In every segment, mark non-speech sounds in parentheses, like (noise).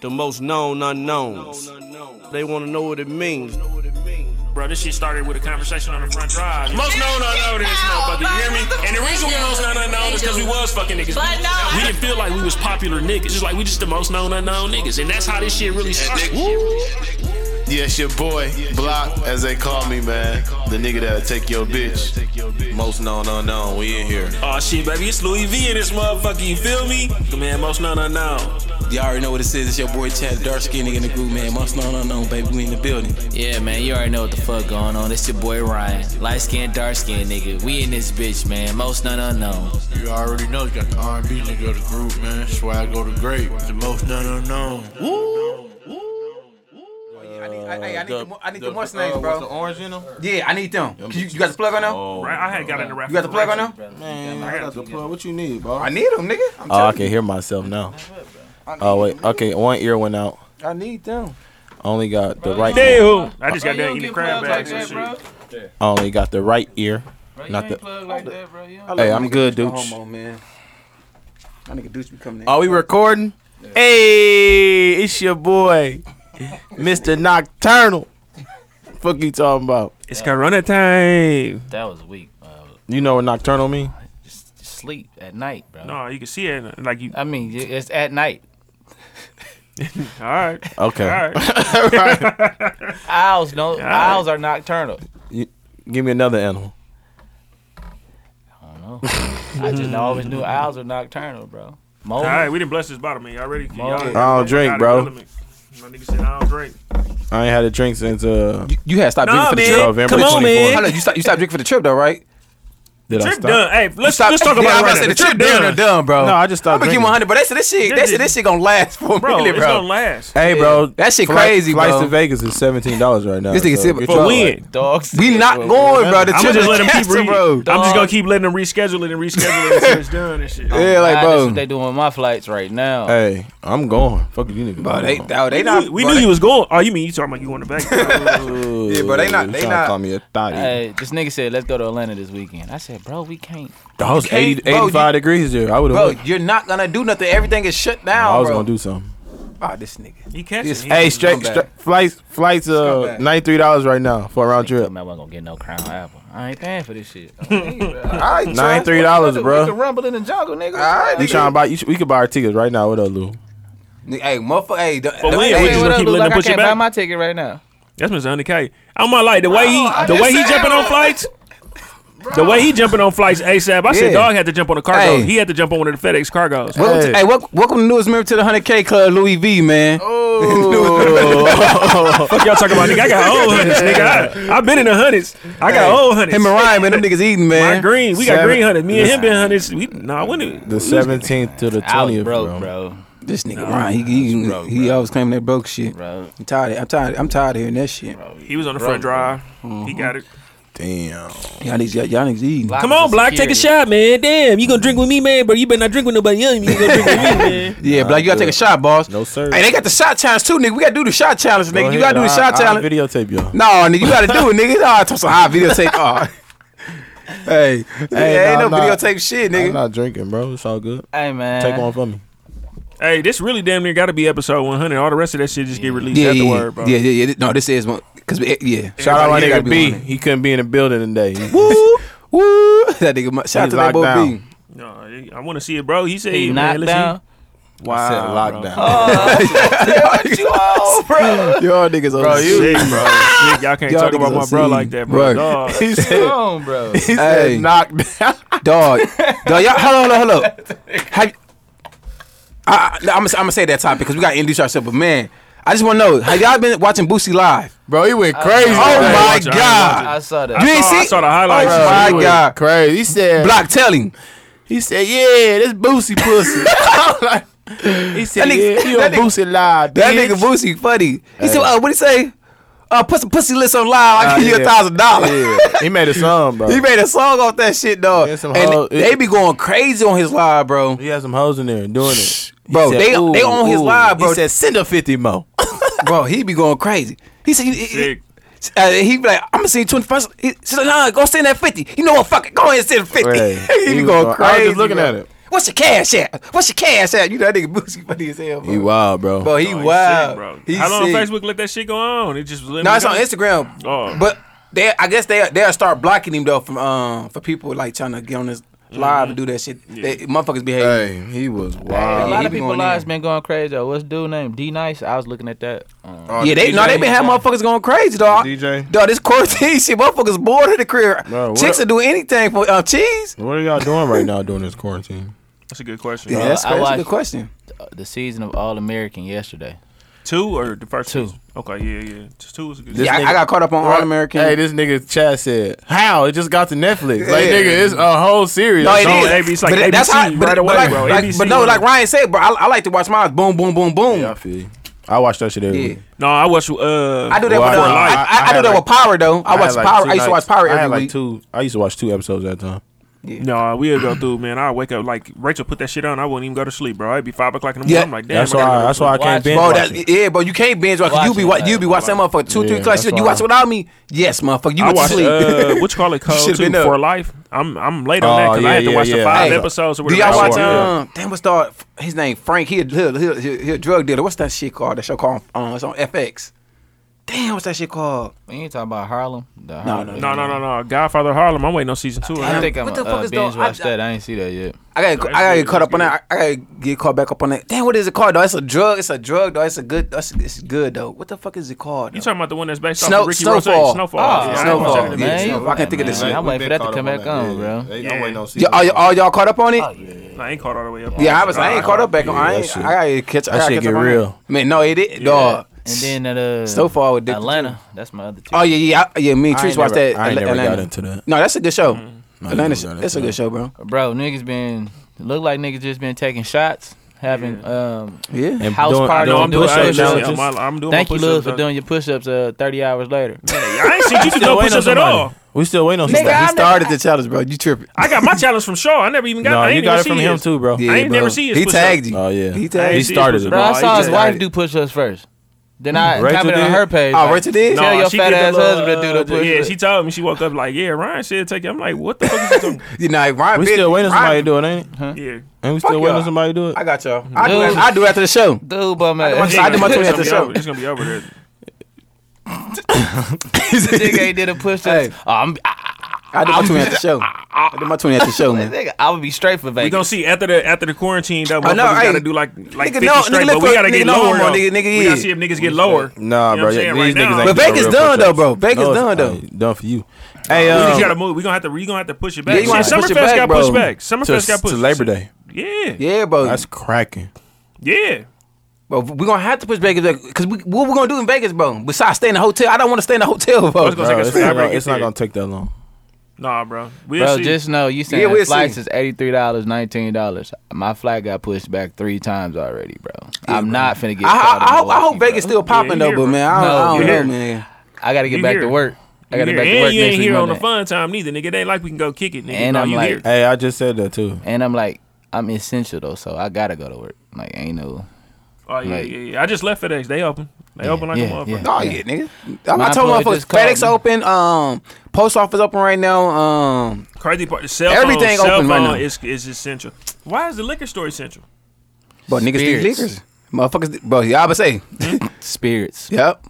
the most known unknowns. They wanna know what it means. Bro, this shit started with a conversation on the front drive. Most known unknown in this motherfucker, you hear me? And the reason we most known unknown is because we was fucking niggas. But no, I- we didn't feel like we was popular niggas. Just like we just the most known unknown niggas. And that's how this shit really started. Yes, your boy, Block, as they call me, man. The nigga that'll take your bitch. Most known unknown, we in here. Oh shit, baby, it's Louis V in this motherfucker, you feel me? Man, most known unknown. Y'all already know what it is. It's your boy Chad, dark skin nigga in the group, man. Most known unknown, baby. We in the building. Yeah, man, you already know what the fuck going on. It's your boy Ryan, light skinned, dark skinned nigga. We in this bitch, man. Most none unknown. You already know it's got the R&B nigga of the group, man. Swag go to great. The most none unknown. I need, I, I- I need, the- the, more, I need the, the- more snakes, uh, bro. what's the orange in 'em? Yeah, I need them. You, you got the plug on them? Right, I had got in the rap. You got the plug on them? Man, I got the plug. What you need, bro? I need them, nigga. I'm Oh, I telling can hear myself now. Oh wait, okay, one ear went out. you. I need them. I only got the right. Damn. I just got done eating crab like bags and that, shit. bro. I only got the right ear. Not the. Plug like that, bro. You I love Hey, my I'm nigga good, Deuce, the Deuce. Homo, man. My nigga Deuce be coming in. Are we recording? Hey, it's your boy, Mr. Nocturnal. Fuck you talking about? It's Corona time. That was weak, bro. You know what nocturnal mean? Just, just sleep at night, bro. No, you can see it. Like you. I mean, y- it's at night. All right. Okay. All (laughs) right. Owls, no, owls are nocturnal. Give me another animal. I don't know. I just always knew owls are nocturnal, bro. Mo, All right. We didn't bless this bottle, man. Y'all ready? Y'all- I don't y'all Oh. drink, out of bro. element. My nigga said I don't drink. I ain't had a drink since uh You, you had stopped Nah, drinking for man. the trip. November Come on, 24th. man. Hold on, you stopped you stopped drinking for the trip though, right? Did I Trip stop? done. Hey, let's Stop- let's talk Yeah, I about was it. about to say the trip done or done, bro. No, I just stopped I'm gonna drinking. give 100, but they said this shit, they said this shit gonna last for a Bro, minute, it's bro. gonna last. Hey, bro. That shit flight- crazy, Flights bro. to Vegas is seventeen dollars right now. This nigga said get before your- For when? dogs. We not going, bro. The I'm trip gonna just is let them keep canceled, re- bro. I'm just gonna Dog. keep letting them reschedule it and reschedule it until it's done and shit. Yeah, like Ah, That's what bro. they doing with my flights right now. Hey, I'm going. Fuck you, nigga. Bro, they, oh, they We not. knew- we bro, knew they- you was going. Oh, you mean you talking about you going to (laughs) back? yeah, bro, they not- they not- Call me a thotty. Hey, this nigga said, let's go to Atlanta this weekend. I said, bro, we can't. That was 80, can't- bro, 85 you- degrees there. I would Bro, have. you're not gonna do nothing. Everything is shut down. I was bro. gonna do something. Ah, this nigga. he catching. This- He- Hey, straight, Scumbag. straight flights, flights, uh, Scumbag. ninety three dollars right now for a round I trip. wasn't gonna get no crown apple. I ain't paying for this shit. All right, Ninety three dollars, bro. (laughs) rumble in the jungle, nigga. All right, You nigga. trying to buy? You should, we could buy our tickets right now. What up, (laughs) Lou? Nigga, Hey, motherfucker. Hey, the, But the- when? hey, We just gonna keep letting them push it I can't buy back. my ticket right now. That's Mr. Undercover. I'm not like the way he the way he jumping on flights. The way he jumping on flights ASAP. I said Yeah. dog had to jump on a cargo. Hey. He had to jump on one of the FedEx cargos. welcome, Hey. To, hey, wel- welcome to the newest member to the 100K Club, Louis V, man. Fuck y'all talking about nigga. I got old hundreds, nigga. I, I've been in the hundreds. I got old hundreds. Him and Ryan, (laughs) man, them niggas eating, My man. green. We got Seven- green hundreds. Me and him been hundreds. We nah. When it, The seventeenth to the I was twentieth, broke, bro. bro. This nigga Ryan, he he, he always claiming that broke shit. Bro. I'm tired. I'm tired. I'm tired of hearing that shit. he was on the front drive. He got it. Damn. Y'all niggas, y'all, y'all niggas eating. Lock Come on, for Black, take a security. shot, man. Damn, you gonna drink with me, man, bro? You better not drink with nobody else. You gonna drink with me, man. Yeah, black, you gotta take a shot, boss. No, sir. Hey, they got the shot challenge too, nigga. We gotta do the shot challenge, nigga. Go you gotta ahead, do the I- shot I'll challenge. Videotape y'all. No, nigga, you gotta do it, nigga. No, I took some (laughs) hot videotape. Oh. hey, hey, ain't nah, no I'm not- videotape shit, I'm nigga. not drinking, bro. It's all good. Hey man, Take one for me. Hey, this really damn near got to be episode 100. All the rest of that shit just get released yeah, yeah, afterward, bro. yeah, yeah, yeah. No, this is one. Cause we- yeah, Shout out my Everybody nigga gotta B. on it. He couldn't be in the building today. Woo, woo. (laughs) That nigga. my- Shout out He's to that boy locked down. B. (laughs) No, I- I want to see it, bro. He said, he man, knocked let's see. down. Wow. Said lockdown. (laughs) Y'all niggas on Sick, bro. Sick. Y'all can't Y'all talk about niggas my bro are sick. like that, bro. Right. Dog. (laughs) He Come said, on, bro. (laughs) he Hey. said knocked down. (laughs) dog. dog, y'all, hello, hello, hello. Have, I, I, I'm, gonna- I'm gonna say that topic because we gotta introduce ourselves. But man, I just want to know: Have y'all been watching Boosie live? Bro, he went crazy. Oh Oh my today. watch it, I god! I saw that. You Oh, ain't I see? saw the highlights. Oh, bro. my He went God. crazy. He said, Block, tell him. He said, "Yeah, this Boosie (laughs) pussy." (laughs) I'm like- he said, That nigga- "Yeah, you on that nigga- Boosie live, That bitch." nigga Boosie funny. He said, Hey. uh, "What he say? Uh, put some pussy lips on live. I Ah, give you yeah. a thousand dollars." Yeah, he made a song, bro. (laughs) He made a song off that shit, dog. Yeah, some and hoe- they be going crazy on his live, bro. He had some hoes in there doing it, (laughs) He Bro, they- "Ooh, they on his ooh." live, bro. He said, "Send her fifty (laughs) mo." (laughs) bro, he be going crazy. He said, he- he- Sick. uh, he be like, I'm gonna send 25. He- She's like, nah, go send that 50. You know what? Fuck it. Go ahead and send 50. Right. he, (laughs) He be going was going- I was crazy. just looking bro. at it. What's your cash at? What's your cash at? You know that nigga Boosie funny as hell, bro. He wild, bro. Bro, he Oh, he wild. sick, bro. He How long sick. Facebook let that shit go on? It just let No, me it's go. on Instagram. Oh. But they, I guess they they'll start blocking him though from um for people like trying to get on this Mm-hmm. live and do that shit. They, motherfuckers behave. Hey, he was Yeah, A wild. he lot of be people going lives in. been going crazy though. What's dude name? D Nice. I was looking at that. Um, oh, yeah, they no, they been having motherfuckers going crazy, Uh, dog. DJ? dog, this quarantine (laughs) shit, motherfuckers bored of the crib. Bro, what- Chicks will do anything for uh, cheese. What are y'all doing right now during this quarantine? That's a good question. Yeah, Bro, (laughs) that's, I that's a good watched- question. the season of All American yesterday. Two or the first Two. season? Okay, yeah, yeah. Just two is a good. This Yeah, I, nigga- I got caught up on All American. Hey, this nigga Chad said, "How it just got to Netflix? Like, Yeah. nigga, it's a whole series. No, it So- on is. ABC, it's like but it- that's ABC how, but, right away, but like, bro. like- ABC, but no, bro. like Ryan said, bro, I, I like to watch mine. Boom, boom, boom, boom. Yeah, I feel you. I watch that shit every Yeah. week. No, I watch. Uh, I do that Well, with uh, I, I, I- I, I- I do had that like- with Power though. I, had watch like Power. two I used to watch nights- Power I every had like week. two. I used to watch two episodes at a time. No, we'll go through, man. I wake up like Rachel put that shit on. I wouldn't even go to sleep, bro. It'd be five o'clock in the morning. Yeah. I'm like, damn. That's I why. gotta go to That's why I sleep. can't Watch- binge Bro, watch that, it. yeah, bro, you can't binge watch. 'cause You Watch be it, wa- like- you be watching that motherfucker two, Yeah, three class. that's You why. watch without me? Yes, motherfucker. You I went to watched (laughs) sleep. uh, what you call it, Code should've Two been up. for Life. I'm I'm late on Oh, that because I yeah, had to yeah, watch the yeah. five Hey, episodes. Or Do whatever y'all that watch shit is. um damn what's the his name Frank he a, he a, he a, he a- he a drug dealer what's that shit called that show called um it's on FX damn what's that shit called We ain't talking about Harlem. The Harlem. no, No, no, no, no. Godfather Harlem. I'm waiting on season two. I right? think I'm What the uh, fuck is binge the- watch I- that. I ain't see that yet. I gotta I gotta get caught up on that I, I gotta get caught back up on that damn what is it called though it's a drug it's a drug though it's a good that's it's good though what the fuck is it called You though? talking about the one that's based Snow- off of Ricky Snowfall. Rose? Snowfall. Yeah, Ah, Oh, I ain't watched Snowfall. that in a Yeah, minute. Man, Snowfall. I can't think of this shit. I'm waiting for that to come back on, bro. Yeah. waiting on Yeah, all, y- all y'all caught up on it I ain't caught all the way up. Uh, yeah I was I ain't caught up back on I, Oh, that ain't, shit- I gotta catch I that gotta shit catch get up on real. that. man no it is dog And then that uh, Snowfall with Dick the Atlanta. That's my other two. oh yeah yeah I- yeah me and I Trish ain't watched never- that I ain't never Atlanta. got into Mm-hmm. that. no that's a good show I Atlanta never sh- got that's a into good that. show bro bro, niggas been look like niggas just been taking shots, having um yeah And house doing- parties. doing No, I'm doing. push-up I ain't- challenges. I'm I'm doing. Thank my you, Lil, for push-ups. doing your push-ups. Uh, thirty hours later. I (laughs) ain't seen you do no push-ups at all. We still waiting on He, sta- somebody. he started the challenge, bro. You tripping? I got my challenge from Shaw. I never even got. No, I ain't you even got it see from him his. too, bro. I ain't never seen his He push-up. tagged you. Oh yeah, He tagged he you. started it. Bro, I saw his just wife started. do push-ups first. Then I Rachel commented on did? her page. Oh, like, Rachel did? Tell No, your she fat did the ass little, husband to do uh, the push-ups. Yeah, she told me. She woke up like, yeah, Ryan said take it. I'm like, what the fuck is he talking? You know, like, Ryan We Pitt- still waiting on somebody to Ryan- do it, ain't it? Yeah. And we Fuck still waiting y'all. on somebody to do it. I got y'all. I do, Dude. it- I do it after the show. (laughs) Dude, bum want ass. to- I did my tweet at the It's show. gonna be over. It's gonna be over there. Nigga ain't did a push-ups. Hey. Oh, I'm, I, I do my twenty after the show. I do my twenty after the show, man. nigga, I would be straight for We Vegas. gonna see after the after the quarantine though. I We know, gotta hey. do like like Nigga, fifty no, straight, nigga, but look we for- gotta nigga, get no lower. homo, though. nigga, nigga, We gotta yeah. see if niggas get lower. Nah, You know what bro. I'm yeah, saying? These Right now- niggas ain't But doing Vegas real done, though, push-ups. bro. Vegas No, it's- done, though. hey, Done for you. Hey, We um, just gotta move. We gonna have to. You gonna have to push it back. you gonna Shit, have to push it Summerfest back, got bro. pushed back. to, Summerfest got pushed to Labor Day. Yeah, Yeah, bro. That's cracking. yeah. bro. We're gonna have to push Vegas because we, what we gonna do in Vegas, bro? Besides stay in the hotel, I don't want to stay in the hotel, bro. was gonna say- Bro, us it's not forever to gonna- get it's not there. gonna take that long. Nah, bro. We'll Bro, see. just know you saying Yeah, we'll flights see. is eighty three dollars, nineteen dollars. My flight got pushed back three times already, bro. I'm not finna get. I, caught I, I, in hope, I hope Milwaukee, bro. Vegas still popping Yeah, you though, but here, man, I don't, No, I you don't know, here. man. I gotta get You back here. to work. I You gotta here. get back to and work you next ain't week here on Monday. the fun time neither, nigga. They like we can go kick it, nigga. And no, I'm you like- here. Hey, I just said (laughs) that too. And I'm like, I'm essential though, so I gotta go to work. Like, ain't no. Oh yeah, Like- yeah, yeah. I just left FedEx. They open. They open like yeah, a motherfucker. yeah. Oh yeah, nigga. I, My I told employer motherfuckers just called FedEx me. open, um, post office open right now, um, Crazy part. Cell Everything phone, open cell right phone now. Is, is essential. Why is the liquor store essential? but niggas think Spirits. leakers, motherfuckers. Bro, y'all but say. (laughs) Spirits. Yep.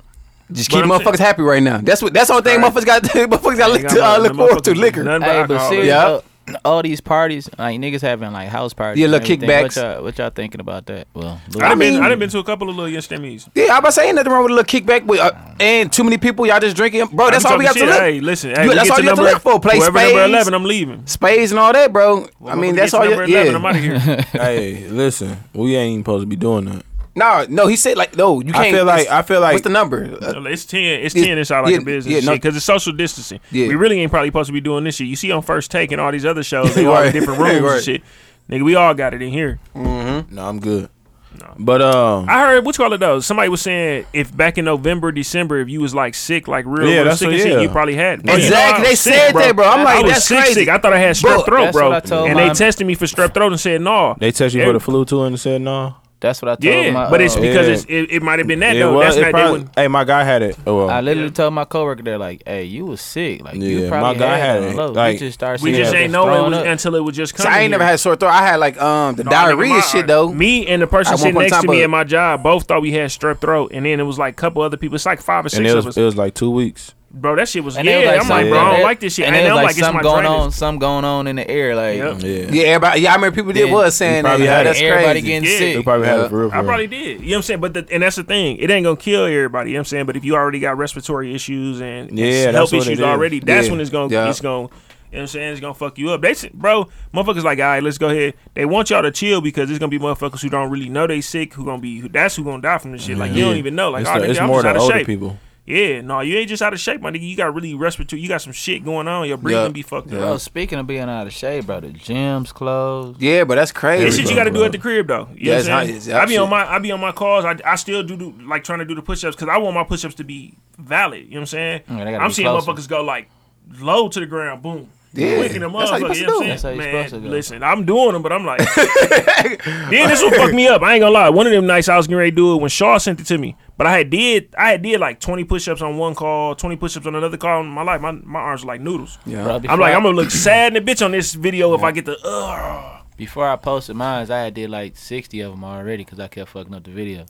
Just But I'm keep motherfuckers happy right now. That's what. That's the only thing Right. motherfuckers got. (laughs) motherfuckers got They lick got (laughs) to, uh, no- look the forward to motherfuckers- liquor. Nothing but Hey, but alcohol. seriously, Yeah. though, all these parties, like niggas having like house parties. Yeah, and little everything. What kickbacks. y'all, what y'all thinking about that? Well, I done been mean- I done been to a couple of little yes stimmies. Yeah, I about to say ain't nothing wrong with a little kickback, but uh, and too many people y'all just drinking, bro. That's all we got to look. Hey, listen. Hey, You- we that's get all to you have to number, look for. Play whoever number spades. eleven. I'm leaving. Spades and all that, bro. I mean, that's all. you. You, yeah. I'm out of here. Hey, listen, we ain't even supposed to be doing that. No, no. He said like no. You can't. I feel like it's- I feel like what's the number? Uh, (laughs) It's ten. It's Yeah, ten inside like yeah, a business yeah, yeah, no. because it's social distancing. Yeah. We really ain't probably supposed to be doing this shit. You see on First Take and all these other shows, they all in (laughs) Right. different rooms Right. and shit. Nigga, we all got it in here. no, I'm good. But um, I heard what you call it though. Somebody was saying if back in November, December, if you was like sick, like real, Yeah, real that's sick, what- and shit, yeah. you probably had. it. Bro, you know Exactly, I was they sick, said that, bro. I'm like, I was that's sick, crazy. sick. I thought I had strep Bro, throat, that's bro. what I told and they mine. tested me for strep throat and said no. they test you for the flu too and said no. That's what I told Oh, Yeah, my. but it's uh, because yeah. it's, it, it might have been that It though. was- That's it not probably- that one. Hey, my guy had it. Oh, well. I literally told my coworker there like, "Hey, you was sick. Like Yeah, you my probably guy had, had it. it. Look, Like, you just started. We seeing just it, ain't know it throwing was, up. until it was just So coming. I ain't never here. had sore throat. I had like um the No, nigga, diarrhea my- shit though. Me and the person At one sitting point in next to time, me but- at my job both thought we had strep throat, and then it was like a couple other people. It's like five or and six it of was, us. it was like two weeks. bro, that shit was it yeah. was I'm like, something bro, I don't that- like this shit. And And, it I'm was like, like, it's my something going on, something going on in the air. Like Yep. Yeah. Yeah, everybody. Yeah, I remember people did Yeah. was saying that. probably Yeah, had- that's everybody crazy. getting Yeah. We sick. probably had it for real. For I real. probably did. You know what I'm saying? But the, and that's the thing. It ain't gonna kill everybody. You know what I'm saying? But if you already got respiratory issues and and Yeah, s- that's health what it issues is. already, that's Yeah. when it's gonna Yeah. it's gonna you know what I'm saying? It's gonna fuck you up. They said, bro, motherfuckers like, all right, let's go ahead. They want y'all to chill because it's gonna be motherfuckers who don't really know they sick, who gonna be who that's who gonna die from this shit. Like you don't even know. Like, It's, oh, the, nigga, it's I'm just more the out of older shape. people. Yeah, no, you ain't just out of shape, my nigga. You got really respiratory. You got some shit going on. Your breathing Yeah. be fucked Bro, up. speaking of being out of shape, bro, the gym's closed. Yeah, but that's crazy. That shit you got to do at the crib though. You Yeah, know it's what I'm hot. saying? It's hot I be shit. on my I be on my calls. I, I still do, do like trying to do the push ups because I want my push ups to be valid. You know what I'm saying? Yeah, they gotta I'm be seeing closer. motherfuckers go like low to the ground, boom. Yeah, Quick in the that's how you motherfucker, supposed you to know what do I'm it. That's how saying? you Man, supposed to do it. listen, I'm doing them, but (laughs) I'm like, then this will fuck me up. I ain't gonna lie. One of them nights I was getting ready to do it when Shaw sent it to me, but I had did I had did like 20 push ups on one call, 20 push ups on another call. In my life, my, my arms are like noodles. Yeah. Bro, before I'm like, I- I'm gonna look sad in the bitch on this video if I get the uh, Before I posted mine, I had did like 60 of them already because I kept fucking up the video.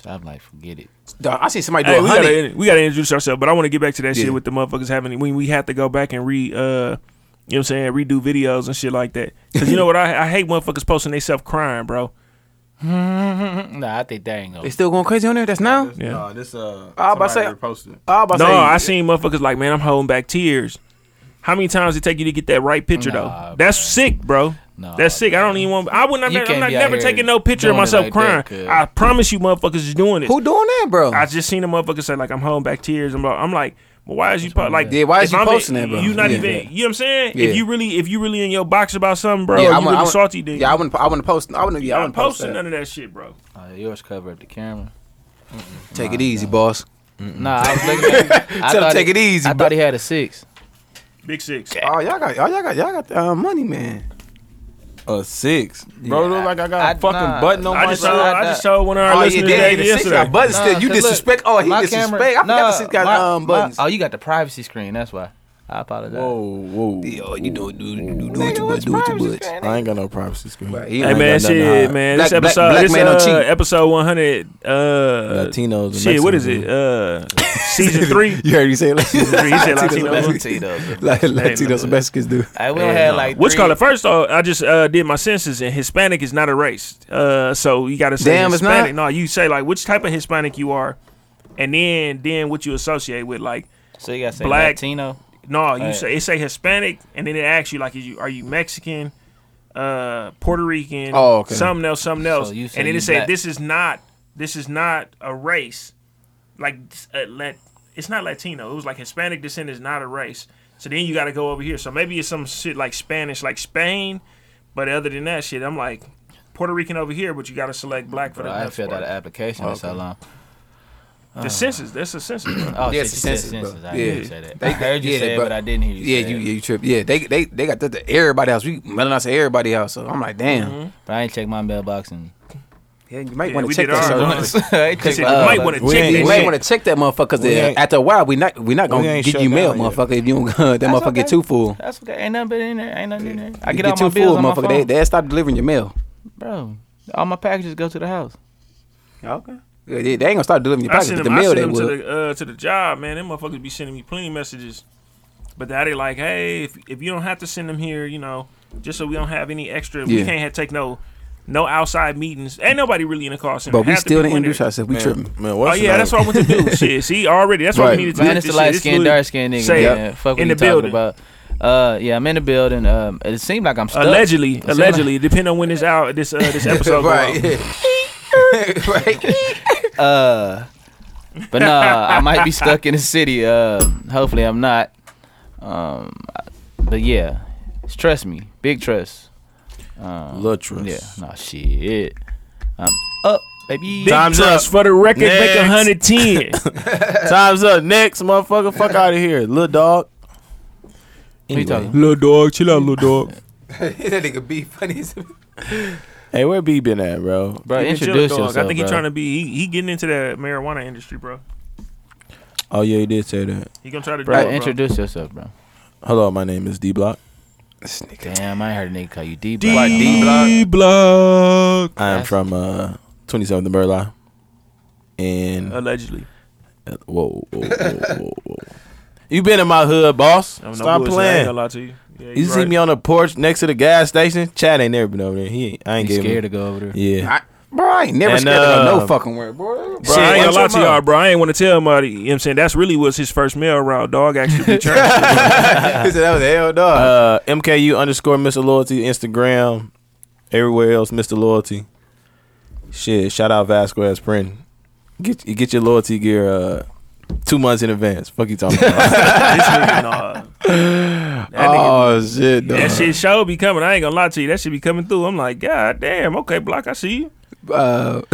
So I'm like, forget it. Dog, I seen somebody do Hey, a we hundred. gotta, we gotta introduce ourselves, but I want to get back to that Yeah. shit with the motherfuckers having when we have to go back and re, uh, you know, what I'm saying redo videos and shit like that. Cause you know what, I, I hate motherfuckers posting themselves crying, bro. Nah, I think that ain't gonna. It's still going crazy on there. That's now. Yeah. Nah, this uh, I was about to somebody say- reposted. Oh, I'm about to No, say- I seen motherfuckers like, man, I'm holding back tears. How many times it take you to get that right picture Nah, though? That's sick, bro. Nah, That's sick. I don't even want. I would not. You I'm can't not be out never here taking no picture of doing it myself like crying. that, cuz. I promise you, motherfuckers is doing this. who doing that, bro? I just seen a motherfucker say like I'm holding back tears. I'm like, I'm like, well, why is you po- like? Yeah, why is if you I'm posting that, bro? You not Yeah. even. You know what I'm saying? Yeah. If you really, if you really in your box about something, bro, yeah, you I'm, really I'm, salty, then Yeah, I wouldn't. I wouldn't post. I wouldn't. Yeah, I I'm wouldn't post posting that. none of that shit, bro. Uh, yours cover up the camera. Take it easy, boss. Nah, I was (laughs) looking at I Tell him thought take he- it easy, I bro. thought he had a six. Big six. Oh, y'all got. Oh, y'all got. Y'all got uh, money, man. A six. Bro, look like I got a I- fucking nah. button on I my just God. told, I just told one of our Oh, yeah, listeners yeah, that the six got yesterday. buttons. Nah, still, 'cause you look, disrespect. oh, he my disrespect. I camera- forgot the six got my- um my- buttons. oh, you got the privacy screen. That's why. I apologize. Whoa, whoa. Yo, you do do do do what you butt, do what you butt. I ain't got no privacy screen. Hey man, shit, man. this Black, black, episode, black this man don't uh, cheat. episode 100. Uh, Latinos. and shit, what is Mexicans, it? Uh, season (laughs) three. You heard you say (laughs) it. He said Latino. Latinos. like Latinos and Mexicans do. Hey, we don't have like. What's three- called it? First off, I just uh, did my census, and Hispanic is not a race. Uh, so you got to say Damn, it's not? Hispanic. No, you say like which type of Hispanic you are, and then then what you associate with. Like So you got to say Black. Latino. no, you Right. say it say Hispanic, and then it asks you like is you are you Mexican, uh, Puerto Rican, Oh, okay. something else, something else, you say and then you it say black. this is not this is not a race. Like uh, let it's not Latino. It was like Hispanic descent is not a race. So then you got to go over here. So maybe it's some shit like Spanish, like Spain. But other than that shit, I'm like Puerto Rican over here, but you got to select black for Bro, the Oh, I next filled out part. an application for so long. The census. That's a census. bro. Oh, Yeah, shit, it's you a said census, bro. census. I didn't hear you Yeah. say that. They- I heard you yeah, say it, bro. but I didn't hear you Yeah, say you it. yeah, you trip. Yeah, they they they got that to everybody else. We mailing out to everybody else. So I'm like, damn. But I ain't checked my mailbox (laughs) and. Yeah, you might Yeah, want we to check did that. ours. sir. Uh, I ain't checked Shit, my you might mailbox. want to we check ain't- You that we might shit. want to check that motherfucker because We ain't- after a while we not we not gonna ain't get shut you mail, down yet. motherfucker. If you don't (laughs) that motherfucker get okay. too full. That's okay. Ain't nothing been in there. Ain't nothing in there. I You get, all too my bills full, on my phone. motherfucker. They they stop delivering your mail. Bro, all my packages go to the house. Okay. Yeah, they, they ain't gonna stop delivering your I package. send but The them, I mail send they them to will. the uh, to the job, man. Them motherfuckers be sending me plenty messages, but that they like, hey, if, if you don't have to send them here, you know, just so we don't have any extra, we Yeah. can't have, take no no outside meetings. Ain't nobody really in the call center. But we Half the still didn't people in introduce there- ourselves. We tripping. Man, Oh what's yeah, that's what I went (laughs) to do. shit, see already. That's why Right. we needed to do Man, it's this the shit. light It's skinned, literally- dark skinned nigga. Say it. man. Fuck what In you the building. talking about. Uh, yeah, I'm in the building. Um, it seemed like I'm stuck. Allegedly, It seemed allegedly, depending on when this out, this (laughs) uh, this episode. go out. right. (laughs) right. like- uh, but no, I might be stuck in the city. Uh, hopefully I'm not. Um, but yeah, trust me, big trust. Um, Lutrus. (laughs) yeah, nah, shit. I'm up, baby. Big Time's trust up. for the record. Make Next. 110. Time's up. Next, motherfucker. Fuck out of here. Little dog. Who you talking? Little dog. Chill out, little dog. that nigga be funny. as- Hey, where B been at, bro? Bro, He been chilling, (laughs) introduce dog. yourself. I think he's bro. trying to be he, he getting into the marijuana industry, bro. Oh yeah, he did say that. He gonna try to Bro, do it, bro. introduce yourself, bro. Hello, my name is D Block. Damn, I ain't heard a nigga call you D. D- Block. D Block. I am That's- from uh 27th and Burla. And Allegedly, Uh, whoa, whoa, whoa, whoa, whoa. You been in my hood, boss. I'm no Stop bullshit, I ain't playing. gonna lie to you. Yeah, You see me on the porch next to the gas station? Chad ain't never been over there. He ain't, I ain't He's gave scared to him. go over there. (laughs) Yeah. I, bro, I ain't never And, scared of no uh, fucking word, bro. Bro, I ain't Shit, gonna lie what to you y'all, about? bro. I ain't want to tell Muddy. You know what I'm saying? That's really was his first meal round, dog. Actually, (laughs) be turned. He said that was hell dog. Uh, MKU underscore Mr. Loyalty Instagram. Everywhere else, Mr. Loyalty. Shit, shout out Vasquez Print. Get you get your loyalty gear uh, two months in advance. Fuck you talking about. This nigga, nah. That nigga- oh shit, dog. that shit show be coming. I ain't gonna lie to you. That shit be coming through. I'm like, God damn. Okay, block. I see you. Uh, (laughs)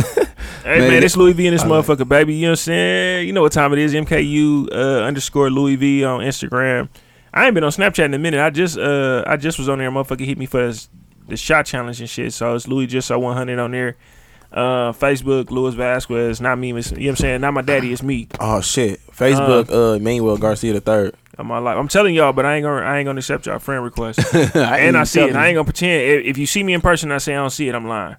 Hey man, Man, it's Louis V and this motherfucker, baby. You know what I'm saying? You know what time it is? MKU uh, underscore Louis V on Instagram. I ain't been on Snapchat in a minute. I just uh I just was on there. Motherfucker hit me for this, the shot challenge and shit. So it's Louis just so 100 on there. Uh, Facebook, Louis Vasquez. Not me. It's, you know what I'm saying? Not my daddy. It's me. Oh shit. Facebook, uh, Manuel Garcia the third. I'm all like- I'm telling y'all, but I ain't gonna I ain't gonna accept y'all friend (laughs) request. and I see it. I ain't gonna pretend. If, if you see me in person, I say I don't see it. I'm (laughs) lying.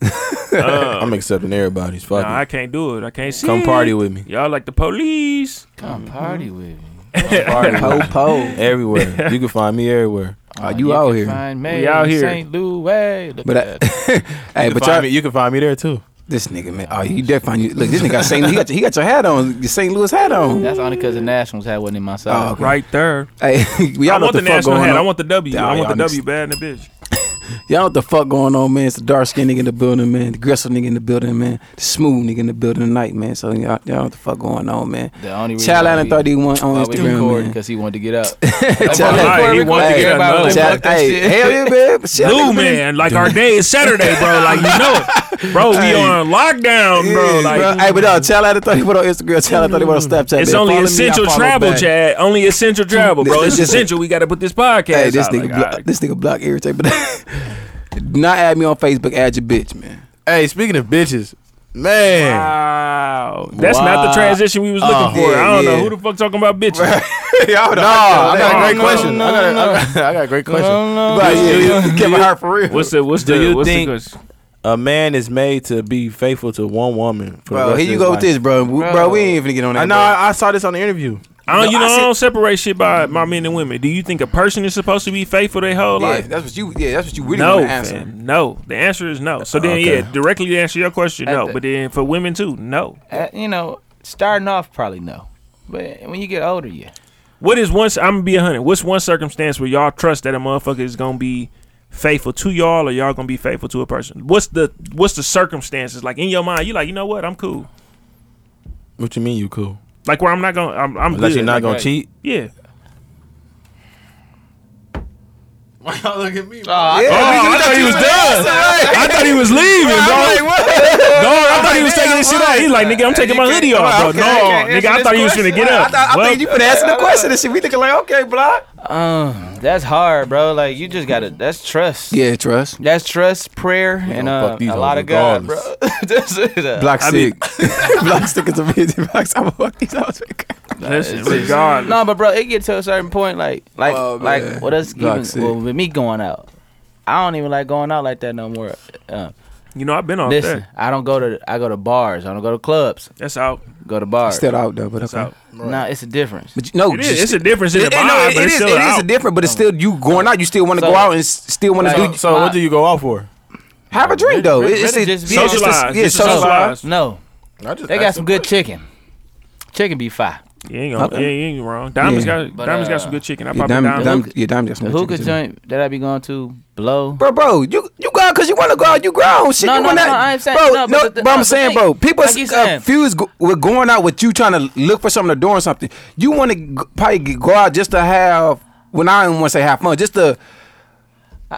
I'm accepting everybody's. Fuck Uh. Nah, I it. can't do it. I can't see. Come it. party with me. Y'all like the police. Come party with me. (laughs) Party Po with me. po. everywhere. You can find me everywhere. Oh, you out can here. Find me We out in here. St. Louis. Look but at I, that. (laughs) hey, You but can find y'all, me, you can find me there too. this nigga, man. Oh, you definitely look. This nigga got Saint. He got, he got your hat on. Your St. Louis hat on. That's only because the Nationals had one in my side. Oh, okay. Right there. Hey, (laughs) y'all I know want what the, the, fuck national going hat. on. I want the W. Nah, I want the y'all W niggas- bad in the bitch. Y'all know what the fuck going on, man? It's the dark skinned nigga in the building, man. The gristle nigga in the building, man. The smooth nigga in the building tonight, man. So y'all, y'all know what the fuck going on, man. The only reason Child why Oh. Allen we- 31 on why we Instagram, man. because he wanted to get out. (laughs) Child Allen- Allen- He wanted to Hey, get out. everybody was like, Fuck that hey, shit. Hell yeah, man. (laughs) Child Blue Allen- man, like our day is Saturday, bro. Like you know it, bro. We on lockdown, bro. Yeah, Like Hey, but no, Child Allen 31 on Instagram. Child Allen 31 on Snapchat. it's man. only Follow me, essential I follow travel, back. Chad. Only essential travel, bro. This- (laughs) It's this- essential. We got to put this podcast. Hey, this out. nigga, Like, all block, right. this nigga block irritate, but (laughs) not add me on Facebook. Add your bitch, man. Hey, speaking of bitches, man. (laughs) Wow, that's not the transition we was looking for. yeah, I don't know Uh, yeah. who the fuck talking about bitches. no, I got a no, great no, question. I got a- I got- (laughs) I got a great question. Right, yeah, you Kevin Hart for real. What's the what's Do the you what's think- the question? A man is made to be faithful to one woman. For the Bro, rest of here you his go life. with this, bro. We- Bro, we ain't even get on that. I know. bro. I, I saw this on the interview. I don't, you No, know, I I, said- don't separate shit by my men and women. Do you think a person is supposed to be faithful their whole Yeah, life? that's what you. Yeah, that's what you really no, want to answer. fam, no. The answer is no. So then, yeah, directly to answer your question, no. At the- but then for women too, no. Uh, you know, starting off probably no, but when you get older, yeah. What is one? I'm gonna be a hundred. What's one circumstance where y'all trust that a motherfucker is gonna be faithful to y'all, or y'all gonna be faithful to a person? What's the what's the circumstances like in your mind? You like, you know what? I'm cool. What you mean you cool? Like where I'm not gonna, I'm, I'm Unless good. you're not Like, gonna right. cheat. yeah. Why y'all look at me? Oh, I thought he was done. I thought he was leaving, bro. No, I thought he was taking his shit off. He's like, nigga, I'm taking my hoodie off, bro. No, nigga, I thought he was gonna get up. I, thought, I Well, think you been asking (laughs) the question and shit. We thinking like, okay, block. Um, that's hard, bro. Like you just gotta. That's trust. Yeah, trust. That's trust, prayer, and gonna uh, fuck these a lot hoes of God, bro. regardless. (laughs) That's it, uh, Block I stick. (laughs) block stick is amazing. Block. I'm fuck these hoes. listen, regardless. No, but bro, it get to a certain point, like, like, Oh, man. like, what us Block even sick. well, with me going out. I don't even like going out like that no more. Uh, You know, I've been on listen, that. I don't go to I go to bars. I don't go to clubs. That's out. Go to bars. Still out though, but That's okay. out. No, it's a difference. But you, no, It is. It's a difference in the vibe, no, it, but it it's is. It still is out. a different, but it's still you going out. You still want to So- go out and s- still want to so- do So what do you go out for? have a drink though. really- It- It's really a- just be yeah, it's honest. just- Socialize. Yeah, Just socialize. socialize. No, they got some good chicken. Chicken be fine. You ain't, gonna, Okay. yeah, you ain't wrong. Diamonds Yeah. got But, Diamonds got uh, some good chicken. I Yeah, pop Dom, diamond, Dom, yeah, Dom just The hookah joint that I be going to blow. Bro, bro, you you go because you want to go out. You grown, shit. No, you no, wanna, no, I ain't saying- bro. no, but the- the- but I'm but saying, think- bro, people like you are saying. confused go- with going out with you trying to look for something to do or something. You want to g- probably g- go out just to have. When I don't want to say have fun, just to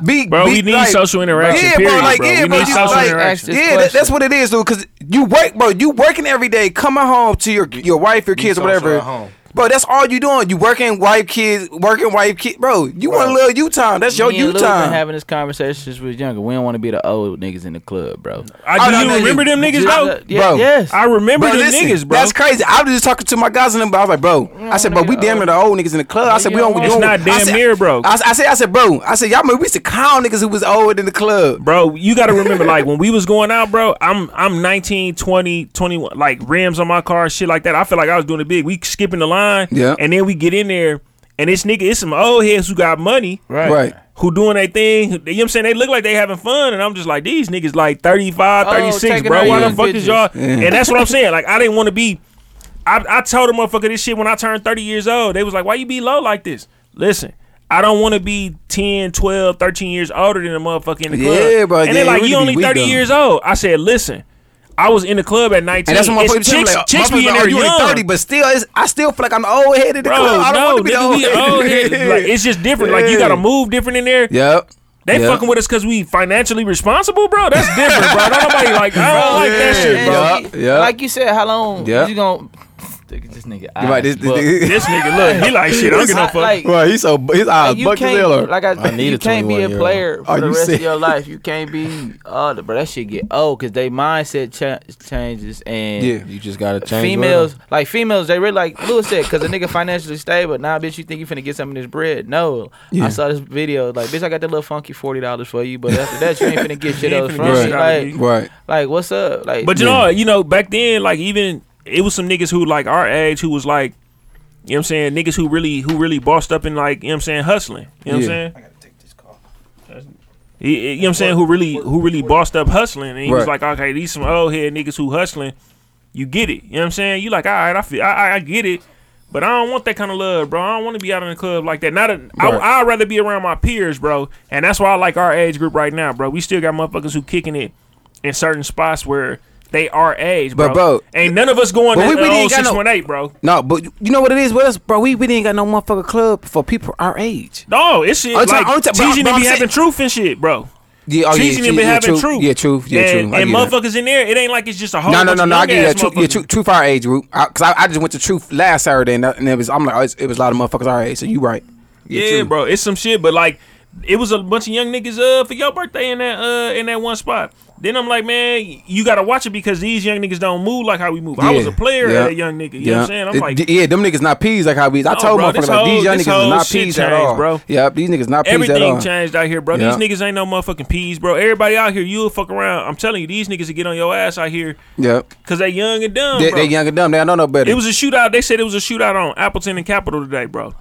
be. Bro, be, we need like- social interaction, Yeah, period, bro. Like, bro. yeah, We bro. need you, social like, interaction. Yeah, that, that's what it is, dude. Because you work, bro. You working every day, coming home to your your wife, your kids, or social whatever. at home. Bro, that's all you doing. You working wife kids, working wife kid. Bro, you want a little you time. That's your Me and you Lou been time. having this conversation since we was younger. We don't want to be the old niggas in the club, bro. I do no, you no, you- remember them niggas though? Yeah, Bro. Yes. I remember Bro, them listen, niggas, bro. That's crazy. I was just talking to my guys and them, but I was like, bro. I said, bro, we damn near the old niggas in the club. I said, we don't. we It's don't- not I damn said- near, bro. I, I said, I said, bro. I said, y'all remember we used to clown niggas who was old in the club. bro you gotta remember like when we was going out bro i'm i'm 19 20 21 like rims on my car shit like that i feel like i was doing it big we skipping the line Yeah. and then we get in there and this nigga it's some old heads who got money Right. Right. who doing their thing you know what i'm saying they look like they having fun and i'm just like these niggas like 35 Oh, 36 taking bro all why the your fuck is pictures. y'all and that's what i'm saying like i didn't want to be I, I told a motherfucker this shit when I turned 30 years old. They was like, why you be low like this? Listen, I don't want to be 10, 12, 13 years older than a motherfucker in the club. Yeah, bro, And yeah, they like, we you be only weak, 30 though." years old. I said, listen, I was in the club at 19. And that's what It's motherfuckers tell me, chicks, like, chicks motherfuckers be in like, there oh, you young. only 30, but still, it's, I still feel like I'm the old head in the Bro, club. I don't no, want to be the nigga, old we old (laughs) head. head. Like, it's just different. Like, you Yeah. got to move different in there. Yep. They Yeah. fucking with us because we financially responsible, bro. That's different, bro. Don't nobody like, (laughs) I don't like that shit, bro. Yeah, And yeah. Like you said, how long Yeah. you gonna (laughs) this nigga? You right, this, this, eyes nigga- This nigga, look, he like, shit, (laughs) I don't give no buck. fuck. Like, Right, he's so his eyes you buck as can't, hell. are- like I, I need you a can't be a 21-year-old. player Uh, Are for the you rest serious? of your life. You can't be, oh, bro, that shit get old because they mindset cha- changes and Yeah. You just gotta change. females, like females, they really like Lewis said, because a nigga financially stable. Nah, bitch, you think you finna get some of this bread? No, I saw this video. Like, bitch, I got that little funky forty dollars for you, but after that, you ain't finna get shit You ain't else finna from get me. shit out of Like, me. Right. like, what's up? Like, But you know, you know, back then, like even it was some niggas who like our age who was like, you know what I'm saying, niggas who really who really bossed up and like, you know what I'm saying, hustling. You know what I'm Yeah. saying? I gotta take this call. You know what I'm saying? Who really who really bossed up hustling and he was Right. like, Okay, these some old head niggas who hustling, you get it. You know what I'm saying? You like, all right, I feel I, I, I get it. But I don't want that kind of love, bro. I don't want to be out in the club like that. Not, a, I, I'd rather be around my peers, bro. And that's why I like our age group right now, bro. We still got motherfuckers who kicking it in certain spots where they are age, bro. But, bro, ain't none of us going but to we- we, we didn't got no- six one eight, bro. No, but you know what it is with us, bro? We, we didn't got no motherfucker club for people our age. No, it's shit. I'm Like, ta- I'm ta- but- Cheesy but to I'm be saying- having truth and shit, bro. Yeah, oh, Cheesy yeah, to be having truth. Yeah, truth. Yeah, and, truth. I And get that. motherfuckers in there, it ain't like it's just a whole. No, no, no, no. I get that. Truth, Truth, yeah, truth, truth our age group. Because I, I, just went to truth last Saturday, and, that, and it was I'm like oh, it's- it was a lot of motherfuckers our age. So you right. Yeah, true. bro, it's some shit, but like it was a bunch of young niggas uh for your birthday in that uh in that one spot. Then I'm like, man, you gotta watch it because these young niggas don't move like how we move. I was Yeah, a player yeah, at a young nigga. You know what I'm saying? I'm It- like, d- yeah, them niggas not peas like how we. I No, told bro, motherfuckers this like these whole- young niggas this is whole not shit peas at changed, all, bro. Yep, these niggas not peas at all. Everything changed out here, bro. uh, Yeah. These niggas ain't no motherfucking peas, bro. Everybody out here, you'll fuck around. I'm telling you, these niggas will get on your ass out here Yep, because they young and dumb, they, bro. they young and dumb. They don't know no better. It was a shootout. They said it was a shootout on Appleton and Capitol today, bro.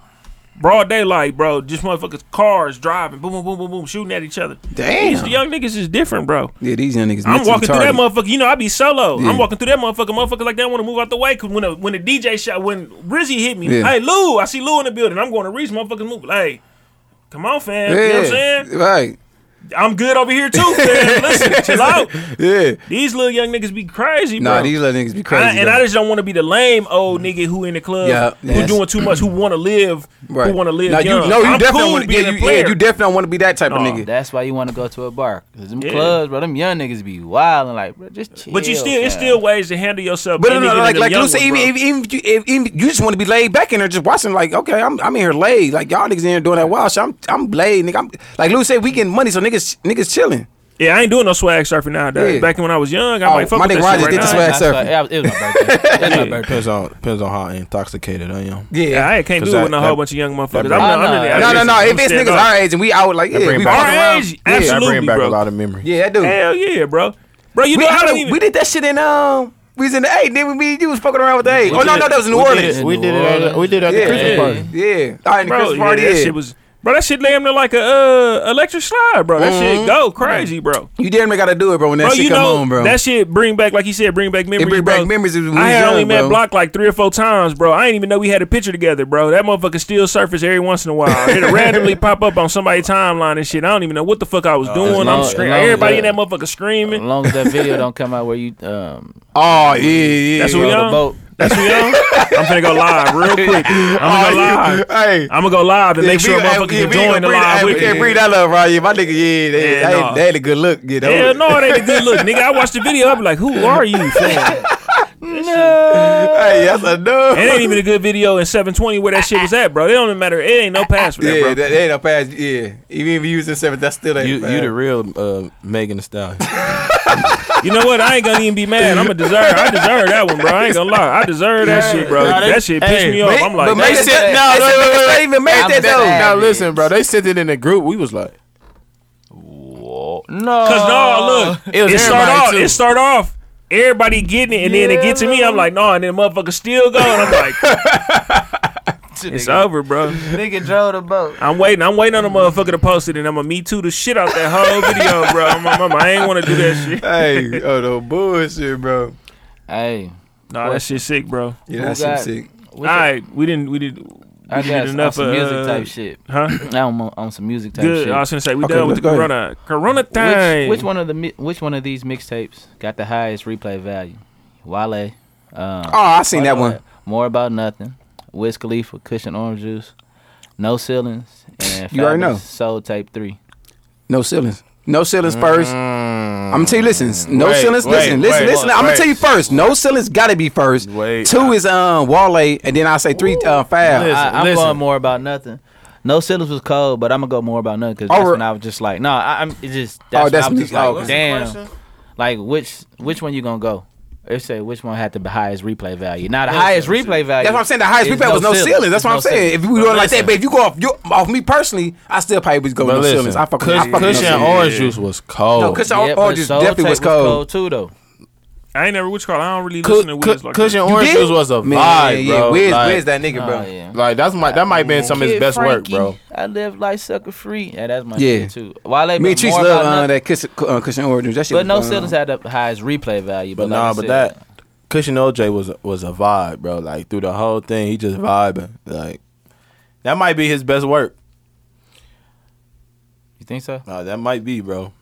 Broad daylight, bro. Just motherfuckers, cars driving, boom, boom, boom, boom, boom, shooting at each other. These damn. young niggas is different, bro. Yeah, these young niggas. I'm mentally walking through that retarded. motherfucker. You know, I be solo. Yeah. I'm walking through that motherfucker. Motherfucker like they want to move out the way. Cause when a, when the DJ shot, when Rizzy hit me, Yeah. hey Lou, I see Lou in the building. I'm going to reach motherfuckers move. Hey, come on, fam. You know what I'm saying? Right. I'm good over here too, (laughs) fam. Listen, chill out. Yeah. These little young niggas be crazy, bro. Nah, these little niggas be crazy. I- and though. I just don't want to be the lame old nigga who in the club Yeah, who yes. doing too much, who want to live, Right. who want to live Nah, young. You, no, you I'm definitely cool want to. being Yeah, a you, player. yeah, you definitely don't want to be that type Nah. of nigga. That's why you want to go to a bar because them Yeah. clubs, bro. Them young niggas be wild and like, bro, just chill. but you still, it's fam. still ways to handle yourself. But no, any no, given like, them like young Lucy, even, ones, bro. even, even, if you- if- even, you just want to be laid back in there, just watching. Like, okay, I'm, I'm in here laid. Like y'all niggas in here doing that wild shit. I'm, I'm laid, nigga. I'm like Lou said, we getting money, so niggas, niggas chilling. Yeah, I ain't doing no swag surfing nowadays. Yeah. Back when I was young, I Oh, might fuck my with nigga that Rogers shit right did the now. swag. I saw- surfing. yeah, It was my birthday. It was my (laughs) birthday. Depends on depends on how intoxicated I am. Yeah, I can't do Cause it with that- a whole that- bunch of young motherfuckers. I'm bring- not Oh, no. under that. No, no, Listen, no. I'm If it's stand niggas up. our age and we out, like yeah, bring we back- fucking our around. age, Yeah. I bring absolutely, back bro. a lot of memories. Yeah, that dude. Hell yeah, bro. Bro, you we, know I out don't of, even. we did that shit in um. We was in the eight. Then we, me, and you was fucking around with the eight. Oh no, did- no, that was New we did Orleans. it. We did it. At, we did it at the Yeah. Christmas Yeah. party. Yeah, all right, the bro, Christmas party. yeah, that yeah. shit was. Bro, that shit damn near like a uh, electric slide, bro. That shit go crazy, bro. You damn near gotta do it, bro. When Mm-hmm. that Bro, shit you come know on, bro. that shit bring back, like you said, bring back memories. bring bro. back memories of when we I had young, only met bro. Block like three or four times, bro. I ain't even know we had a picture together, bro. That motherfucker still surface every once in a while. (laughs) It'll randomly pop up on somebody's timeline and shit. I don't even know what the fuck I Uh, was doing. long- I'm screaming. as long as Everybody in that- that motherfucker As Uh-huh. screaming. long as that video don't come out where you um oh yeah, yeah. That's yeah. what we row on. the boat. That's what we on. I'm finna go live (laughs) real quick. I'm gonna go live. Hey. I'm gonna go live to make Oh, Yeah, sure we- motherfuckers yeah, can we ain't join gonna the breathe- live hey, with We can't me. breathe that love right here. My nigga, yeah, they, Yeah, they, nah. they had a good look. Yeah, Hell no, it ain't a good look, nigga. I watched the video. I be like, who are you, fam? that shit. Hey, that's a no. It ain't even a good video in 720 where that shit was at, bro. It don't even matter. It ain't no pass for that, Yeah, bro. that ain't a pass. Yeah, even if you use the seventh, that's still ain't You, a pass. you the real uh, Megan Thee Stallion. You know what? I ain't gonna even be mad. I'm a deserve. I deserve that one, bro. I ain't gonna lie. I deserve that shit, bro. Nah, they- That shit pissed hey, me off. I'm like, but Megan that- said- no, no, no, no, no. even made that though. now listen, bro. They sent it in the group. We was like, Whoa. No. Cause no, look, (laughs) It it, was start everybody, off, too. it start off, everybody getting it, and then it get to me. I'm like, no, and then motherfucker still going. I'm (laughs) like, it's over, bro. Nigga drove the boat. I'm waiting. I'm waiting on the motherfucker to post it, and I'm gonna me too the shit out that whole video, bro. I'm, I'm, I'm- I ain't want to do that shit. Hey, oh no bullshit, bro. Hey. Nah, that shit sick, bro. Yeah, Who that's got- sick. All right, we didn't. We did. We I did got enough enough some of music uh, type shit. Huh? I'm on, on some music type Good. shit. I was gonna say we Okay, done with the go ahead. corona. Corona time. Which, which one of the mi- which one of these mixtapes got the highest replay value? Wale. Um, Oh, I seen that one. More about nothing. Wiz Khalifa, cushion orange juice, no ceilings, and You Fabulous already know. Soul Tape Three. No ceilings. No ceilings first. I'm gonna tell you, listen. No ceilings. listen, listen, listen. I'm gonna tell you first. No ceilings gotta be first. Wait. Two is um Wale, and then I say three uh, Fab. Listen, I, I'm listen. going more about nothing. No ceilings was cold, but I'm gonna go more about nothing because that's Over- when I was just like, no, nah, I- I'm it's just that's, Oh, that's when I me. was just like, Oh, okay. damn, like which which one you gonna go? It said which one had the highest replay value. Now the highest replay value. That's what I'm saying. The highest is replay was no ceilings. That's It's what no I'm saying. ceilings. If we were like that, but if you go off, you, off me personally, I still probably would go but no listen, ceilings. I fuck with I Kush- fuck with no Kush and ceilings. orange juice was cold. No, Kush Yeah, and but orange juice Soul definitely Tape was cold. too though. I ain't never which call. I don't really Cu- listen to Cu- Wiz like Kush that. and orange did? juice was a Man, vibe, yeah, bro. Wiz, like, Wiz that nigga, bro. Oh, yeah. like, that's my that might have been some of his Kid best work, Frankie, bro. I live like sucker free. Yeah, that's my Yeah. shit too. Wale Me been and Trees more love about uh, nothing, that Kush, uh, Kush and orange juice. That shit. but no was, uh, ceilings had the highest replay value. But, But like I nah, but said, that Cushion OJ was was a vibe, bro. Like through the whole thing, he just vibing. Like that might be his best work. You think so? Uh, that might be, bro.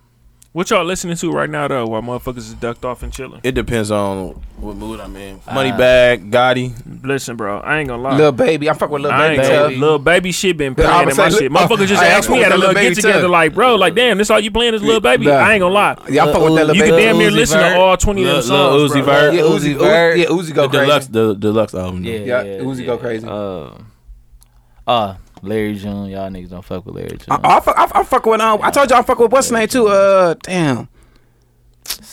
What y'all listening to right now though? While motherfuckers is ducked off and chilling. It depends on what mood I'm in. Money bag, Gotti. Listen, bro. I ain't gonna lie. Lil baby, I'm fuck with little I baby. ain't tough. gonna, little baby shit been Yeah, I playing in was my saying, shit. li- uh, Motherfuckers just I asked me at a fuck little with Lil Baby get together, too. like, bro, like, damn, this all you playing is little baby. Nah. I ain't gonna lie. Yeah, I fuck with Uh, that You little can baby. damn near Uzi listen to Vert. all twenty Lil- of the Lil songs, Uzi bro. Vert. Yeah, Uzi, Uzi Uzi, Vert. yeah, Uzi The go crazy. deluxe, the deluxe album. Yeah, Yeah, Uzi go crazy. Uh, uh, Larry June, y'all niggas don't fuck with Larry June. I, I, fuck, I, I fuck with. Um, I told you I fuck with what's name too. Uh, damn,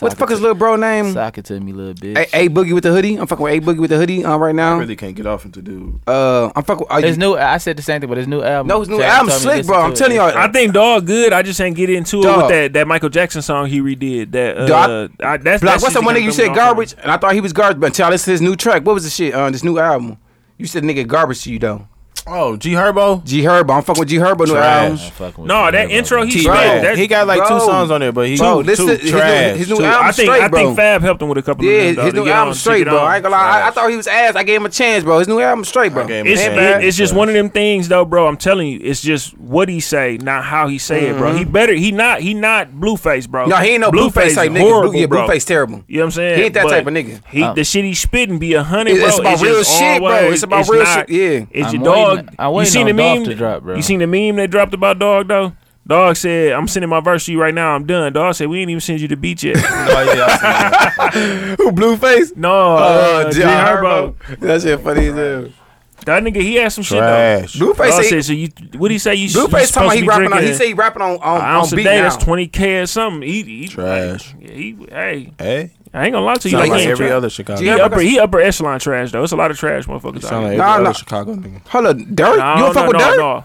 what the fuck is little bro name? Sock it to me, little bitch. A, a boogie with the hoodie. I'm fucking with a boogie with the hoodie uh, right now. Really can't get off into dude. Uh, I'm fucking. With, uh, his new, I said the same thing, but his new album. no, his new Terry album told me slick, listen bro. to I'm it. telling y'all. I think dog good. I just ain't get into it Dog. with that that Michael Jackson song he redid. That uh, Dog, I, that's Block, that what's shit the one gotta that throw me you said off, bro. garbage? And I thought he was garbage, but until I listened to his new track, what was the shit on this new album? You said nigga garbage to you though. Oh, G Herbo. G Herbo, I'm fucking with G Herbo new Trash. album. I'm fucking with No, you, that bro. intro he Bro, spit. that- he got like bro. two songs on there, but he Bro, two, listen, two his new- trash. his new two- album- I think straight, I think bro. Fab helped him with a couple of them. Yeah, though, his to new get album on, to straight, get bro. on. I ain't gonna lie. I, I thought he was ass. I gave him a chance, bro. His new album straight, bro. I gave him a It's, Man, it- man. it's just one of them things though, bro. I'm telling you, it's just what he say, not how he say it, bro. He better he not he not blueface, bro. No, Mm-hmm. he ain't no Blueface type nigga. Blue- horrible, yeah, bro. (laughs) Blueface terrible. You know what I'm saying? He ain't that But type of nigga. He Um, the shit he spitting be a hundred, It- bro. it's about real just shit, bro. always- It's about real not- shit, yeah. It's your I'm dog. waiting- I'm you waiting seen the on Dolph meme? to drop, bro. You seen the meme they dropped about dog though? Dog said, "I'm sending my verse to you right now. I'm done." Dog said, "We ain't even send you the beat yet." (laughs) Oh, (laughs) yeah, I see that. Who Blueface? no, uh, G Herbo. That shit funny as hell. That nigga, he had some Trash. shit though. Blueface Dog say- said, "So you, what he say? You you Blueface supposed talking about to he be rapping on. drinking He say he rapping on on, an ounce on a beat day. now. That's twenty k or something." He, he Trash. Like, yeah, he hey. Hey, I ain't gonna lie to you. sound he like ain't every tra- other Chicago. G He Herbo upper, got- he upper echelon trash though. It's a lot of trash motherfuckers. sound out like here. every Nah, other nah. Chicago nigga. Hold up, Dirk. you don't fuck with no, Dirk? no.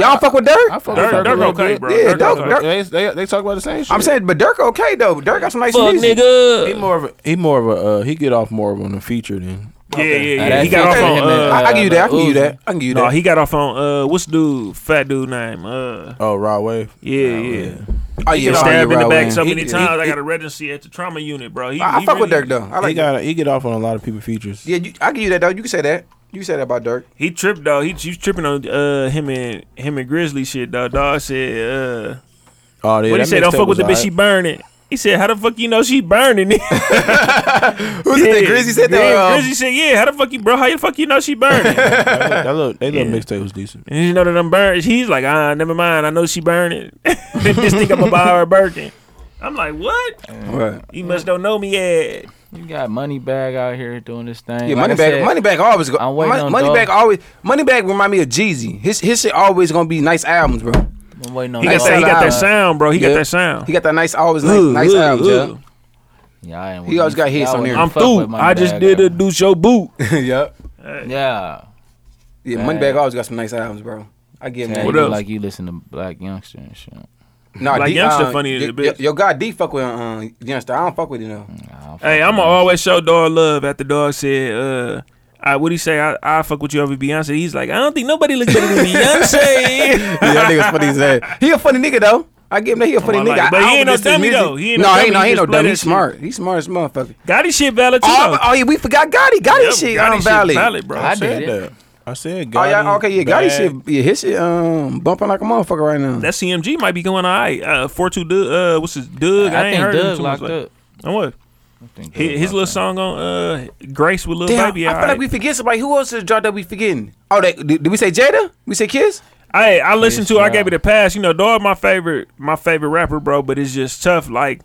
Y'all fuck with Dirk? I fuck Dirk- with Dirk Dirk okay, good. bro. Yeah, Dirk Dirk- okay. Dirk- They, they, they talk about the same shit. I'm saying, but Dirk okay though. Dirk got some nice Fuck music. he nigga. more of a, he more of a uh, he get off more of on the feature than Yeah, yeah, Now, yeah. that He got off feature on. him and, Uh, I, I give you that. I can give you Uzi. that. I can give you that. no, he got off on. Uh, what's the dude? Fat dude name? Uh, oh Raw Wave. yeah, yeah. oh, yeah, He no, stabbed you're in the right, back man. so many He- times. he- I got a residency at the trauma unit, bro. He, I, I he fuck with really- Dirk though. I he like. That. got he get off on a lot of people features. Yeah, you, I give you that though. You can say that. You can say that about Dirk. He tripped though. He, he was tripping on uh him and him and Grizzly shit though. Dog said. Uh, Oh, What yeah, he that said? Don't mixtape fuck with the was bitch. She alright. burning. He said, "How the fuck you know she burning?" (laughs) Who's that? Grizzy said that, or, um, Grizzly said, "Yeah, how the fuck you, bro? How the fuck you know she burning?" (laughs) (laughs) and That little- that little they little mixtape was decent. you know that I'm burning. He's like, "Ah, never mind. I know she burning. (laughs) Just think I'm gonna buy her a Birkin." I'm like, "What? Right. You must don't know me yet." got money bag out here doing this thing. Yeah, Like I money bag. said, Money bag always. Go, I'm waiting money on money Dog. bag always. Money bag remind me of Jeezy. His his shit always gonna be nice albums, bro. I'm waiting on He got Dog. that. He got Yeah. that sound, bro. He got Yeah. that sound. He got that nice always nice, nice albums, yeah. Yeah, I ain't He always got hits on there. I'm through. I just did a douche your boot. (laughs) yeah. Yeah. Yeah. Money bag always got some nice albums, bro. I give him yeah that. What what else? Like you listen to Black Youngster and shit. Nah, Like, D- Youngster uh, funny as y- a bitch. y- Yo, God, D fuck with uh, Youngster. I don't fuck with you know. Hey, I'm gonna always show dog love. After dog said, uh, I what he say? I, I fuck with you over Beyonce. He's like, I don't think nobody looks better than (laughs) Beyonce. yeah, that nigga's funny as hell. He a funny nigga though. I give him that. He a funny I nigga. like it. But I- I he ain't no listen to his dummy, music. though. He ain't no no, he ain't dummy. no, He he ain't no just play dummy. that He's shit. smart. He's smart as a motherfucker. Got his shit valid too. Oh, though. oh yeah, we forgot Gotti. Gotti shit Gotti on Valley. valid, bro. I did said it. that. I said Oh Gotti. yeah, okay, yeah, Gotti bag. shit, yeah, his shit, um, bumping like a motherfucker right now. That CMG might be going all right. Uh, four two Doug. Uh, what's his Doug? I, I ain't think heard him Doug too much, locked like- up. On what? I think Doug His, his locked little up. song on uh, Grace with Lil Damn, Baby. I feel like we forget somebody. Who else is drop that we forgetting? Oh, that, did, did we say Jada? We say Kiss? Hey, I listened Yes, to. it, I sir. gave it a pass. You know, Dog, my favorite, my favorite rapper, bro. But it's just tough. Like,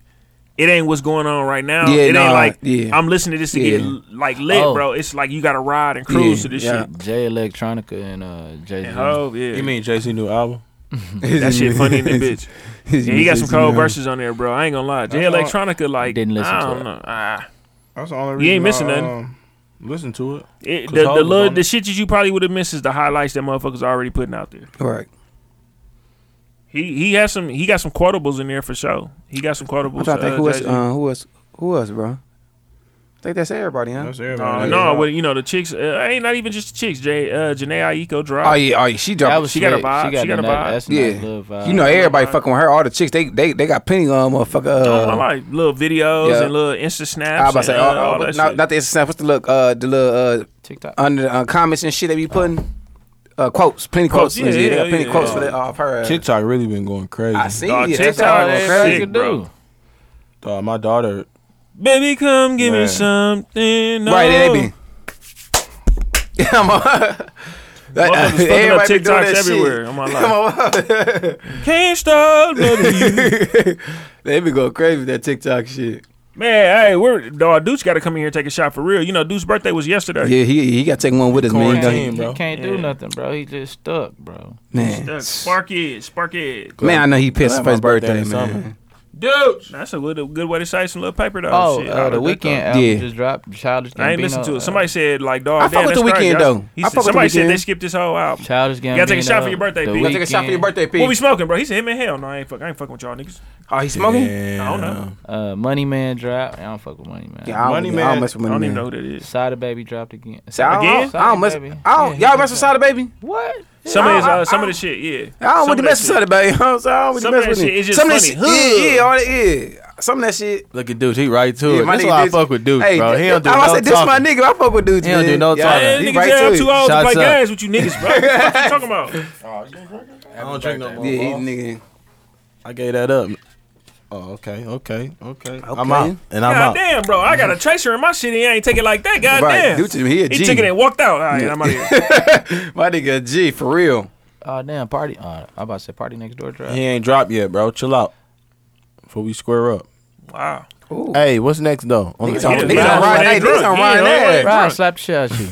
it ain't what's going on right now. Yeah, it ain't nah, like yeah. I'm listening to this to Yeah. get like lit, Oh. bro. It's like you got to ride and cruise Yeah, to this yeah. shit. Jay Electronica and uh, Jay Z. And oh yeah, You mean Jay Z new album? that (laughs) shit funny in the bitch. Yeah, he got some um, cold verses on there, bro. I ain't gonna lie. Jay all- Electronica, like, Didn't listen I to don't it. know. Ah. That's the only um, You ain't reason I, missing nothing. listen to it. It, 'Cause the Hov the, was little, on the it. shit that you probably would have missed is the highlights that motherfuckers already putting out there. Right. He he has some he got some quotables in there for sure. He got some quotables. I'm trying to think uh, who else, Jay-Z. uh, who else, who else, bro? I think that's everybody, huh? That's Uh, everybody. no, but you know the chicks. Uh, ain't not even just the chicks. Jay, uh, Janae Aiko dropped. oh yeah, oh yeah, she dropped. That was She got a lit. vibe. She got a vibe. the nice- That's a yeah, nice little vibe. you know everybody vibe. fucking with her. All the chicks, they they they got plenty of motherfucker. Oh, Uh, my life. Little videos yeah. and little Insta snaps. I was about to say, and, oh, uh, all oh, that not, shit. not the Instagram. What's the look? Uh, the little uh, TikTok. under the uh, comments and shit they be putting uh, quotes, plenty Quotes, quotes. Yeah, yeah, yeah, yeah, plenty yeah. quotes for that off her. uh, TikTok really been going crazy. I see Dog, it. TikTok TikTok is going sick. crazy. Crazy bro. dude. Uh, my daughter. Baby, come give me Man. something. Right, no. they be. (laughs) Yeah, I'm a- (laughs) Motherfuckers fucking up Everybody be doing TikToks that shit. everywhere. I'm like, Come on. Can't stop. loving you. (laughs) They be going crazy with that TikTok shit. (laughs) Man, hey, we're dog. Deuce got to come in here and take a shot for real. You know, Deuce's birthday was yesterday. Yeah, he he got to take one with us, man. He Quarantine, gonna- bro. He can't Yeah. do nothing, bro. He just stuck, bro. Man, Uh, Spark it, spark it. man, I know he pissed Glad for his my birthday birthday, in man. summer. That's a good, a good way to say some little paper dog. Oh, shit. uh, I the like that, weekend dog. album Yeah. just dropped. Childish Gambino. I ain't listened to uh, it. Somebody said like, dog. I fuck damn, with that's The crazy. Weeknd, I- though. he said- I fuck with The somebody said Weeknd. they skipped this whole album. Childish Gambino. You gotta take a shot for your birthday, The P. You gotta take a shot for your Weeknd, birthday, P. What we smoking, bro? He said him and hell. No, I ain't fuck. I ain't fucking with y'all niggas. Oh, he smoking? I don't know. Uh, Money Man dropped. I don't fuck with Money Man. Yeah, I don't, Money Money man. I Man- don't mess with I Money don't Man. even know who that is. Sada Baby dropped again. See, I don't, Again? I don't mess. Baby. I don't, Yeah, y'all mess with Sada Baby? What? Some of his, I- I- uh, some I- of the shit, yeah. I don't Some want to of that mess shit. with Sada Baby. You know what I'm saying? I don't want to Some of mess that with shit is him. just Some of that funny. shit, yeah, yeah, all that, yeah. Some of that shit. Look at dude, he right to Yeah, it. my That's nigga why I Deuce- fuck with dude, Hey, bro. He th- don't do I'm no about to say, this talking. my nigga. I fuck with dudes. He don't do man. no Yeah, talking. Man, he niggas right have to two it. hours to Shots play up. games with you niggas, bro. what you talking about? I don't drink no more. Yeah, he bro. nigga. I gave that up. Oh, okay, okay, okay. I'm Okay. out, and I'm God out. damn, bro. I got a tracer in my shit and he ain't take it like that. God Right, damn. dude, to me, he a he G. took it and walked out. All right, I'm out of here. My nigga, a G for real. Oh damn, party. Uh, I about to say party next door dropped. He ain't dropped yet, bro. Chill out. Before we square up. Wow. Hey, what's next though? On the Niggas on Yeah, calendar? man, niggas on I Ryan. ain't Hey, niggas drunk. on Yeah, I ain't Ryan. ass. Bro, drunk. slap the shit out (laughs) you.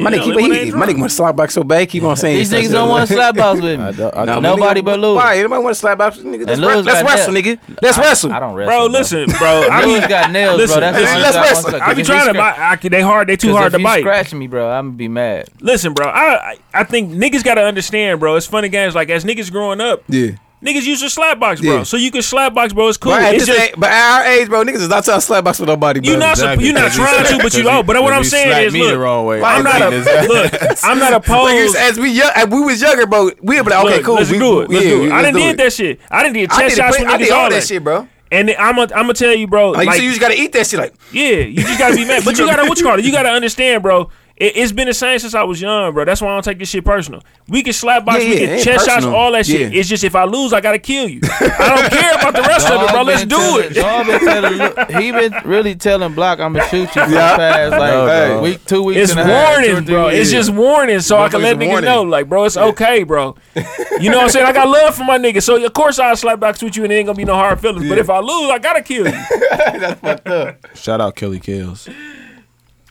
My nigga, Yeah, keep Lil he- Wayne my nigga drunk. want to slap back so bad. Keep on saying These stuff. niggas don't want to slap box with I me. don't- I No, don't- my Nobody nigga- but Lou. Why? Anybody want to slap back? Nigga, let's, And wre- Lou's let's got wrestle, that- nigga. Let's wrestle. I don't wrestle. Bro, listen, bro. I Lou's be- got nails, listen, bro. That's listen, the let's only reason wrestle. I, I be trying to. My, I, can- they hard. They too hard to bite. Scratch me, bro. I'm gonna (laughs) be mad. Listen, bro. I I- I think niggas gotta understand, bro. It's funny games like as niggas growing up. Yeah. Niggas used to slap box, bro. Yeah. So you can slap box, bro. It's cool. But at, it's this just, age, but at our age, bro, niggas is not trying to slap box with nobody, bro. you not supp- you not trying to, but you know. But what I'm saying is, me the look, wrong way. I'm not a, look. I'm (laughs) not Like, opposed. it's- as we young, as we was younger, bro, we would be like, okay, Look, cool. Let's we, do it. Let's yeah, do it. I let's didn't do did that shit. I didn't did I chest did, shots plenty- with I did niggas all all that shit, bro. And I'm gonna I'm gonna tell you, bro. Like, like- (laughs) you, so you just gotta eat that shit. Like, Yeah, you just gotta be mad. But you gotta what you call it? You gotta understand, bro. It, it's been the same since I was young, bro. That's why I don't take this shit personal. We can slap box, Yeah, we yeah, it can ain't chest shots, personal. all that shit. Yeah. It's just if I lose, I gotta kill you. I don't (laughs) care about the rest of it, bro. Dog Let's been do telling- it. dog been telling- look, he been really telling Block, I'm gonna shoot you for the past like dog. week, two (laughs) weeks. It's and a half, two or warning, three bro. weeks. It's just warning, so I can let Motherfuckers niggas warning. know, like, bro, it's okay, bro. You know what I'm saying? I got love for my niggas, so of course I'll slap box with you, and it ain't gonna be no hard feelings. But if I lose, I gotta kill you. Shout out Kelly Kills.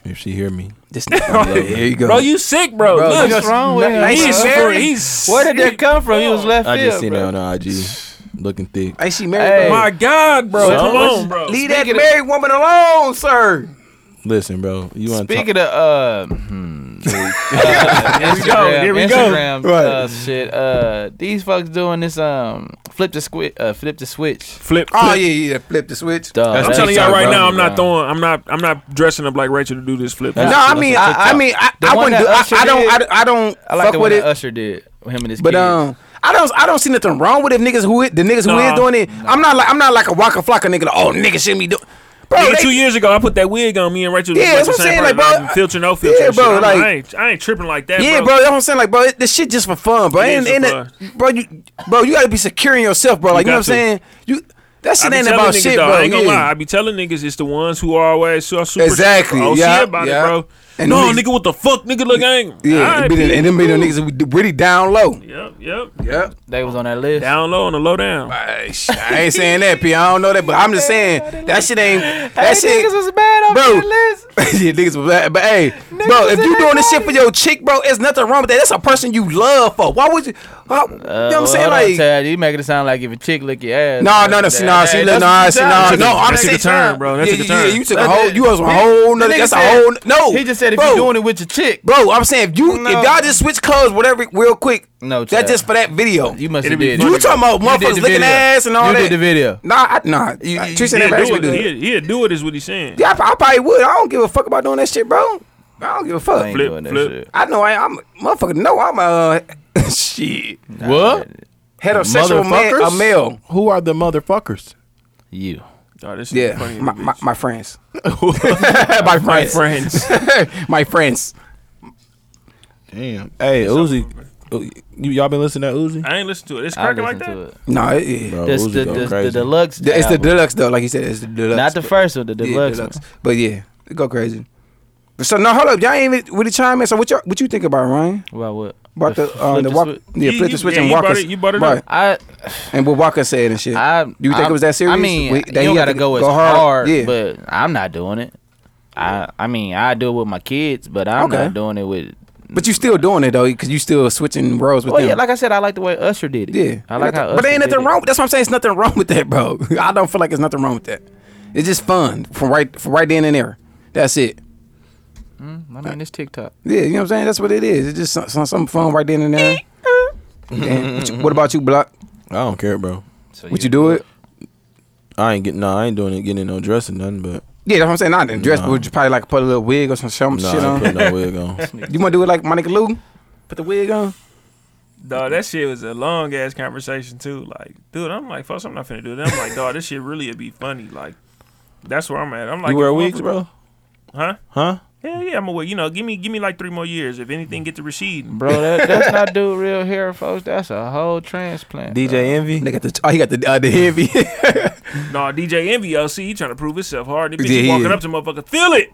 If she hear me, (laughs) Here you go. Bro, you sick, bro. Look, what's wrong with him? he's bro? very, he's Where did that come from? He was left I field. just seen bro. that on IG, looking thick. Ain't she married? Hey. though? my God, bro. So- Come on, bro. Leave that married woman alone, sir. Listen, bro, you want to talk? Speaking of uh, hmm, uh, here we go, here we go. Instagram, uh, shit. Uh, these folks doing this um flip the squi- uh, flip the switch. Flip. Oh yeah, yeah. Flip the switch. Dog, I'm I'm that's telling y'all so right wrong, now, I'm not bro. throwing. I'm not. I'm not dressing up like Rachel to do this flip. No, I mean, I, I mean, I, The I one wouldn't do. that I, Usher I don't. did, I, don't- I don't I like the fuck one with that it. Usher did with him and his But kids. um, I don't I don't see nothing wrong with it. Niggas who it- the niggas who Nah. is doing it. I'm not like I'm not like a Waka Flocka nigga. Like, oh niggas shouldn't be doing. Bro, Nigga, they- two years ago, I put that wig on me and Rachel. Yeah, looked that's what the I'm saying, same like, person. bro, I'm filter, no filter. yeah, and shit. bro, I'm like- I, ain't, I ain't tripping like that, yeah, bro. bro. That's what I'm saying. Like, bro, it, this shit just for fun, bro. It Ain't, is ain't for it, bro, you, bro, you gotta be securing yourself, bro. Like, you, You know what got I'm to. saying? You that I shit be ain't telling about niggas, shit, though, bro. I ain't gonna yeah. lie. I be telling niggas it's the ones who are always so super Exactly, Oh yeah, shit about yeah. it, bro. And no, them niggas- nigga, what the fuck, nigga? Look, I ain't. Yeah, I and, be the, ain't- and them be the niggas who d- really down low. Yep, yep. Yep. they was on that list. Down low on the low down. I I ain't saying that, P. I don't know that, but I'm just saying that shit ain't. That shit. niggas was bad on Bro. that list. (laughs) yeah, niggas was bad. But hey, bro, was if in you that doing this shit for your chick, bro, it's nothing wrong with that. That's a person you love for. Why would you? Why, you know Uh, what I'm well, saying? hold on, Like, Tad, you making it sound like if a chick lick your ass. no, no, no, see, no, see, look, no, see, no, no. I'm That took saying, a turn, bro. That yeah, took a yeah, turn. you took a That- whole, you was a that- whole that nother. nigga That's a said- whole. No, He just said if bro, you're doing it with your chick, Bro, I'm saying if you, No. if y'all just switch clothes, whatever, real quick. No, that's Chad. just for that video. you must It'd have be did. funny. You talking about did motherfuckers the licking video. ass and all You that? did the video. Nah, I, nah. You, you, Trisha He'll never asked do me it. to do it. He'll, he'll do it. Is what he's saying. Yeah, I, I probably would. I don't give a fuck about doing that shit, bro. I don't give a fuck. I ain't Flip, doing that flip. shit. I know I, I'm motherfucker. No, I'm a (laughs) shit What? heterosexual man, a male. Who are the motherfuckers? You. Oh, this is Yeah, funny. my, my, (laughs) my friends. (laughs) my friends. friends. (laughs) my friends. Damn. Hey, Uzi, oh, you, y'all been listening to Uzi? (laughs) I ain't listen to it. It's I cracking like listened that. to it. No, it, it- Bro, This- Uzi the, go the, the crazy. deluxe. eh, the- it's the album. deluxe though. Like you said, it's the deluxe. Not the but- first one, the yeah, deluxe. deluxe. But yeah, it go crazy. So no, hold up, y'all ain't even really chime in. So what you what you think about Ryan? one. About what? About the um, flip the the walk, switch? yeah, You- flip you- the switch yeah, and you Walker, brought it- you brought it up. I and what Walker said and shit. I you think I, it was that serious? I mean, We- you he don't had gotta to go as go hard? hard, Yeah. but I'm not doing it. I I mean, I do it with my kids, but I'm Okay. not doing it with. But you still doing it though, because you still switching roles with Well, Oh, them. yeah, like I said, I like the way Usher did it. yeah, I like how. But Usher ain't did nothing it. wrong. That's what I'm saying. It's nothing wrong with that, bro. (laughs) I don't feel like it's nothing wrong with that. It's just fun from right from right then and there. That's it. I mean, it's TikTok. Yeah, you know what I'm saying. That's what it is. It's just some, some, some fun right then and there. And what, you- what about you, Block? I don't care, bro. So Would you do it? I ain't getting. Nah, I ain't doing it. Getting in no dress or nothing. But Yeah, that's what I'm saying. Not in dress, but would you probably like put a little wig or some, some nah, shit I ain't on. putting no wig on. You want to do it like Monica Lou? Put the wig on. Dog, that shit was a long ass conversation too. Like, dude, I'm like, fuck, I'm not finna do that. I'm like, dog, this shit really would be funny. Like, that's where I'm at. I'm like, you wear if wigs, motherfucker- bro? Huh? Huh? Hell yeah, I'm aware. You know, give me give me like three more years. If Mm. anything, get to receding. Bro, that, that's not do real hair, folks. That's a whole transplant. DJ bro. Envy. They got the oh, he got the uh, the heavy. Nah, DJ Envy, LC, he trying to prove himself hard. The bitch Yeah, is he walking is. up to motherfucker, feel (laughs) it.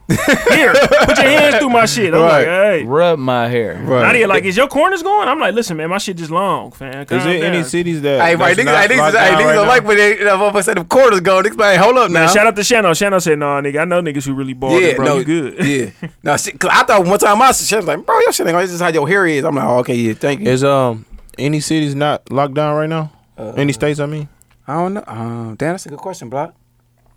Here, put your hands through my shit. I'm like, hey. Rub my hair. (laughs) Nadia, like, is your corners going? I'm like, listen, man, my shit just long, fam. Calm Is there down. any cities that? Hey, right, that's niggas, hey, not niggas, locked hey, down niggas right don't now? like when they, that motherfucker said them quarters gone. Niggas be like, hold up now. Now, shout out to Shannon. Shannon said, nah, nigga, I know niggas who really bald, yeah, bro. no, you good. yeah. No, shit, cause I thought one time my shit was like, bro, your shit ain't gonna. This is how your hair is. I'm like, oh, okay, yeah, thank you. Is um any cities not locked down right now? Uh, any states? I mean, I don't know. Um, damn, that's a good question, Block.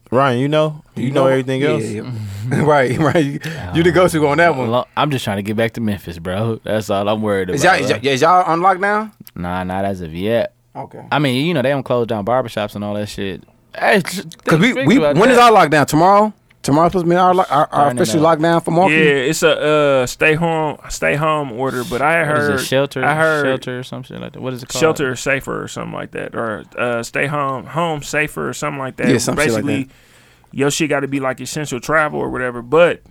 Ryan, you know, you, know, everything yeah, else. yeah. (laughs) right, right. (laughs) You, you the go to on that one. Lo- I'm just trying to get back to Memphis, bro. That's all I'm worried about. Is y'all, is bro. y'all, is y'all on lockdown? Nah, not as of yet. Okay. I mean, you know, they don't close down barbershops and all that shit. Hey, Cause we, we when is our lockdown? Tomorrow. Tomorrow's supposed to be our lo- our, our Turn it official up. lockdown for Milwaukee. Yeah, it's a uh, stay home stay home order, but I heard Is it shelter? I heard shelter or something like that. What is it called? shelter safer or something like that, or uh, stay home home safer or something like that. Yeah, some shit like Basically, your shit got to be like essential travel or whatever. But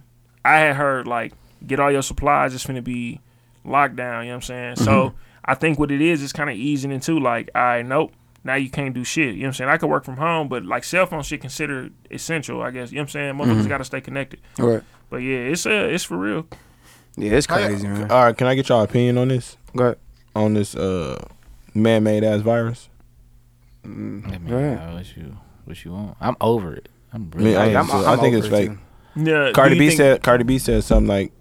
I had heard like get all your supplies. It's finna be locked down. You know what I'm saying? Mm-hmm. So I think what it is is kind of easing into like, all right, nope. Now you can't do shit. You know what I'm saying? I could work from home, but like cell phone shit considered essential, I guess. You know what I'm saying? Motherfuckers Mm-hmm. gotta stay connected. Right. But yeah, it's uh it's for real. Yeah, it's crazy, man. All right, can I get y'all opinion on this? Go ahead. On this uh, man-made ass virus. I mean, I wish you, wish you want. I'm over it. I'm I, mean, really. I, I'm- so I I'm think over it's it, fake. too. Yeah. Cardi B said. said Cardi B said something like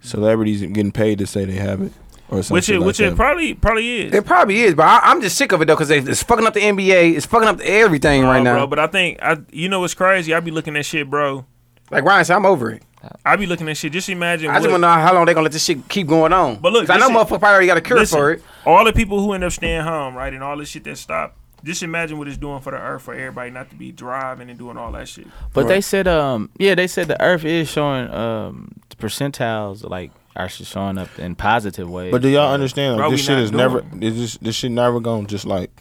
celebrities getting paid to say they have it or something. Which it, which it probably probably is. It probably is, but I, I'm just sick of it though because it's fucking up the NBA. It's fucking up everything right Uh, now. bro. But I think I, you know, what's crazy. I be looking at shit, bro. like Ryan said, I'm over it. I be looking at shit. Just imagine. I just what- want to know how long they gonna let this shit keep going on. But look, 'Cause I know listen- motherfucker probably already got a cure listen, for it. All the people who end up staying home, right, and all this shit that stopped. Just imagine what it's doing for the earth for everybody not to be driving and doing all that shit. But they said, um, yeah, they said the Earth is showing um the percentiles like actually showing up in positive ways. But do y'all understand? Like, Bro, this we shit not is doing never. it. This just- this shit never gonna just like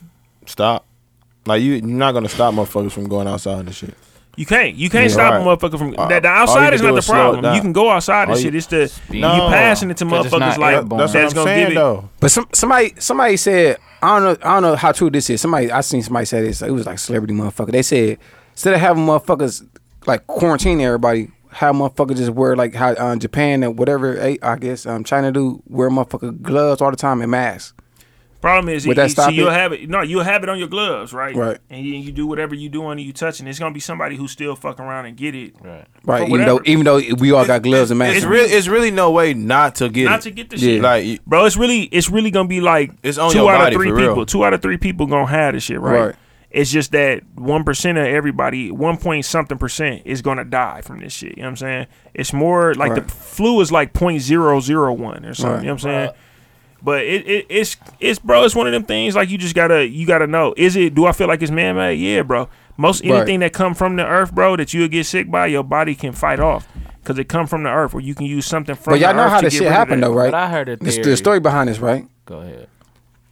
stop. Like you, you're not gonna stop motherfuckers from going outside and shit. You can't. You can't Yeah. stop a Right. motherfucker from Uh, that. The all you can outside is do not the is slow it problem. down. You can go outside and All shit. you- It's the you No. passing it to 'Cause it's motherfuckers not like airborne. That's, that's what I'm gonna give saying it. though. But some somebody somebody said I don't know I don't know how true this is. Somebody I seen somebody say this. It was like celebrity motherfucker. They said instead of having motherfuckers like quarantine everybody, have motherfuckers just wear like how uh, Japan and whatever eh, I guess um, China do wear motherfucker gloves all the time and masks. Problem is, Would you, that stop see, you'll it? have it. No, you'll have it on your gloves, right? Right. And you, you do whatever you doing and you touching. It's gonna be somebody who's still fucking around and get it. Right. Right, For even though whatever. even though we all got gloves and masks, It's really, it's really no way not to get Not it. to get the Yeah. shit. Like you- bro. It's really it's really gonna be like It's on two your out body, of three for people. real. Two out of three people gonna have this shit, right? Right. It's just that one percent of everybody, one point something percent, is gonna die from this shit. You know what I'm saying? It's more like Right. the flu is like point zero zero one or something. You know what I'm saying? But it, it it's it's bro, it's one of them things like you just gotta you gotta know. Is it do I feel like it's man made? Yeah, bro. Most Right. anything that come from the earth, bro, that you'll get sick by, your body can fight off. Cause it come from the earth, or you can use something from. but y'all the know earth how to this get shit rid of happened that. though, right? But I heard a the, theory. the story behind this, right? Go ahead.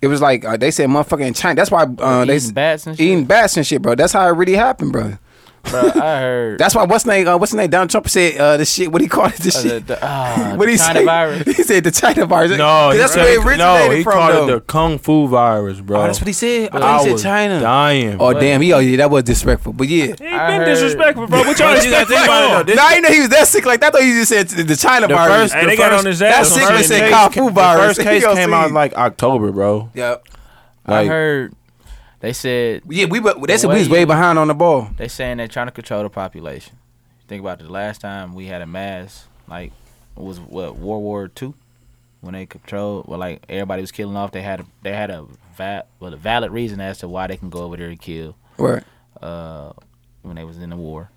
It was like uh, they said motherfucker in China. That's why uh, Eating they s- bats and shit? eating bats and shit, bro. That's how it really happened, bro. Bro, I (laughs) heard. That's why what's name uh, what's name Donald Trump said uh, the shit. What he called it, this uh, shit. the, the, ah, what the he China said? virus. (laughs) He said the China virus. No, he that's said- where it originated no, he from. called though. it the kung fu virus, bro. oh, that's what he said. I I thought he was said China. dying. Oh damn, he oh yeah, that was disrespectful. But yeah, He ain't I been heard- disrespectful, bro. (laughs) What y'all But you gotta expect think from about it, though. him? This- no, I didn't know he was that sick like that. I thought he just said the the China the virus. first, Hey, the they got first- on his that ass. sick bro. they said Hey, kung fu The (laughs) virus. first case Yo, came see. out like October, bro. yeah, I Like, heard. They said yeah. We were- they said Way- we was way behind on the ball. they saying they're trying to control the population. Think about it, the last time we had a mass like it was what World War Two when they controlled well like everybody was killing off. They had a, they had a va- well a valid reason as to why they can go over there and kill Right. uh, when they was in the war.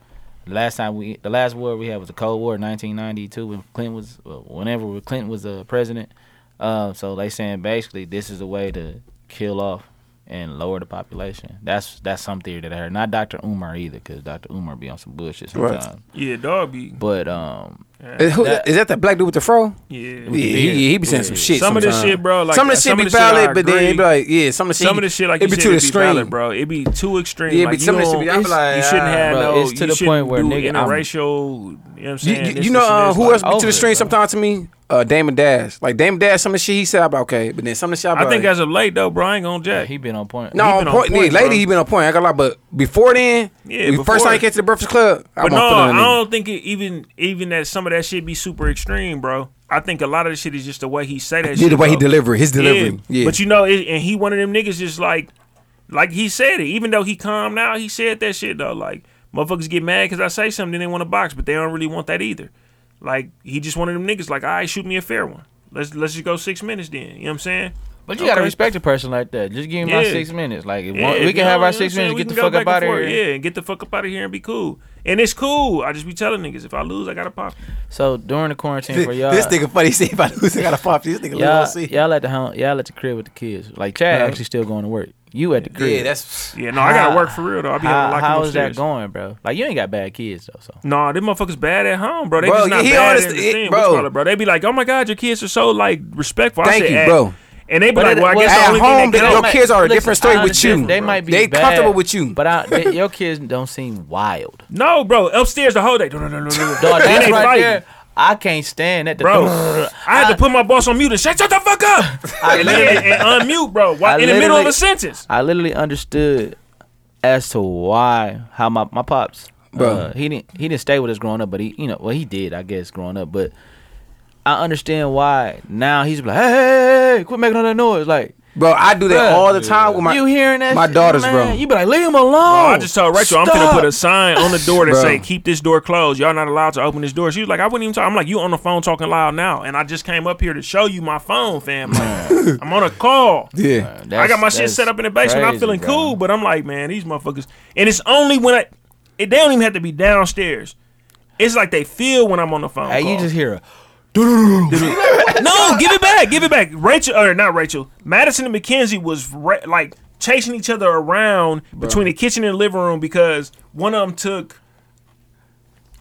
The last time we, the last war we had was the Cold War, in 1992, when Clinton was, well, whenever Clinton was the president. Uh, so they saying basically this is a way to kill off and lower the population. That's that's some theory that I heard. Not Dr. Umar either, because Dr. Umar be on some bullshit Right. sometimes. Yeah, dog be. But um, Is, who, That- is that the black dude with the fro? Yeah. Yeah, he, he be saying some shit. Some of this sometime. shit, bro, like, some of the shit some be of the shit I valid, but then it be agree. like, yeah, some of the shit. Some of this shit, like it you be said, too it extreme, valid, bro. It be too extreme. Yeah, like, but you some of this don't- shit be- I be it's- like, you shouldn't ah, have bro, no. it's to you the shouldn't point where, do nigga, I'm- interracial. You know what I'm You, saying? you, This, you know this, and uh, this, who like- else be over it, to the stream bro. sometimes to me? Uh, Damon Dash. Like Damon Dash, some of the shit he said, I be okay, but then some of the shit I, be I think like, as of late though, bro, I ain't gonna jack. he been on point. no he on been on point. point, yeah, bro. lady, he been on point. I got a lot, but before then, Yeah, the before- first time he came to the Breakfast Club, I But want no, to put I on him. don't think it even even that some of that shit be super extreme, bro. I think a lot of the shit is just the way he say that. Yeah, shit, the way he bro. delivered his delivery. Yeah. Yeah, But you know, it, and he one of them niggas just like, like he said it. Even though he calm now, he said that shit though. Like motherfuckers get mad because I say something, then they want to box, but they don't really want that either. Like he just one of them niggas. Like, all right, shoot me a fair one. Let's let's just go six minutes then. You know what I'm saying? But you gotta Okay. respect a person like that. Just give him our Yeah. six minutes. Like if Yeah, one, we you can have know our what I'm six saying? minutes. We Get the can go fuck up back out and of forth. here. Yeah, and get the fuck up out of here and be cool. And it's cool. I just be telling niggas if I lose, I gotta pop. So during the quarantine for y'all, this nigga funny. See if I lose, I got a pop. This nigga lose, I'll y'all, see. y'all at the home, y'all at the crib with the kids. Like Chad actually still going to work. You at the crib. Yeah, that's Yeah, no, I gotta How- work for real though. I be having How, locked how in is that upstairs. going, bro? Like you ain't got bad kids though. So No, them motherfuckers bad at home, bro. They Bro, just not he bad honest- at it- the thing. bro. Bro. Call it, bro. They be like, oh my god, your kids are so like respectful. Thank I said, you, "At-" bro. And they be But like, it- well, I well, guess the at only thing home, they they- your can Like, kids are a different story I with understand. you. They might be They bad, comfortable with you. but I, they, your kids don't seem wild. (laughs) no, bro, upstairs the whole day. (laughs) No, no, no, no, no. Then Dog, that's they right fighting. there. I can't stand that. The Bro, I had to put my boss on mute and shut, shut the fuck up (laughs) I and, literally, and unmute, bro. Why, I in the middle of literally- a sentence. I literally understood as to why how my my pops, Bro. uh, he didn't he didn't stay with us growing up, but he you know well he did I guess growing up, but I understand why now he's like hey, hey, hey, hey, quit making all that noise like. Bro, I do that Bruh. all the time with my you hearing that? my shit, daughters, man? bro. You better leave him alone. Oh, I just told Rachel I'm gonna put a Stop. sign on the door to Bro. say "Keep this door closed. Y'all not allowed to open this door." She was like, "I wouldn't even talk." I'm like, "You on the phone talking loud now?" And I just came up here to show you my phone, fam. Like, I'm on a (laughs) call. yeah. That's- I got my shit that's set up in the basement. I'm crazy, feeling bro. cool, but I'm like, man, these motherfuckers. And it's only when I, it, they don't even have to be downstairs. It's like they feel when I'm on the phone. Hey, call. you just hear a no, give it back, give it back. Rachel or not Rachel, Madison and McKenzie was ra- like chasing each other around between the kitchen and living room because one of them took.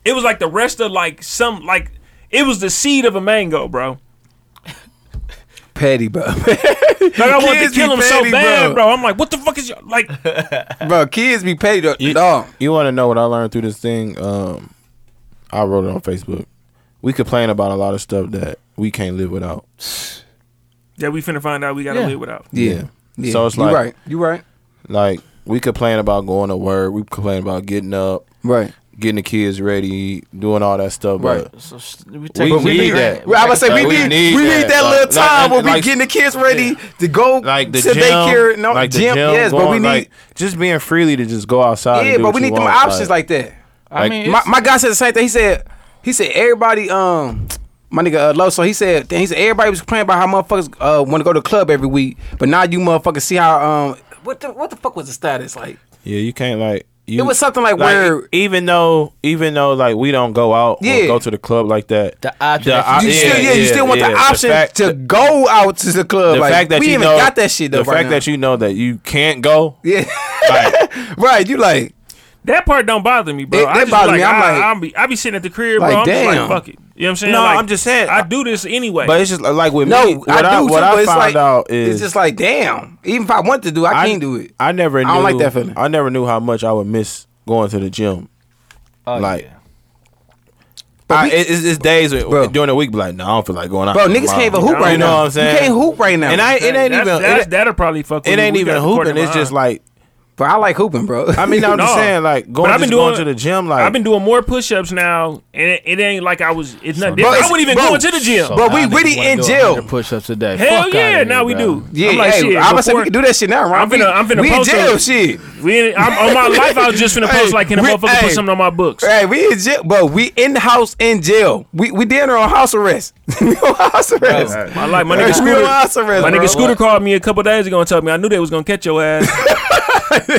It was like the rest of like some like it was the seed of a mango, bro. Petty, bro. (laughs) Like I wanted to Kids kill be him so petty, bad, bro. bro. I'm like, what the fuck is y'all like? (laughs) bro, kids be petty though. Dog. You want to know what I learned through this thing? Um, I wrote it on Facebook. We complain about a lot of stuff that we can't live without. Yeah, we finna find out we gotta Yeah. live without. Yeah. yeah. So it's you like- right. You right. Like we complain about going to work. We complain about getting up, Right. getting the kids ready, doing all that stuff. Right. But So, sh- we we, take it for need granted. that. Well, I was gonna say Like, we, need, we need that, Like- little like- time and where we like- getting the kids ready to go like (laughs) the to gym, daycare. No, like the gym, yes, but we going, need like, just being freely to just go outside. and yeah, do but what we you need them want, options like that. I mean, my, it's- my guy said the same thing. He said, he said everybody, um, my nigga uh, Low. So he said, he said everybody was complaining about how motherfuckers uh, want to go to the club every week, but now you motherfuckers see how um, what the what the fuck was the status like? yeah, you can't like. You, It was something like, where even though even though like we don't go out Yeah. or go to the club like that. The option Uh, that you you- still yeah, you still want the option fact- to go out to the club. the like, fact that we you even know got that shit though. The fact that you know that you can't go. (laughs) yeah, Like, right, you like That part don't bother me, bro. That- I that just bother be me. like, I'm I, like- I'm be, I be sitting at the crib, Like, bro. I'm just damn. like, fuck it. You know what I'm saying? No, Like, I'm just saying. I do this anyway. but it's just like with no. me. What I I, do too, what I but it's found like, out is it's just like damn. Even if I want to do, I, can't do it. I never. Knew, I don't like that feeling. I never knew how much I would miss going to the gym. oh, like- yeah. I, we- it- it's, it's days where- Bro. during the week, be like, no, I don't feel like going out. Bro, tomorrow." niggas can't even hoop You right now. know what I'm saying? You can't hoop right now. And I, it ain't That's- even. that's- it, that'll probably fuck. it with me. ain't We even got the court hooping. in It's my just eye. like. But I like hooping, bro. I mean, I'm just No. saying, like going, But I've been just going doing- to the gym, like I've been doing more push-ups now, and it, it ain't like I was. It's nothing. different. it's- I wouldn't even bro, go into the gym. So Bro, we now niggas really wanna in do jail. 100 Push-ups a day. Hell Fuck yeah, outta here, now we bro. do. (laughs) yeah, I'm like, hey, shit, I was say we before- can do that shit now, right? I'm finna- I'm finna we post in jail, it. shit. We ain't- I'm, on my life, I was just finna Hey, post like, can a we- motherfucker hey. put something on my books? Hey, we in jail, bro. We in the house in jail. We we dinner on house arrest. (laughs) we on house arrest. My life, my Hey, nigga we on Scooter. house arrest. My bro. nigga Scooter called me a couple days ago and told me I knew they was gonna catch your ass. (laughs)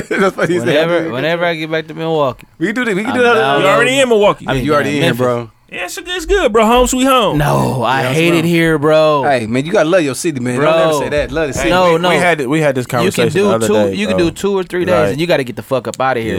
That's what he said. Whenever, whenever I get back to Milwaukee, we can do that. We can do I'm that. down. You already in Milwaukee. I mean, You already in here, Memphis. bro. Yeah, it's, it's good, bro. Home sweet home. No, I hate it here, bro. Hey, man, you gotta love your city, man. Bro. Don't ever say that. Love the city. no, we, no. we had we had this you conversation. can do the other two. day, you can bro. do two or three days, Like- and you got to get the fuck up out of here,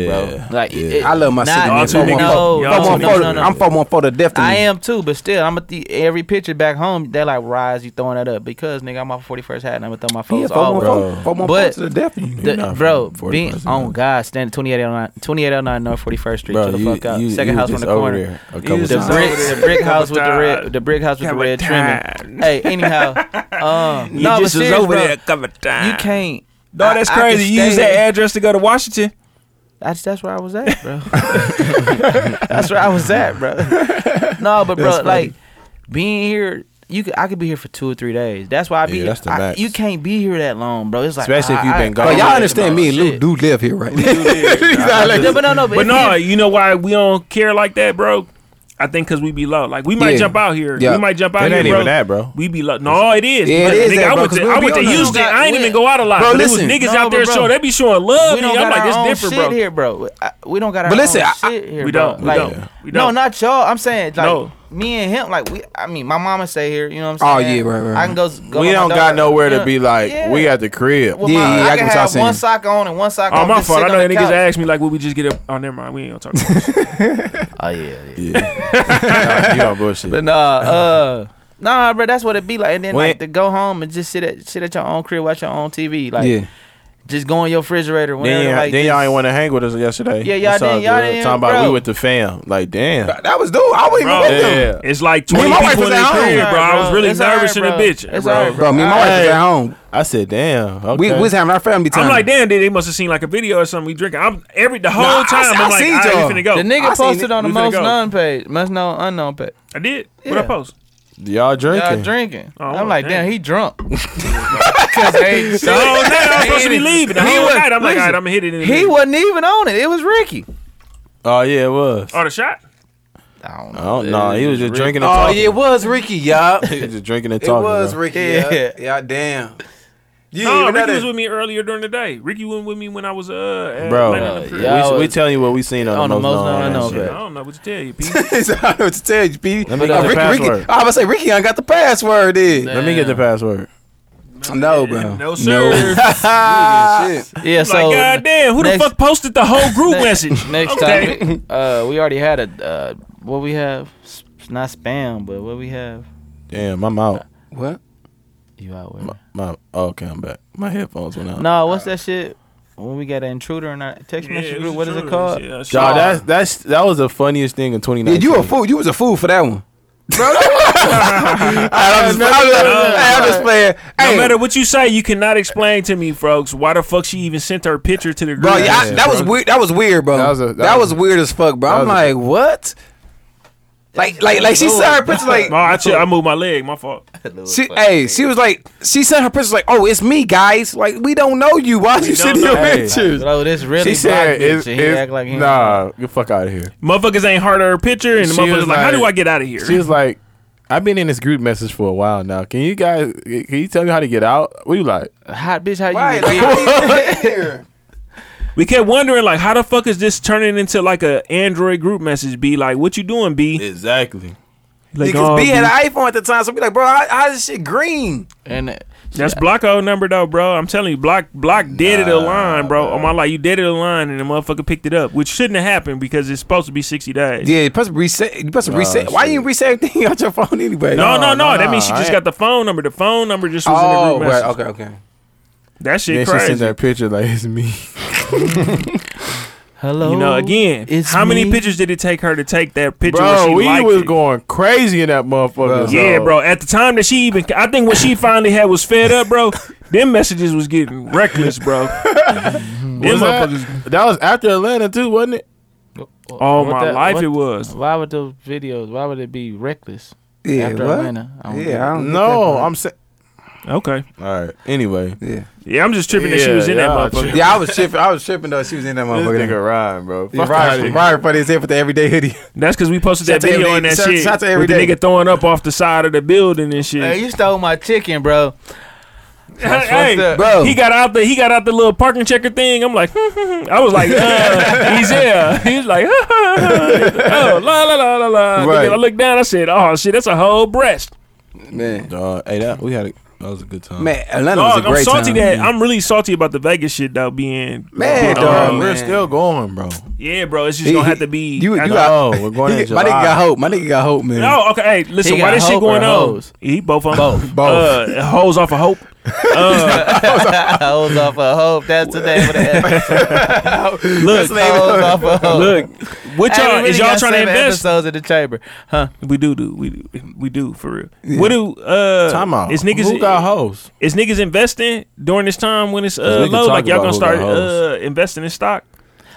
bro. Yeah, Like, it- I love my city, man. not- Y'all two niggas- y'all No, no, two niggas- I'm no, 414 no, no. I'm 414 to death. to I me. am too, but still, I'm at the every picture back home. They're like, "Rise, you throwing that up?" Because nigga, I'm off 41st hat, and I'm gonna throw my Yeah, phones all 414 414 But to the death. to you. The- not bro, from being 41st, on man. God, standing 2809, 2809 North 41st Street, Bro, to the you- fuck out. you- Second you house on just the over corner. there a couple The times. brick, Over there the brick a couple house with the times. red, the brick house with the Couple red times. trimming. Hey, anyhow, um, You no, just but was serious, over bro, there a couple times. You can't. No, that's I- I can crazy. You stay- use that address to go to Washington. That's that's where I was at, bro. (laughs) that's where I was at, (laughs) bro. No, but bro, like being here, you could, I could be here for two or three days. That's why I be. Yeah, that's the I- max. you can't be here that long, bro. It's like Especially if I- you've I- been gone. But Bro, y'all understand me and Lou Shit. do live here, right? (laughs) Exactly. Yeah, but no, no, but, But if no, you- you know why we don't care like that, bro? I think because we be low. Like we might Yeah. jump out here. Yeah. We might jump out It here. ain't bro. even that, bro. We be low. No, it is. Yeah, it But is nigga, that, I bro, went 'cause to, we'll I be went to on that. Houston. We don't I ain't got- even go out a lot. Bro, Bro, listen. There was niggas No, out there, but so bro, they be showing love. we to don't you. I'm got like, our own it's shit different, bro. here, bro. I- We don't got our But listen, own I- shit here. We bro. don't. We Like, don't. We don't. No, not y'all. I'm saying like No. me and him. Like we. I mean, my mama stay here. You know what Oh, I'm saying? yeah, right, right, I can go. s- go We with my don't daughter. got nowhere You to know- be like Yeah. we at the crib. Well, Yeah, my, yeah, I, I can get what y'all have one saying. sock on and one sock Oh, off. my just fault. I sitting know on that the niggas couch. asked me like, would we just get up? Oh, never mind. We ain't gonna talk. About this. Oh yeah, yeah. Nah, you don't bullshit. But nah, (laughs) uh, nah, bro. That's what it be like. And then When- like to go home and just sit at sit at your own crib, watch your own TV. Like, Yeah. Just go in your refrigerator whenever. Then, y'all- like then y'all this- ain't want to hang with us yesterday. Yeah, y'all It's all didn't- y'all good. didn't- Talking about bro. we with the fam. Like, damn. That was dude. I wasn't even Bro, with them. Yeah. It's like Me 20 and my wife people in was the at home. crib, bro. I was Bro, really it's nervous in alright, the bro. bitch, It's bro. alright, Bro, me and my wife was Hey. at home. I said, damn. Okay. We, we was having our family time. I'm like, damn, dude, they must have seen like a video or something. We drinking. I'm every the whole Nah, I- time. I, I am like, seen I y'all. ain't finna go. The I nigga seen posted it. on the We finna most go. known page, most known unknown page. I did. What I Yeah. post? y'all drinking. Y'all drinking. Oh, I'm like, damn. damn, he (laughs) drunk. Cause hey, The whole night I was Oh, supposed to be leaving. The He whole was- night I'm like, all listen, right, I'm gonna hit it. In the He middle. wasn't even on it. It was Ricky. Oh, yeah, it was. Oh, the shot. I don't I don't know. He was just drinking and Oh talking. yeah, it was Ricky, y'all. He was just drinking and It talking. was bro. Ricky. Yeah. Yeah, yeah damn. You No, even know Oh, Ricky was (laughs) that. with me earlier during the day. Ricky wasn't with me when I was uh. at Bro, Atlanta in the Uh, crib. yeah. Y'all we, we was- telling you what we seen on, on the the most, most known. known known I known shit. don't know what to tell you, Pete. I don't know what to tell you, P. Uh, Let me get the Ricky, password. Ricky. I was say Ricky Young got the password. Then Let me get the password. no, bro. No sir. shit. Yeah, so like, God damn, who next- the fuck posted the whole group (laughs) next- message? Next Okay. topic. Uh, we already had a uh, what we have. S- Not spam, but what we have. Damn, I'm out. What? You out with? My, my oh, okay, I'm back. My headphones went out. No, what's that shit? When we got an intruder in our text uh, Yeah, message it group, was what is it true. called? Yeah, shit. Y'all, that's that's that was the funniest thing in Yeah, 2019. you a fool. You was a fool for that one. Bro, I'm (laughs) just- I'm just- hey, I'm just playing. No Hey, matter what you say, you cannot explain to me, folks, why the fuck she even sent her picture to the group. Bro, yeah, I- message, that was bro. weird. That was weird, bro. That was, was a- that was- weird as fuck, bro. I'm was like, what? Like, like, like she saw her picture. Like, No, I, chill, I moved my leg. My fault. she, hey, she was like, she sent her pictures. Like, oh, it's me, guys. Like, we don't know you. Why you don't sending your know you. (laughs) pictures? Bro, this really She said, black bitch, it's, and he it's- act like him. "Nah, get fuck out of here." Motherfuckers ain't hard at her picture, and the She motherfuckers was like, how do like- I get out of here? She was like, "I've been in this group message for a while now. Can you guys? Can you tell me how to get out?" We like, hot bitch. How Right, you? like, I ain't there. we kept wondering, like, how the fuck is this turning into like a Android group message? B, like, what you doing, B? "Exactly." Like, (laughs) Because oh, B B. had an iPhone at the time, so we like, bro, how, how is this shit green? and uh, That's block old number though, bro. I'm telling you, block block dead at the line, bro. On my life, you dead at the line, and the motherfucker picked it up, which shouldn't have happened because it's supposed to be 60 days. Yeah, you press reset. You press reset. Why you didn't reset everything (laughs) on your phone anyway? No, no, no, no, That no, means she I just ain't- got the phone number. The phone number just was in the Oh, group message. right, okay, okay. That Then shit she crazy. sent that picture like, "It's me." hello. you know, again, Oh, it's how many me. pictures did it take her to take that picture? where (laughs) Bro, she we liked was it? going crazy in that motherfucker. so- Yeah, bro. At the time that she even, I think when she finally had was fed up, bro. them messages was getting reckless, (laughs) bro. them Was that, motherfuckers. that was after Atlanta too, wasn't it? Oh What my that- life, what- it was. Why would those videos? Why would it be reckless Yeah, after what? Atlanta? I don't Yeah, I don't get No, I'm saying. Okay. All right. Anyway, Yeah, I'm just tripping that she Yeah, was in yeah, that that. motherfucker. Yeah, I was tripping. I was tripping though. She was in that this motherfucker. nigga rhyme, bro. Yeah, Fuck outta Ryan, here. Ryan funny as hell with the everyday hoodie. That's because we posted Shout that to video every- and that shout- shit. shout to with the everyday. nigga throwing up off the side of the building and shit. Hey, you stole my chicken, bro. Hey, fucked up. Bro. he got out the he got out the little parking checker thing. I'm like, (laughs) I was like, (laughs) uh, he's here. He's like, (laughs) oh la la la la la. Right. Nigga, I looked down. I said, oh shit, that's a whole breast. Man, Dog, hey, that we had a, that was a good time. man, Atlanta was Dog, a I'm great salty time. that I'm really salty about the Vegas shit though being. Man, being dog, on. Dog, we're man. still going, bro. Yeah, bro, it's just He- gonna he- have to be. you- I you know- got- Oh, we're going He- in July. my nigga got hope. My nigga got hope, man. no, okay. Hey, listen, He why got this shit hope or going on? hoes? He both on Both. both uh, hoes off a (laughs) hope. Uh, I was off a hope. That's the name of the episode. Look, I was off a hope. look. What Hey, we y'all really is y'all got trying to seven invest? Episodes in the chamber, huh? We do do we do, we do for real. What do uh? Time out. Is niggas Who got hoes? is niggas investing during this time when it's uh we can low? talk Like y'all gonna about who start got hoes. uh investing in stock?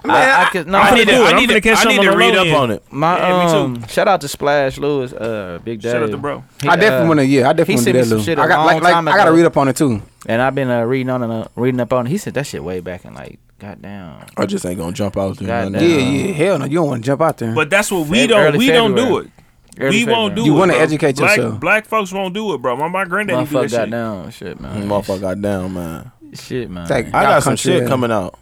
I, I, could, no, I I need need to- to, Dude, I'm finna catch I something need on to the read low up end. on it. my Yeah, me too. um. Shout out to Splash Lewis, uh, Big Daddy. Shout out to bro. He, I definitely uh, want to. Yeah, I definitely he want to sent do me that. some Lil. shit a I got long like, like time I got to ago. read up on it too. And I've been uh, reading on and uh, reading up on. He said that shit way back in like, goddamn. I just ain't gonna jump out there. God damn. right now. Oh, Yeah, yeah. Hell no, you don't want to jump out there. But that's what we Feb- don't early we don't do February. it. We won't do it. You wanna bro. educate black, yourself. Black folks won't do it, bro. My my granddaddy do Motherfucker that got shit. down. Shit, man. Mm-hmm. Motherfucker got down, man. Shit, man. Like, I got some country, shit yeah. coming out.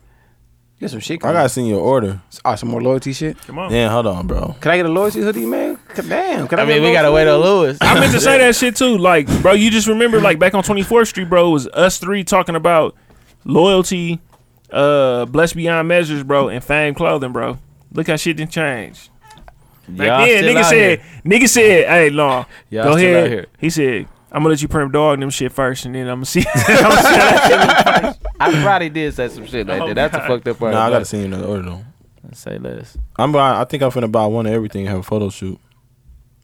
Get some shit. I Coming. got seen your order. oh, some more loyalty shit. Come on. Yeah, hold on, bro. Can I get a loyalty hoodie, man? Damn. Can I, I mean, get a we loyalty gotta wait hoodie? on Lewis. I (laughs) meant to say that shit too. Like, bro, you just remember like back on 24th Street, bro, it was us three talking about loyalty, uh, blessed beyond measures, bro, and fame clothing, bro. Look how shit didn't change. Back Y'all then, still nigga out said, nigga said, hey, long, Y'all go still out ahead. here. (laughs) He said, I'm gonna let you print dog them shit first, and then I'm gonna see. I'm gonna see how that shit look first." I probably did say some shit like Oh, that. That's God. a fucked up part. No, I gotta but- send you another order though. Say less. I'm buying. I think I'm finna buy one of everything. and Have a photo shoot.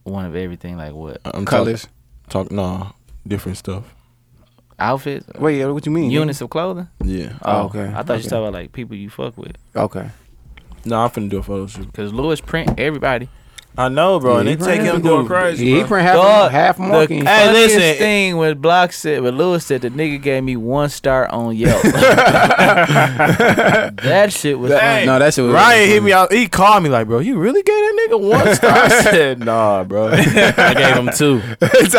One of everything, like what? Uh, I- I'm Colors. Talk, talk nah, different stuff. Outfits? Wait, what you mean? Units of clothing? Yeah. Oh, okay. I thought you Okay. talking about like people you fuck with. Okay. No, I'm finna do a photo shoot. Cause Lewis print everybody. I know, bro. Yeah, and they he take probably him going to. crazy. Yeah, he bro. print half Dog, half The marking. Hey, funniest listen. thing when Block said, when Lewis said the nigga gave me one star on (laughs) Yelp. that shit was. (laughs) funny. no, that shit was Ryan hit me out. He called me like, bro, you really gave that nigga (laughs) one star? I said, nah, bro. I gave him (laughs) two.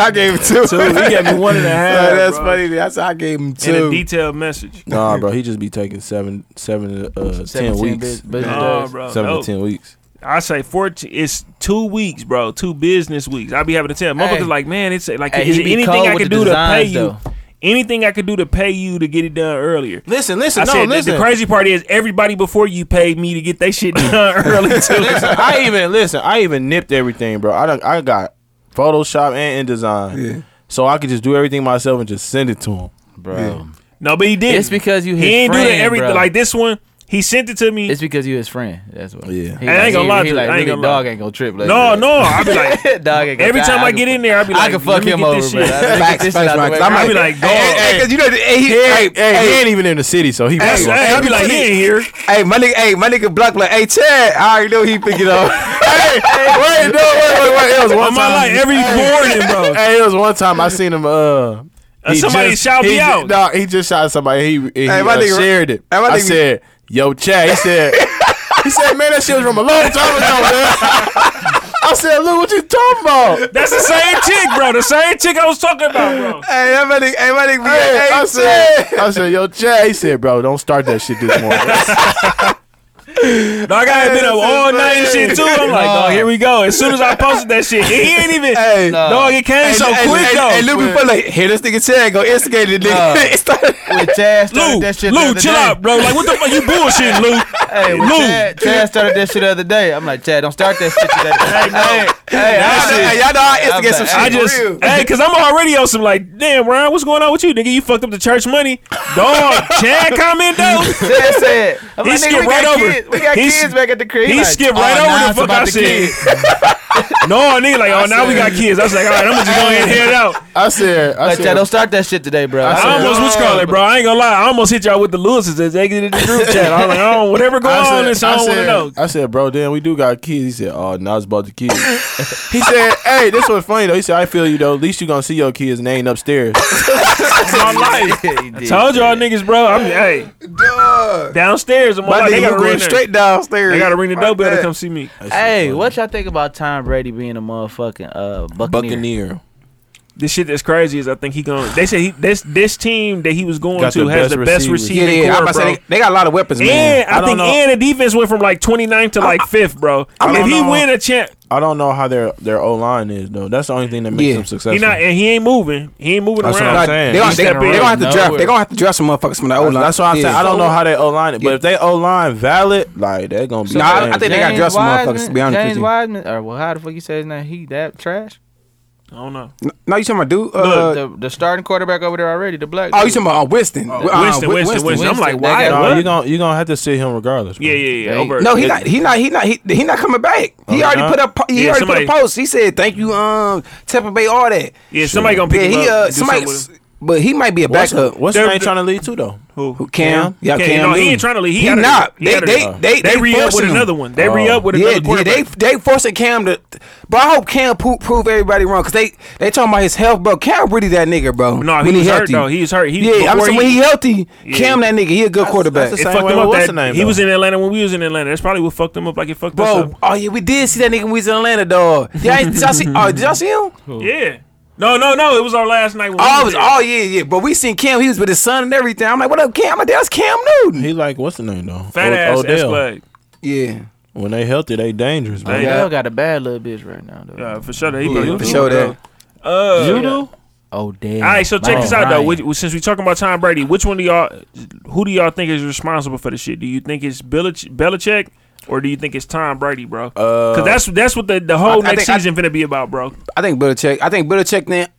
I gave him two. Two. He gave me one (laughs) and a half. that's bro. funny. That's I gave him And a two. detailed message. Nah, bro. He just be taking seven, seven, oh. uh, ten bus- weeks. business Nah, days. Oh, bro. Seven no. to ten weeks. I say fourteen. It's two weeks, bro. Two business weeks. I be having to tell motherfuckers Hey. like, man, it's like, Hey, is he there be anything cold I with could the do to pay designs, you? though. Anything I could do to pay you to get it done earlier? Listen, listen, I no, said the- listen. the crazy part is everybody before you paid me to get they shit done (laughs) early too. listen, I even listen. I even nipped everything, bro. I done, I got Photoshop and InDesign, so I could just do everything myself and just send it to him. bro. No, but he did. It's because you his he ain't do friend, the everything bro. like this one. He sent it to me. It's because you his friend. That's what. Yeah. He I ain't gonna lie to he- he you. like, I ain't really, gonna lie. dog ain't gonna trip. Like no, that. no. I be like, (laughs) dog ain't gonna every die. time I can get fuck- in there, I be like, I can let fuck me him get this over, bro. shit. I Facts, facts, facts. I I might be like, dog. Hey, 'cause you know, hey, he, hey, Hey, he ain't even in the city, so he. (laughs) That's- Hey, I be like, he ain't (laughs) here. hey, my nigga, hey, my nigga, block like, hey, Chad, I already know he pick it up. hey, wait, no, wait, wait, wait. It (laughs) was one On my time. life, every morning, bro. (laughs) (laughs) Hey, it was one time I seen him. Uh, Uh, he somebody just- shout he me ju- out. No, he just shot somebody. He, he my uh, nigga- shared it. Hey, my I nigga- said, "Yo, Chad." He said, "He said, man, that shit was from a long time ago, man." (laughs) I said, "Look, what you talking about?" That's the same chick, bro. The same chick I was talking about, bro. hey, my nigga, hey, my nigga, be Hey, like, hey, I said, I said, yo, Chad. He said, bro, don't start that shit this (laughs) morning. Dog, I had been up all night and shit too. I'm like, dog, here we go. As soon as I posted that shit, he ain't even. Hey, Dog, it came so hey, quick hey, though. Hey, Lou, before like, here, this nigga Chad go instigate it, nigga. (laughs) Nah. It started- When Chad started Lou, that shit the Lou, other chill day. out, bro. Like, what the fuck? You bullshitting, Lou. (laughs) Hey, when Lou. Chad, Chad started that shit the other day. I'm like, Chad, don't start that shit (laughs) today. hey, no. Hey, Y'all I, know- hey, y'all know I instigate I'm some like, shit. I for just, real. hey, cause I'm already on some like, damn, Ryan, what's going on with you, nigga? You fucked up the church money, dog. (laughs) Chad comment though, Chad said, I'm He like, nigga, skipped we right got over. kids. We got He s- kids back at the crib. he like, skipped right oh, over now the it's fuck about I the said. (laughs) kids. no, nigga, like, oh, now we got kids. I was like, all right, I'm gonna just go ahead and head out. I said, I Like, Chad, said, don't start that shit today, bro. I almost what you call it, bro. I ain't gonna lie. I almost hit y'all with the Lewis's as they get in the group chat. I was like, oh, whatever going on, this I don't want to know. I said, bro, damn, we do got kids. He said, oh, nah, it's about (laughs) the kids. he said, hey, this was funny though. He said, I feel you though. At least you gonna see your kids and they ain't upstairs. It's my life. I Told y'all niggas, bro. I'm hey downstairs. I'm My like, (laughs) they nigga gotta going ring straight. straight downstairs. They gotta ring the Fuck doorbell to that. come see me. Hey, what y'all think about Tom Brady being a motherfucking uh, Buccaneer? Buccaneer The shit that's crazy is I think he going. They said he this this team that he was going Got to the has best the best receivers. Yeah, receiving yeah, yeah. I'm core, about to bro. say, they, they got a lot of weapons, man. and I, I don't think know. and the defense went from like 29th to like fifth, bro. I if don't he know. win a champ, I don't know how their their O line is though. That's the only thing that makes Yeah. them successful. he not and he ain't moving. He ain't moving That's what around. I'm Like, saying. they He gonna, they, stepping they gonna have to out of draft. nowhere. They gonna have to draft some motherfuckers from the O line. that's what I'm saying. I don't know how they O line it, but Yeah. if they O line valid, like they're gonna be. Nah, I- I dangerous. think they got dressed some motherfuckers, to be honest with James you. Wiseman, or well, how the fuck you say his name? He that trash? I don't know. No, you talking about dude? Uh, the, the starting quarterback over there already, the black. oh, you dude. talking about uh, Winston? Uh, Winston, Wi- Winston, Winston. I'm like, Winston, that why? guy- what? No, you gonna you gonna have to sit him regardless. Bro. yeah, yeah, yeah. Hey, Over. No, he not. He not. He not. He, he not coming back. He Oh, already nah? put up. po- He Yeah, already somebody- put a post. He said, "Thank you, um, Tampa Bay, all that." Yeah, somebody gonna pick Yeah, him he up. uh, and do somebody, something with him. but he might be a What's, backup. what's the They're- name trying to lead to though? Who? Cam? Yeah, Cam, Cam. no, he Newton. ain't trying to leave. He, He outta not. there. He They outta there. they they they re up with forcing him. another one. They re up with Yeah, another yeah, quarterback. they they forcing Cam to. But I hope Cam po- prove everybody wrong because they they talking about his health, bro. Cam really that nigga, bro. No, he when was he hurt, healthy. though. He was hurt. He- yeah, I'm before saying he- when he healthy, Yeah. Cam that nigga, he a good quarterback, that's it Same fucked way him up. with That, what's the name, he though? was in Atlanta when we was in Atlanta. That's probably what fucked him up. Like it fucked us bro. up. Oh yeah, we did see that nigga when we was in (laughs) Atlanta, dog. Yeah, did y'all see? Oh, did y'all see him? Yeah. No, no, no. It was our last night. When Oh, we it was, there. oh yeah, yeah. But we seen Cam. He was with his son and everything. I'm like, what up, Cam? I'm like, that's Cam Newton. He like what's the name though? fat O- ass S Odell. flag. Yeah, When they healthy, they dangerous, bro. They- Odell got a bad little bitch right now, though. Yeah, Uh, for sure. He yeah, for sure that. Uh, You do? Odell. All right, so check Man, this out though. Oh, Ryan. Which, which- since we talking about Tom Brady, which one do y'all, who do y'all think is responsible for the shit? Do you think it's Belich- Belichick or do you think it's Tom Brady, bro? Because that's that's what the, the whole Uh, I- I next think I- season finna be about, bro. I think Belichick. I think Belichick. Then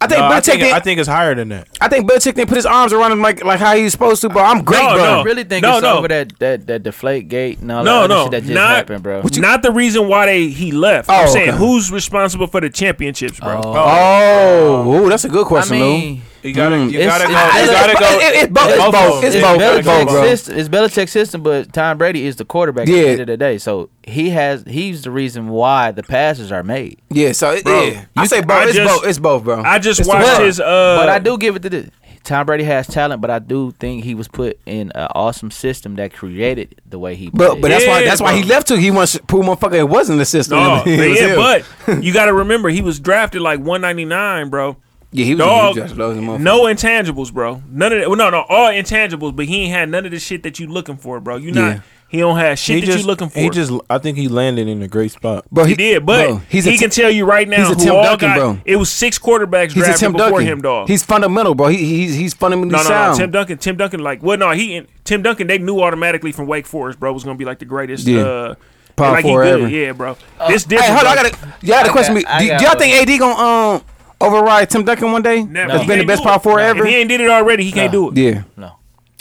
I I think No, I, Belichick. think, didn't- I think it's higher than that. I think Belichick didn't put his arms around him like like how he was supposed to, bro. I'm great, No, bro. no. I really think No, it's no. over that that that deflate gate and all No, that other no, shit that just not- happened, bro. Not the reason why they he left. Oh, I'm saying okay. who's responsible for the championships, bro. Oh, ooh, that's a good I question, Lou. mean, You gotta, you It's- it's- gotta go. You it's- gotta go. It- It's both. It's both. It's both. It's both, Belichick's bro. system. It's Belichick's system, but Tom Brady is the quarterback at Yeah. the end of the day. So he has he's the reason why the passes are made. Yeah. So it, yeah, I say I both. It's just- both. It's both, bro. I just It's the watched one. his. Uh, but (laughs) I do give it to this. Tom Brady has talent, but I do think he was put in an awesome system that created the way he. But played. but that's why Yeah, that's why he bro. left too. He wants to prove motherfucker it wasn't the system. No, It was Oh, yeah, him. but you got to remember he was drafted like 199, bro. yeah, he was Dog, he was just low as a motherfucker. no intangibles, bro. None of that. well, No, no, all intangibles. But he ain't had none of the shit that you looking for, bro. You not. Yeah. He don't have shit He that just, you looking for. he just, I think he landed in a great spot. bro. He, did, but bro, he's a he t- can tell you right now he's a who Tim all Duncan, got- bro. It was six quarterbacks He's a drafted Tim before Duncan. him, dog. He's fundamental, bro. He, he's he's fundamentally no, no, no, sound. Tim Duncan. Tim Duncan, like, well, no, he and Tim Duncan. They knew automatically from Wake Forest, bro, was gonna be like the greatest. Yeah. Uh, Power like he forward good, ever. yeah, bro. This different. Hey, hold on. I bro. got a, y'all had a question. got- I do, got y'all one. think AD gonna um override Tim Duncan one day? Never. That's He been the can't best do it. power forward If ever. he ain't did it already, he can't do it. Yeah. No.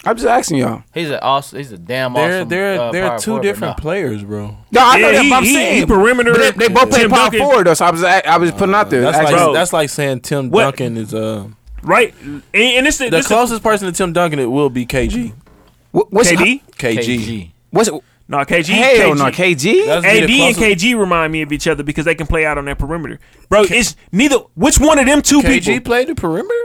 I'm just asking y'all. he's an awesome. He's a damn There, awesome. there, uh, there power are two forward, but different no. players, bro. No, Yeah, I know that's he- what I'm he- saying. he perimeter. But They, they both play Tim power Duncan- forward though, so I was I was putting out there. That's like, Actually, Bro. that's like saying Tim What? Duncan is uh right? And, and this, the this closest person to Tim Duncan. It will be KG. wh- what's uh, KD. KG. KG. What's No, KG. hell KG. no KG? That's AD and KG. KG remind me of each other because they can play out on that perimeter, bro. it's neither. Which one of them two KG people? played the perimeter.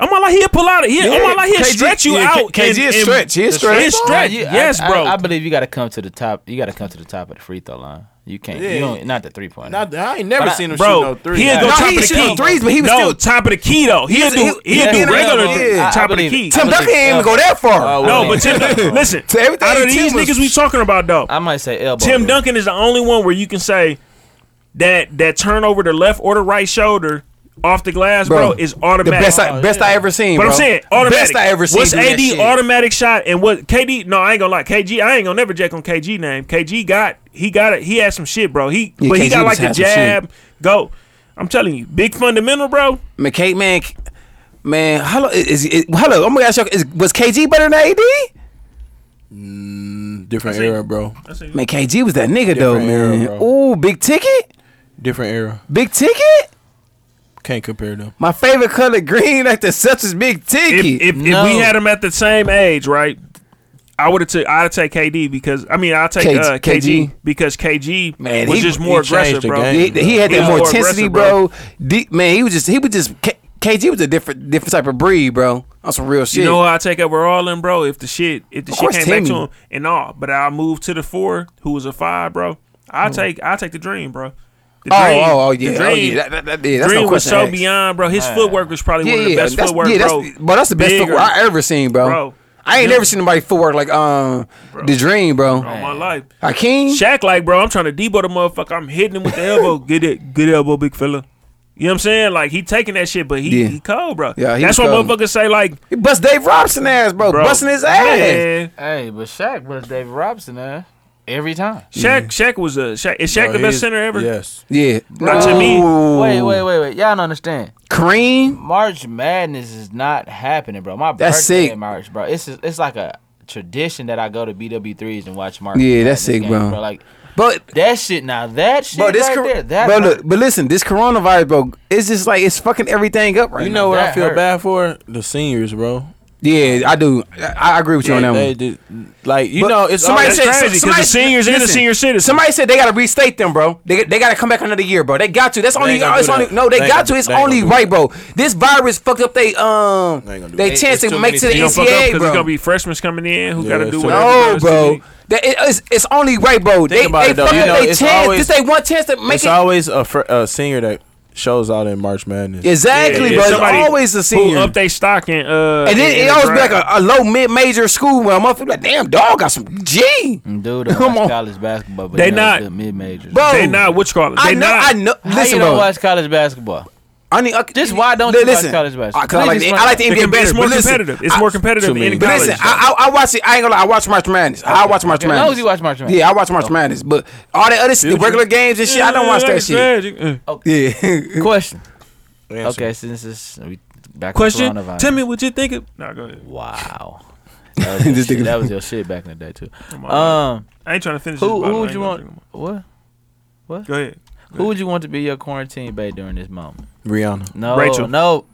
I'm all like he'll pull out. He, I'm all like he'll KG stretch you yeah, K- out. KG is stretch. He is stretch. He's stretch. You- I- yes, I- bro. I, believe you got to come to the top. You got to come to the top of the free throw line. You can't. Yeah. You don't. Not the three point. Not, I ain't never But I- seen him shoot no Bro, three. he'll go No, top he of the shoot key. threes, but he was no, still- top of the key though. He'll was- do he- he'll yeah, he do regular was- th- yeah. top of the believe- key. I Tim believe- Duncan ain't uh, even go that far. No, but Tim, (laughs) listen. To everything Out of Tim these was- niggas we talking about though, I might say elbow. Tim Duncan is the only one where you can say that that turnover to left or the right shoulder off the glass, bro, Bro, is the automatic. Oh, best I, best I ever seen. But bro. I'm saying automatic. Best I ever seen. What's do that AD shit. automatic shot and what KD? No, I ain't gonna lie. KG, I ain't gonna never jack on KG name. KG got he got it. He had some shit, bro. He Yeah, but he KG got like was the had some jab. Go. I'm telling you, big fundamental, bro. McKay man, man, hello is, is hello. I'm gonna ask you, is, was KG better than AD? Different era, bro. Man, KG was that nigga though, Different era, man. bro. Ooh, big ticket, Different era. big ticket. Can't compare them. My favorite color green, like the Celtics big If ticket. if, No. if we had him at the same age, right? I would have took. I'd take KD because I mean I'd take KG. uh, KG because KG Man, was he- just more he changed aggressive, the bro. game. he, he had He that was more more intensity, aggressive, bro. Deep, man, he was just he was just K, KG was a different different type of breed, bro. On some real shit. You know who I take over Arlen, bro? If the shit, if the shit course, came back to Timmy. him and all, but I moved to the four, who was a five, bro. I take, I take the dream, bro. The Hmm. oh, dream, oh, oh, yeah, the oh, dream, yeah. That, that, that, yeah that's dream no was question. so asked. beyond, bro. His footwork was probably yeah, one of the yeah, best that's, footwork, yeah, bro. that's, bro. That's the best Bigger. footwork (laughs) I ever seen, bro. Bro. I ain't Yeah. never seen nobody footwork like um the dream, bro. on Oh, my life. Hakeem, Shaq, like, bro, I'm trying to debo the motherfucker. I'm hitting him (laughs) with the elbow. Get it, good elbow, big fella. You know what I'm saying? Like he taking that shit, but he, Yeah. he cold, bro. Yeah, he that's was why cold. motherfuckers say like, he bust Dave Robson ass, bro, bro, busting his ass. man, Hey, but Shaq was David Robson there every time. Shaq, Shaq was a Shaq. Is Shaq Bro, the best he's- center ever? Yes. Yeah, Not to me. Ooh. Wait, wait, wait, wait. Y'all don't understand. Kareem. March Madness is not happening, bro. My That's birthday sick. in March, bro. It's just- it's like a tradition that I go to BW3s and watch March. Yeah, Madness that's sick, games, bro. Like But that shit. Now that shit bro, this right cor- there. That bro, hurt. look, but listen, this coronavirus, bro, it's just like it's fucking everything up right You know what I That feel hurt. bad for? The seniors, bro. Yeah, I do. I, I agree with you on that They one. did- like you But know, it's somebody always said- crazy because somebody- the seniors and the listen, senior citizens. Somebody said they gotta restate them, bro. They, they gotta come back another year, bro. They got to. That's only. ain't gonna It's do only that. no. They, They ain't got gonna to. do- It's they ain't only gonna do right, bro. This virus fucked up. They um. They ain't gonna do They that. chance It's to too make many to the You gonna fuck up NCAA, because it's bro. gonna be freshmen coming in who gotta do it's whatever. no, it does to bro. you. That, it, it's, it's only right, bro. they about they it, though. fucked You up know, they it's chance. always- this they one chance to make It's it. always a, fr- a senior that shows out in March Madness. exactly, Yeah, bro. somebody It's always the Who senior. up they stock and uh and in- then in it the always be like draft. a, a low mid major school where I'm up like, damn dog got some G. dude, I Come watch on. college basketball, but They they not not- good mid majors. Bro, they not what you call it. They I know, not I know. How Listen, you don't bro. watch college basketball? I need, I, Just why don't li- you watch listen, college basketball? I, 'cause I Please like, the- explain. I like the It NBA can be- better. it's more but listen, competitive. It's I- more competitive in But college. listen, I, I, I watch it. I ain't gonna. lie, I watch March Madness. I watch March Okay, as Madness. long as you watch March Madness. Yeah, I watch March Madness. But all the other shit, the regular games and shit, I don't watch that (laughs) shit. Magic. Uh, Yeah, Question: Answer. Okay, since it's we back Question. To coronavirus. Tell me what you think of. No, go ahead. (laughs) Wow. That was, your This shit. nigga- that was your shit back in the day too. Come on. Um, I ain't trying to finish. this who bottle. who I would ain't you gonna want? drink no more. What? Go ahead. Who would you want to be your quarantine babe during this moment? Rihanna. No, Rachel. no.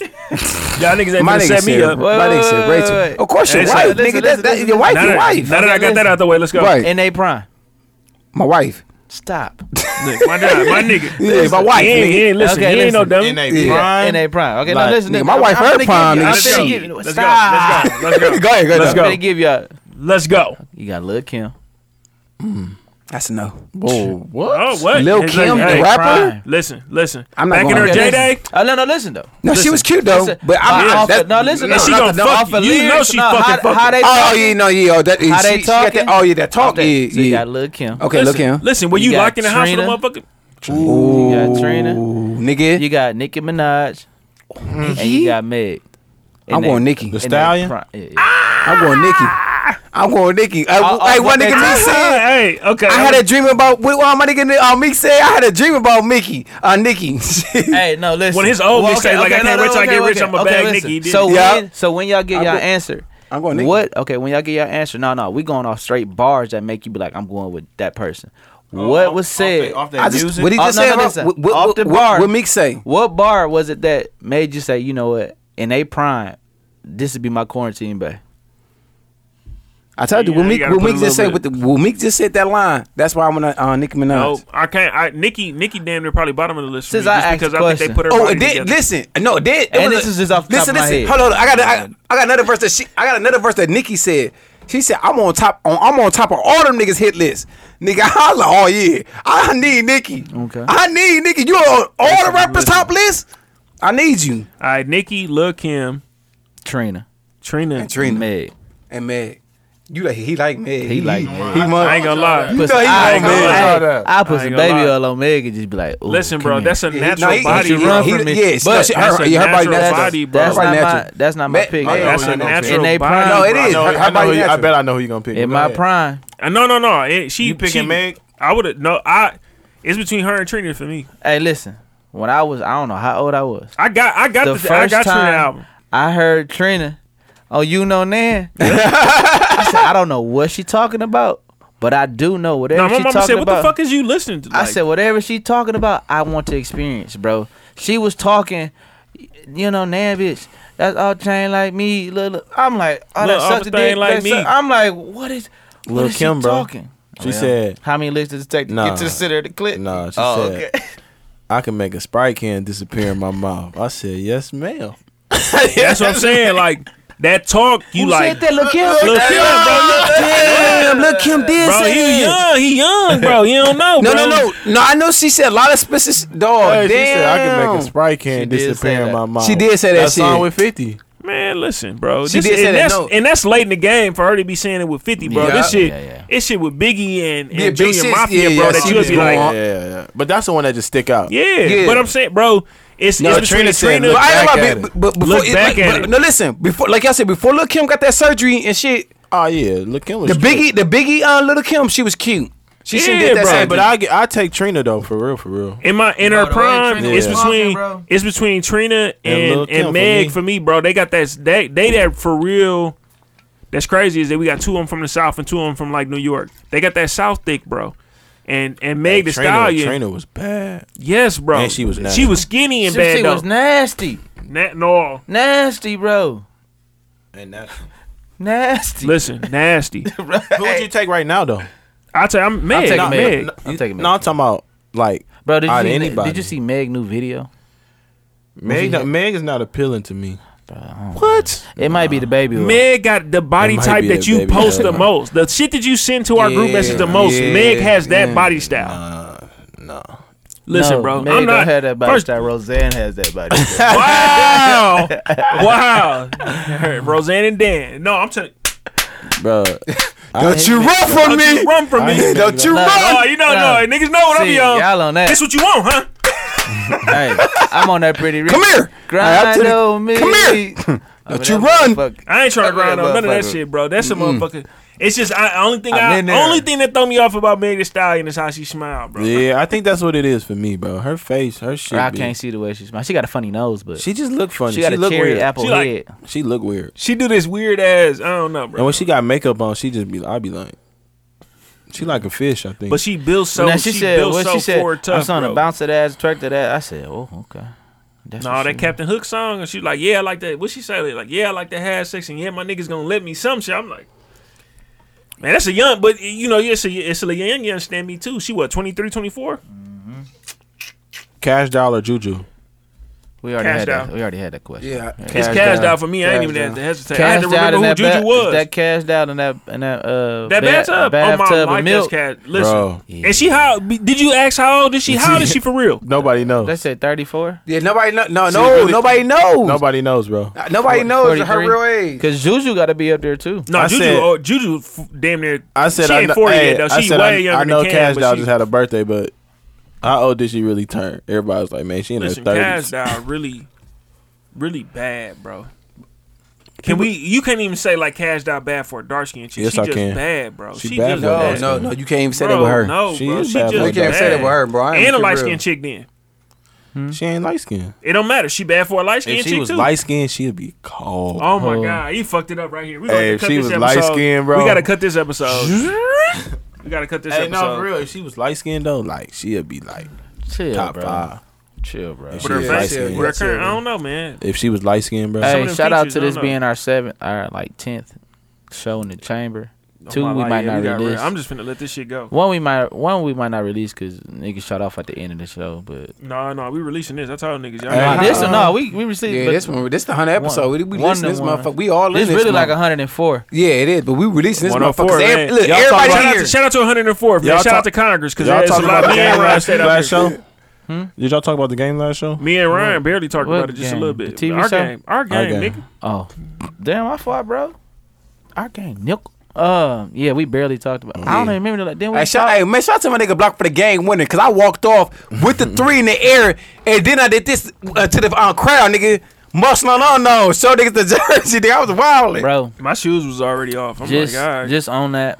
Y'all niggas ain't (laughs) My gonna nigga set me said, up. Wait, my nigga wait, said wait, Rachel. wait. Of course, your Hey, so- wife, listen, nigga. That, that, listen, your wife, Now your that, wife. now that I got that out the way, let's go. Right. In a prime. (laughs) My wife. Stop. My, nigga- my nigga. Yeah, my wife. He nigga. ain't, he ain't listen. Okay, he ain't no listen. dummy. In a Yeah, prime. in a prime. Okay, Like, now listen. nigga, nigga, my I'm- wife I'm her finna give prime, you- I'm nigga. finna Shit. give you- Let's go. Stop. Let's go. Let's go. (laughs) Go ahead, go ahead. Let's I'm go. finna give y'all. Let's go. You got Lil Kim. That's a no. Whoa, what? Oh, what? Lil It's Kim, like, the hey, rapper? prime. Listen, listen. I'm not Back in going her J there. day, Oh no, no, listen though. No, she Listen. was cute though. Listen. Uh, but I'm, Off the- that- no, listen. And no, she off gonna the- fuck off you. the You know lyrics, she no, fucking how, fucking. How they? Oh, oh, yeah, no, yeah, oh, that, How she, they she got talking? that, oh yeah, that talk, yeah, Okay, so you yeah. got Lil Kim. Okay, look listen, him, Listen, were You you, got locked in the house with a Trina. (laughs) motherfucker? You got Trina. Ooh, nigga. You got Nicki Minaj. And you got Meg. And I'm they- going Nikki. The and they stallion. pri- yeah, yeah. I'm going Nikki. I'm going Nikki. Hey, Oh, oh, hey, what one they nigga me talking said. (laughs) Hey, okay. I had a dream about what well, my nigga uh, Meek said. I had a dream about Mickey, uh, (laughs) Nikki. Hey, no, listen. When his old Well, bitch say, like, I can't wait till I get rich, I'ma bag listen. Nicki, he did. So Yeah. when, so when y'all get y'all go- answer, I'm going Nikki. What? Okay, when y'all get y'all answer, no, no, we going off straight bars that make you be like, I'm going with that person. What was said? Off I that just music. what he Oh, just no, said. no, about- listen. what, what, Off the what- bar. what Meek say? What bar was it that made you say, you know what, in a prime, this would be my quarantine bay? I told you. Yeah, What you Meek, gotta what put a Meek just little said. What, the, what Meek just said that line. That's why I'm gonna uh, Nicki Minaj. No, Oh, I can't. I, Nikki, Nikki, damn near probably bottom of the list. For Since me, I just because asked the I think they question. put her. Oh, body it did, together. listen, no, it did. it And was this is just off the top listen, of my listen. head. Hold on, hold on. I got, I, I got another verse that she, I got another verse that Nikki said. She said, "I'm on top, on, I'm on top of all them niggas hit list, nigga." (laughs) I was like, "Oh yeah, I need Nikki. Okay. I need Nikki. You on all the rappers top list? I need you." All right, Nikki, Lil Kim, Trina. Trina. Trina Meg. and Meg, you like he like Meg. He like Meg. he must. I ain't gonna lie. Put You know some- he I, like ain't gonna Meg. lie. hey, I put I some ain't gonna baby lie. oil on Meg and just be like, ooh, Listen, come bro, here. that's a Yeah, he- no, natural he- body. he- bro. he- from me. Yeah, she- But- she- That's her, a yeah, her body natural natural. body, bro. that's Her not body my natural. that's not my Meg- pick. Meg- That's No, a no, no. natural In a body. No, it bro. is. No, Her, I, her know body who you- I natural. bet I know who you gonna pick. in Go my ahead. prime. Uh, No, no, no. It, she You picking she- Meg? I would have. No, I. It's between her and Trina for me. Hey, listen. When I was, I don't know how old I was. I got. I got The the. I first got Trina time- album. I heard Trina on You (laughs) Know Nan. I said, I don't know what she talking about, but I do know whatever No, my she mama talking said, "What about. the fuck is you listening to?" I said, whatever she talking about, I want to experience, bro. She was talking, you know, Nan bitch. That's all chain like me. Look, look. I'm like, oh, Look, that suck the everything dick. like that me. suck- I'm like, what is, Lil what is Kim, she bro. talking? She Oh, said, How many licks does it take to Nah. get to the center of the clip? "Nah." She Oh, said, okay. "I can make a sprite can disappear in my mouth." I said, "Yes, ma'am." That's what I'm saying. Like that talk, you Who like. said that? Look Kim. Lil Kim, Damn, look Kim did bro, say he that. young. He young, bro. You don't know. (laughs) No, bro. no, no, no. I know she said a lot of specific dog. damn. Hey, She said, "I can make a sprite She can did say disappear in that. my mouth." She did say that shit. song with Fifty. Man, listen, bro. She This, did say and that, That's, no. And that's late in the game for her to be saying it with 50, bro. Yeah. This shit, Yeah, yeah. this shit with Biggie and, and Yeah, Big Junior Six, Mafia, yeah, bro. yeah, that she you would was be going like, on. Yeah, yeah, yeah. But that's the one that just stick out. yeah. Yeah. But I'm saying, bro, it's, No, it's between Trina said, Trina. look Well, I ain't back gonna lie, at but- it. but- before Look it- back like- at but- it. No, listen. Before, like y'all said, before Lil Kim got that surgery and shit, Oh yeah, look him. the biggie, the biggie, uh, Little Kim, she was cute. She should Yeah, did that bro, surgery. But I get, I take Trina though for real, for real. in my in her the way prime, Trina it's was between walking, bro. it's between Trina and Lil' and, Kim for Meg me. for me, bro. They got that they they that for real. That's crazy is that we got two of them from the south and two of them from like New York. They got that south thick, bro. And and Meg the Trina, Stallion, Trina was bad. yes, bro. And she was she nasty. was skinny and She, bad she though. was nasty. Na- no, Nasty, bro. And that's Nasty. listen, (laughs) nasty. who would you take right now though? I tell you, I'm Meg. I'm taking I'm Meg. Meg. I'm taking Meg. No, I'm talking about like Bro, did you, out of see, anybody. did you see Meg new video? Meg? not- Meg is not appealing to me. What? It might be the baby. one. Meg got the body It might type be that a you baby post girl. the most. The shit that you send to our group message the most. Meg has that body style. no. Listen, No, bro. Meg I'm not. don't have that body first, style. Roseanne has that body style. (laughs) wow, wow. Roseanne and Dan. No, I'm telling. Bro, Don't you run from Don't me? you run from me. Don't you No, run? Oh, you know, no, No. niggas know what See, I be on. Y'all on that. This what you want, huh? hey, I'm on that pretty rich. Come here. Hey, I'm Grind to the- on me. Come here. Don't you run. I ain't trying to grind on none of that motherfucker. shit, bro. That's a motherfucker. It's just I only thing I've I, been there. only thing that throw me off about Megan Thee Stallion is how she smile, bro. (laughs) Yeah, I think that's what it is for me, bro. Her face, her shit. I be- can't see the way she smiles. She got a funny nose, but She just look funny. she got a look cherry weird. apple She like- head. She look weird. She do this weird ass. I don't know, And bro. when she got makeup on, she just be. I be like, she like a fish. I think. But she built so now she, she, said, built what so she said, forward I'm tough, starting bro. to bounce that ass, track that ass. I said, oh, okay. That's No, what that she- Captain Hook song, and she like, yeah, I like that. What she say? Like, yeah, I like to have sex, and yeah, my niggas gonna let me some shit. I'm like, man, that's a young, but you know, it's a, it's a young, you understand me too. She what, 23, 24? Cash Dollar Juju. We already Cash had that. Doll. We already had that question. Yeah. It's cashed out for me. I ain't even had to hesitate. I had to Cashed out remember in who that Juju ba- was. That cashed out in that in that uh That bathtub, oh bathtub my life, that's of milk. cash. Listen, Bro. and she how? be- Did you ask how old is she? How old is she for real? Nobody knows. They said 34. Yeah, nobody know. No, She no, really- nobody knows. Nobody, Nobody knows, bro. nobody knows her 43. real age. Cause Juju got to be up there too. No, I Juju, said- oh, Juju, f- damn near. I said she I ain't know, forty hey, yet though. I She said way I, younger I know than Cam, Cash but Doll she, just had a birthday, but how old did she really turn? Everybody was like, man, she in listen, her Cash thirties. Dow really, really bad, bro. Can we? You can't even say like Cash Dow bad for a dark skin chick. Yes, she I just can. bad, bro. She She, bad just for a dark No, bad. skin. no, no. You can't even say that Bro, with her. No, She bro. is she bad just for a You can't say that with her, bro. I And ain't a with you light real. skinned chick. Then She ain't light skinned. it don't matter. She bad for a light skinned If she chick was too. light skinned, she'd be cold. Oh my god, he fucked it up right here. We gotta Hey, if cut she this was episode. light-skinned, bro. We gotta cut this episode. we gotta cut this Hey, episode. no, for real. If she was light skinned though, like she'd be like Chill, top bro. five. Chill, bro. If With she her was Yeah, light face, skinned. with her current, I don't know, man. If she was light skinned, bro. Some of Hey, them shout out features, to I this don't know. being our seventh, our like tenth show in the chamber. Oh, Two, my we life, might yeah, not got rid- release. I'm just finna let this shit go. one we might one we might not release because niggas shot off at the end of the show. But No, no, we releasing this. I told niggas, y'all. Hey, know- this no, we we received. Yeah, but this one, this the hundred episode. we we one listen to to this one. motherfucker. We all in this this. really like motherfucker. 104. Yeah, it is. But we releasing this 104, motherfucker. 'Cause man. Every, look, oh Y'all everybody Shout out, here. to, shout out to 104th, man. Y'all Shout out talk- to Congress, because Y'all there's a talk lot. about the Me and game Ryan last, stayed up last here. show. Did y'all talk about the game last show? Me and Ryan barely talked What about it just game? a little The bit. TV our, show? Game, our game, game. nigga. Oh, damn, I fought, bro. Our game, Nick. Um, yeah, we barely talked about. I don't even remember. Like, then we Hey, shout, hey, man, shout out to my nigga Block for the gang winning because I walked off with the three in the air and then I did this uh, to the uh, crowd, nigga. Muscle on unknown. Show niggas the (laughs) jersey, nigga. I was wilding. bro. My shoes was already off. I'm Just, like, all right. just on that.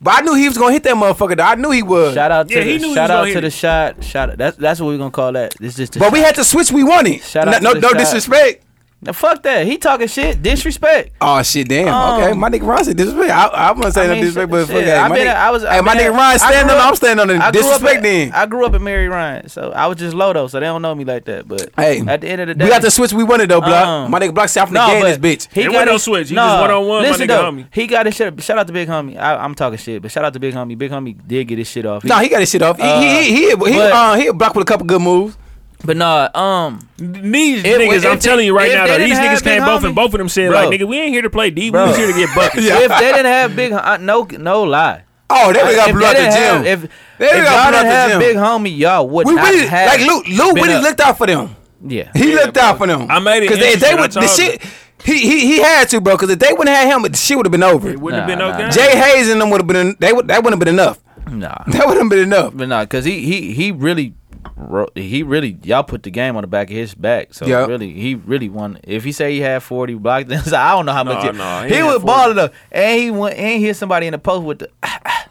But I knew he was going to hit that motherfucker, though. I knew he would. Shout out to Yeah, he the, knew he was shout out gonna to hit the it. shot. Shot. That's that's what we're gonna call that. It's just. The but we shot. had to switch. We won it. Shout no, out to no, the no shot. disrespect. Now, fuck that. He talking shit. Disrespect. Oh shit, damn. okay, Um, my nigga Ron said disrespect. I, I wasn't saying I mean, no disrespect, but shit, fuck shit. hey, I my been- nigga, I was- I hey, my been- nigga Ron I stand grew on. up- I'm standing on I the grew up disrespect. in- Then I grew up in Mary Ryan, so I was just low though, so they don't know me like that. But hey, at the end of the day, we got to switch. We won it though, block. Um, my nigga block said I'm finna gain this bitch. He It wasn't no his- switch. He just one-on-one, my Listen nigga though, homie. he got his shit. up. Shout out to Big Homie. I, I'm talking shit, but shout out to Big Homie. Big Homie did get his shit off. He- Nah, he got his shit off. He Uh, he he he, he, but- uh, he blocked with a couple good moves. but nah, um, These If- niggas, if I'm they- telling you right if now, they though, didn't these have niggas Big came both Homie- and both of them said, Bro. like, nigga, we ain't here to play D. We Bro. was here to get buckets. if they didn't have Big, Hom- I, no, no lie. Oh, there we got if blew out they the didn't have, gym. if, They if done y'all blew out didn't the have gym. Big Homie, y'all would We not really have like Luke. been Luke really up. looked out for them. Yeah, He looked out for them. I made it because if they interesting, would I the told shit. He, he he had to, bro. Because if they wouldn't have had him, the shit would have been over. It wouldn't Nah, have nah, been nah. okay. Jay Hayes and them would have been. They would that wouldn't have been enough. (laughs) nah. That wouldn't have been enough. But nah, cause he he he really, ro- he really y'all put the game on the back of his back. So Yep. really, he really won. If he say he had forty blocked, (laughs) then so I don't know how much. Nah, he, nah, he he ain't was had 40. balling up, and he went and he hit somebody in the post with the. (laughs)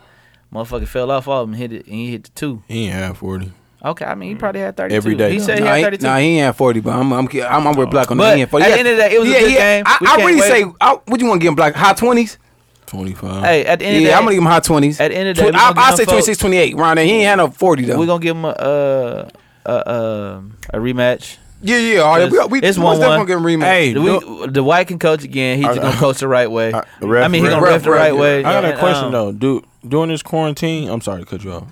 Motherfucker fell off of him, hit it, and he hit the two. He ain't had forty. Okay, I mean he probably had thirty-two. Every day. he said he Nah, had he, thirty-two. nah, he ain't had forty, but I'm I'm I'm, I'm with block on But the end. 40. at Yeah. the end of the day, it was a Yeah, good he- game. I, We I can't really wait. say, I, what you want to give him block? High twenties? Twenty five. hey, at the end Yeah, of I'm gonna the give day, him high twenties. At the end of the day, we I, gonna give I him say four- 26, 28. Ron, he ain't had no forty though. we're gonna give him a uh, a uh, a rematch. yeah, yeah, all right. We, It's- we, it's we most 1-1. definitely gonna rematch. Hey, The, we, the white can coach again. He's just gonna coach the right way. I, I- ref- mean, he's gonna ref- ref the ref- right way. I got a And, question um, though, dude. During this quarantine, I'm sorry to cut you off.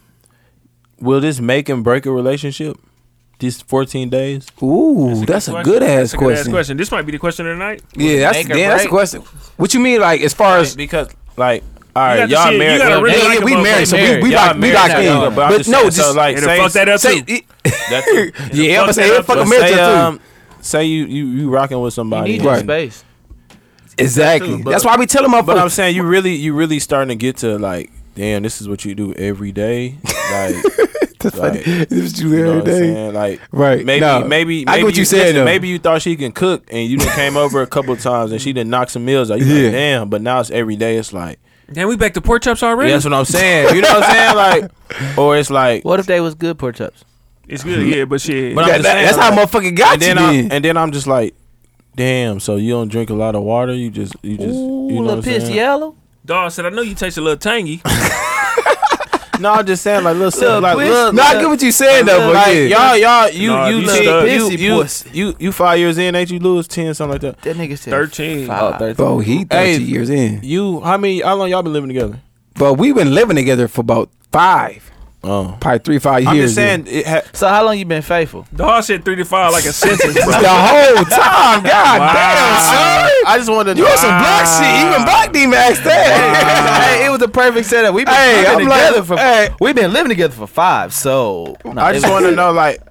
Will this make and break a relationship? These 14 days. Ooh, that's a question. good ass That's a good-ass question. question. This might be the question of the night. Yeah, that's Make or damn, that's a break. question. What you mean, like as far as Because like, all You got right, to y'all see it. You married. gotta well, really yeah, like yeah, a we married, so married. we we Y'all locked we married locked now, in. though, but I'm But just no, saying, just so, like, It'll say- fuck (laughs) that up say too. yeah, That's it. yeah, I'm gonna fuck say that he'll up, fuck though. a But marriage say, up too. um, say you you you rocking with You somebody. need and- your space. Exactly. too, but- that's why I be telling my But I'm saying you really you really starting to get to like, damn, this is what you do every day. Like (laughs) That's funny. (laughs) Like, This is you You know every what I'm day. saying? Like Right. Maybe, No. maybe, maybe I get what you said, listen, though. Maybe you thought she can cook, and you done came over a couple of times, and she done knock some meals out. You Yeah. like, damn. But now it's every day. It's like Damn, we back to pork chops already. that's what I'm saying. You know what I'm saying? Like, or it's like. What if they was good pork chops? It's good, yeah, but shit. But I'm That- just that- saying, that's how like, motherfucking got and you. then I'm, Then. and then I'm just like, damn. So you don't drink a lot of water. You just you just Ooh, you know what little I'm piss saying? yellow. Dawg said, I know you taste a little tangy. No, I'm just saying like little simple, like puss. look, No, I get what you said though, but like yeah. y'all y'all you Nah, you you like, stuck. you, Pissy you, puss. you you five years in ain't you lose ten something like that. That nigga said 13. five. Bro, he 30 Hey. years in. You how many how long y'all been living together? But we've been living together for about five, Oh, probably three, five I'm years. just in. saying it ha- So how long you been faithful? Dawg said three to five like a sentence, bro. (laughs) The (laughs) whole time. God damn, son. I just wanted to You on some black shit. Even black demon asked that. hey, it was a perfect setup. We've been Hey, living I'm like- together for hey. we've been living together for five. So I just (laughs) want to know like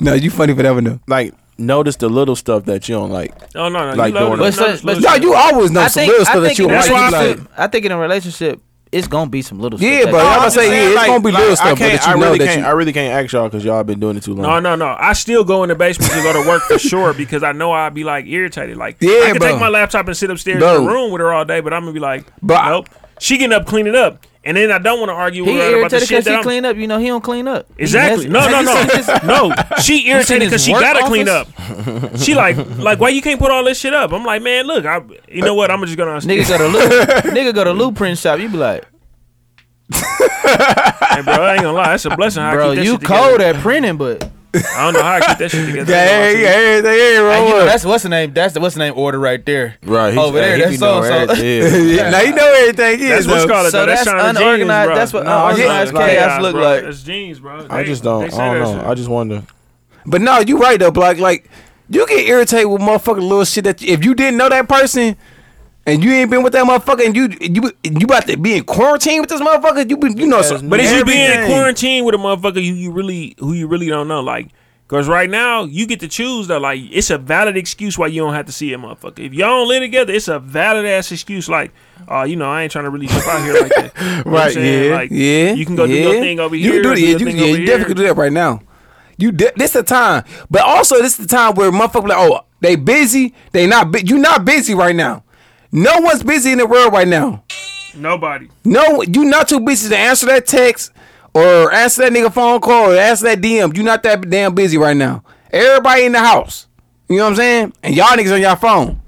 no, you funny for that one though. like notice the little stuff that you don't like. No, no, no. Like you love doing it. that. Love it. But- Love but- No, it. you always know I some think, little I stuff that think you in don't that's a like. why I You relationship, be like, I think in a relationship, it's gonna be some little. Yeah, stuff that- bro. I'm I'm about to just say, saying, yeah, it's gonna be like, little I stuff, but can't- that you I know really that can't. you- I really can't ask y'all because y'all been doing it too long. No, no, no. I still go in the basement to go to work for sure because I know I'd be like irritated. Like, Yeah, I can bro. take my laptop and sit upstairs in Bro. the room with her all day, but I'm gonna be like, But I- nope. She getting up cleaning up, and then I don't want to argue with He her about the irritated shit because that he I'm. clean up. You know, he don't clean up. He Exactly. No, no, messy. Have you no, seen (laughs) his- (laughs) no. She irritated his because she work gotta clean up. office? She like, like, why you can't put all this shit up? I'm like, man, look, I, you know what? I'm just gonna Nigga go to Lu- nigga go to Blueprint shop. You be like, Hey, bro, I ain't gonna lie, that's a blessing. How bro, I keep that you shit together. cold at printing, but I don't know how I keep that shit together. Yeah, yeah, yeah, yeah, yeah, Hey, you know, bro. that's what's the name. That's the what's the name order right there. Right, he's- over hey, there. he That's be so knowing so. everything. (laughs) Yeah. (laughs) Yeah, Now you know everything is. That's what's though. called it. So though. that's, that's China Jeans, unorganized- bro. that's what No, it's unorganized not chaos look bro. like. That's jeans, bro. They, I just don't. They say I don't that know. shit. I just wonder. But no, you right though, Block. Like you get irritated with motherfucking little shit that if you didn't know that person and you ain't been with that motherfucker and you you you about to be in quarantine with this motherfucker, you been you know some but is you being in everything. quarantine with a motherfucker you, you really who you really don't know, like. Cause right now you get to choose though, like it's a valid excuse why you don't have to see a motherfucker. If y'all don't live together, it's a valid ass excuse. Like, uh, you know, I ain't trying to really jump out here like (laughs) that. You know what I'm Right, saying? yeah, Like, yeah. You can go yeah. do your thing over you here. Can do do it, yeah, your you thing yeah, over you definitely here. can do that right now. You de- this the time, but also this the time where motherfucker like, oh, they busy, they not bu- you not busy right now. No one's busy in the world right now. (laughs) Nobody. No, you not too busy to answer that text or answer that nigga phone call or answer that DM. You not that damn busy right now. Everybody in the house. You know what I'm saying? And y'all niggas on y'all phone.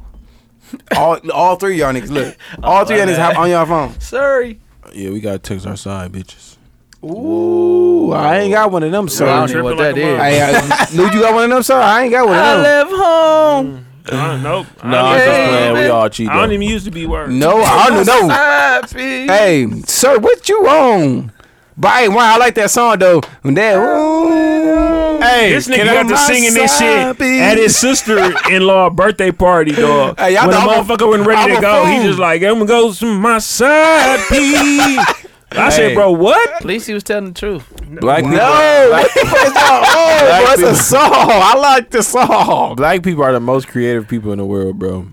(laughs) All, all three of y'all niggas. (laughs) Look, all Oh, three of y'all niggas have on y'all phone. Sorry. Yeah, we gotta text our side bitches. Ooh, I ain't got one of them, sir. I I, don't (laughs) know what Tripping that like a is. mother. I, Lou, you got one of them, sir? I ain't got one I of them. left home. Uh, nope. No, I'm I, just don't Hey, even- playing. We man. all cheat. I don't though. even use the B word. No, I don't (laughs) know. Happy. Mm. Hey, sir, what you on? But hey, why I like that song though. When that, ooh. Hey, This nigga can I got to my singing this side shit bitch? at his (laughs) sister-in-law birthday party, dog. Hey, y'all when the know I'm a- motherfucker wasn't ready I'm to a go, he fool. just like, I'm gonna go to my side piece. I said, Hey. bro, what? At least he was telling the truth. Black people. No, what the fuck is (laughs) y'all on, Black bro? It's people. a song. I like the song. Black people are the most creative people in the world, bro.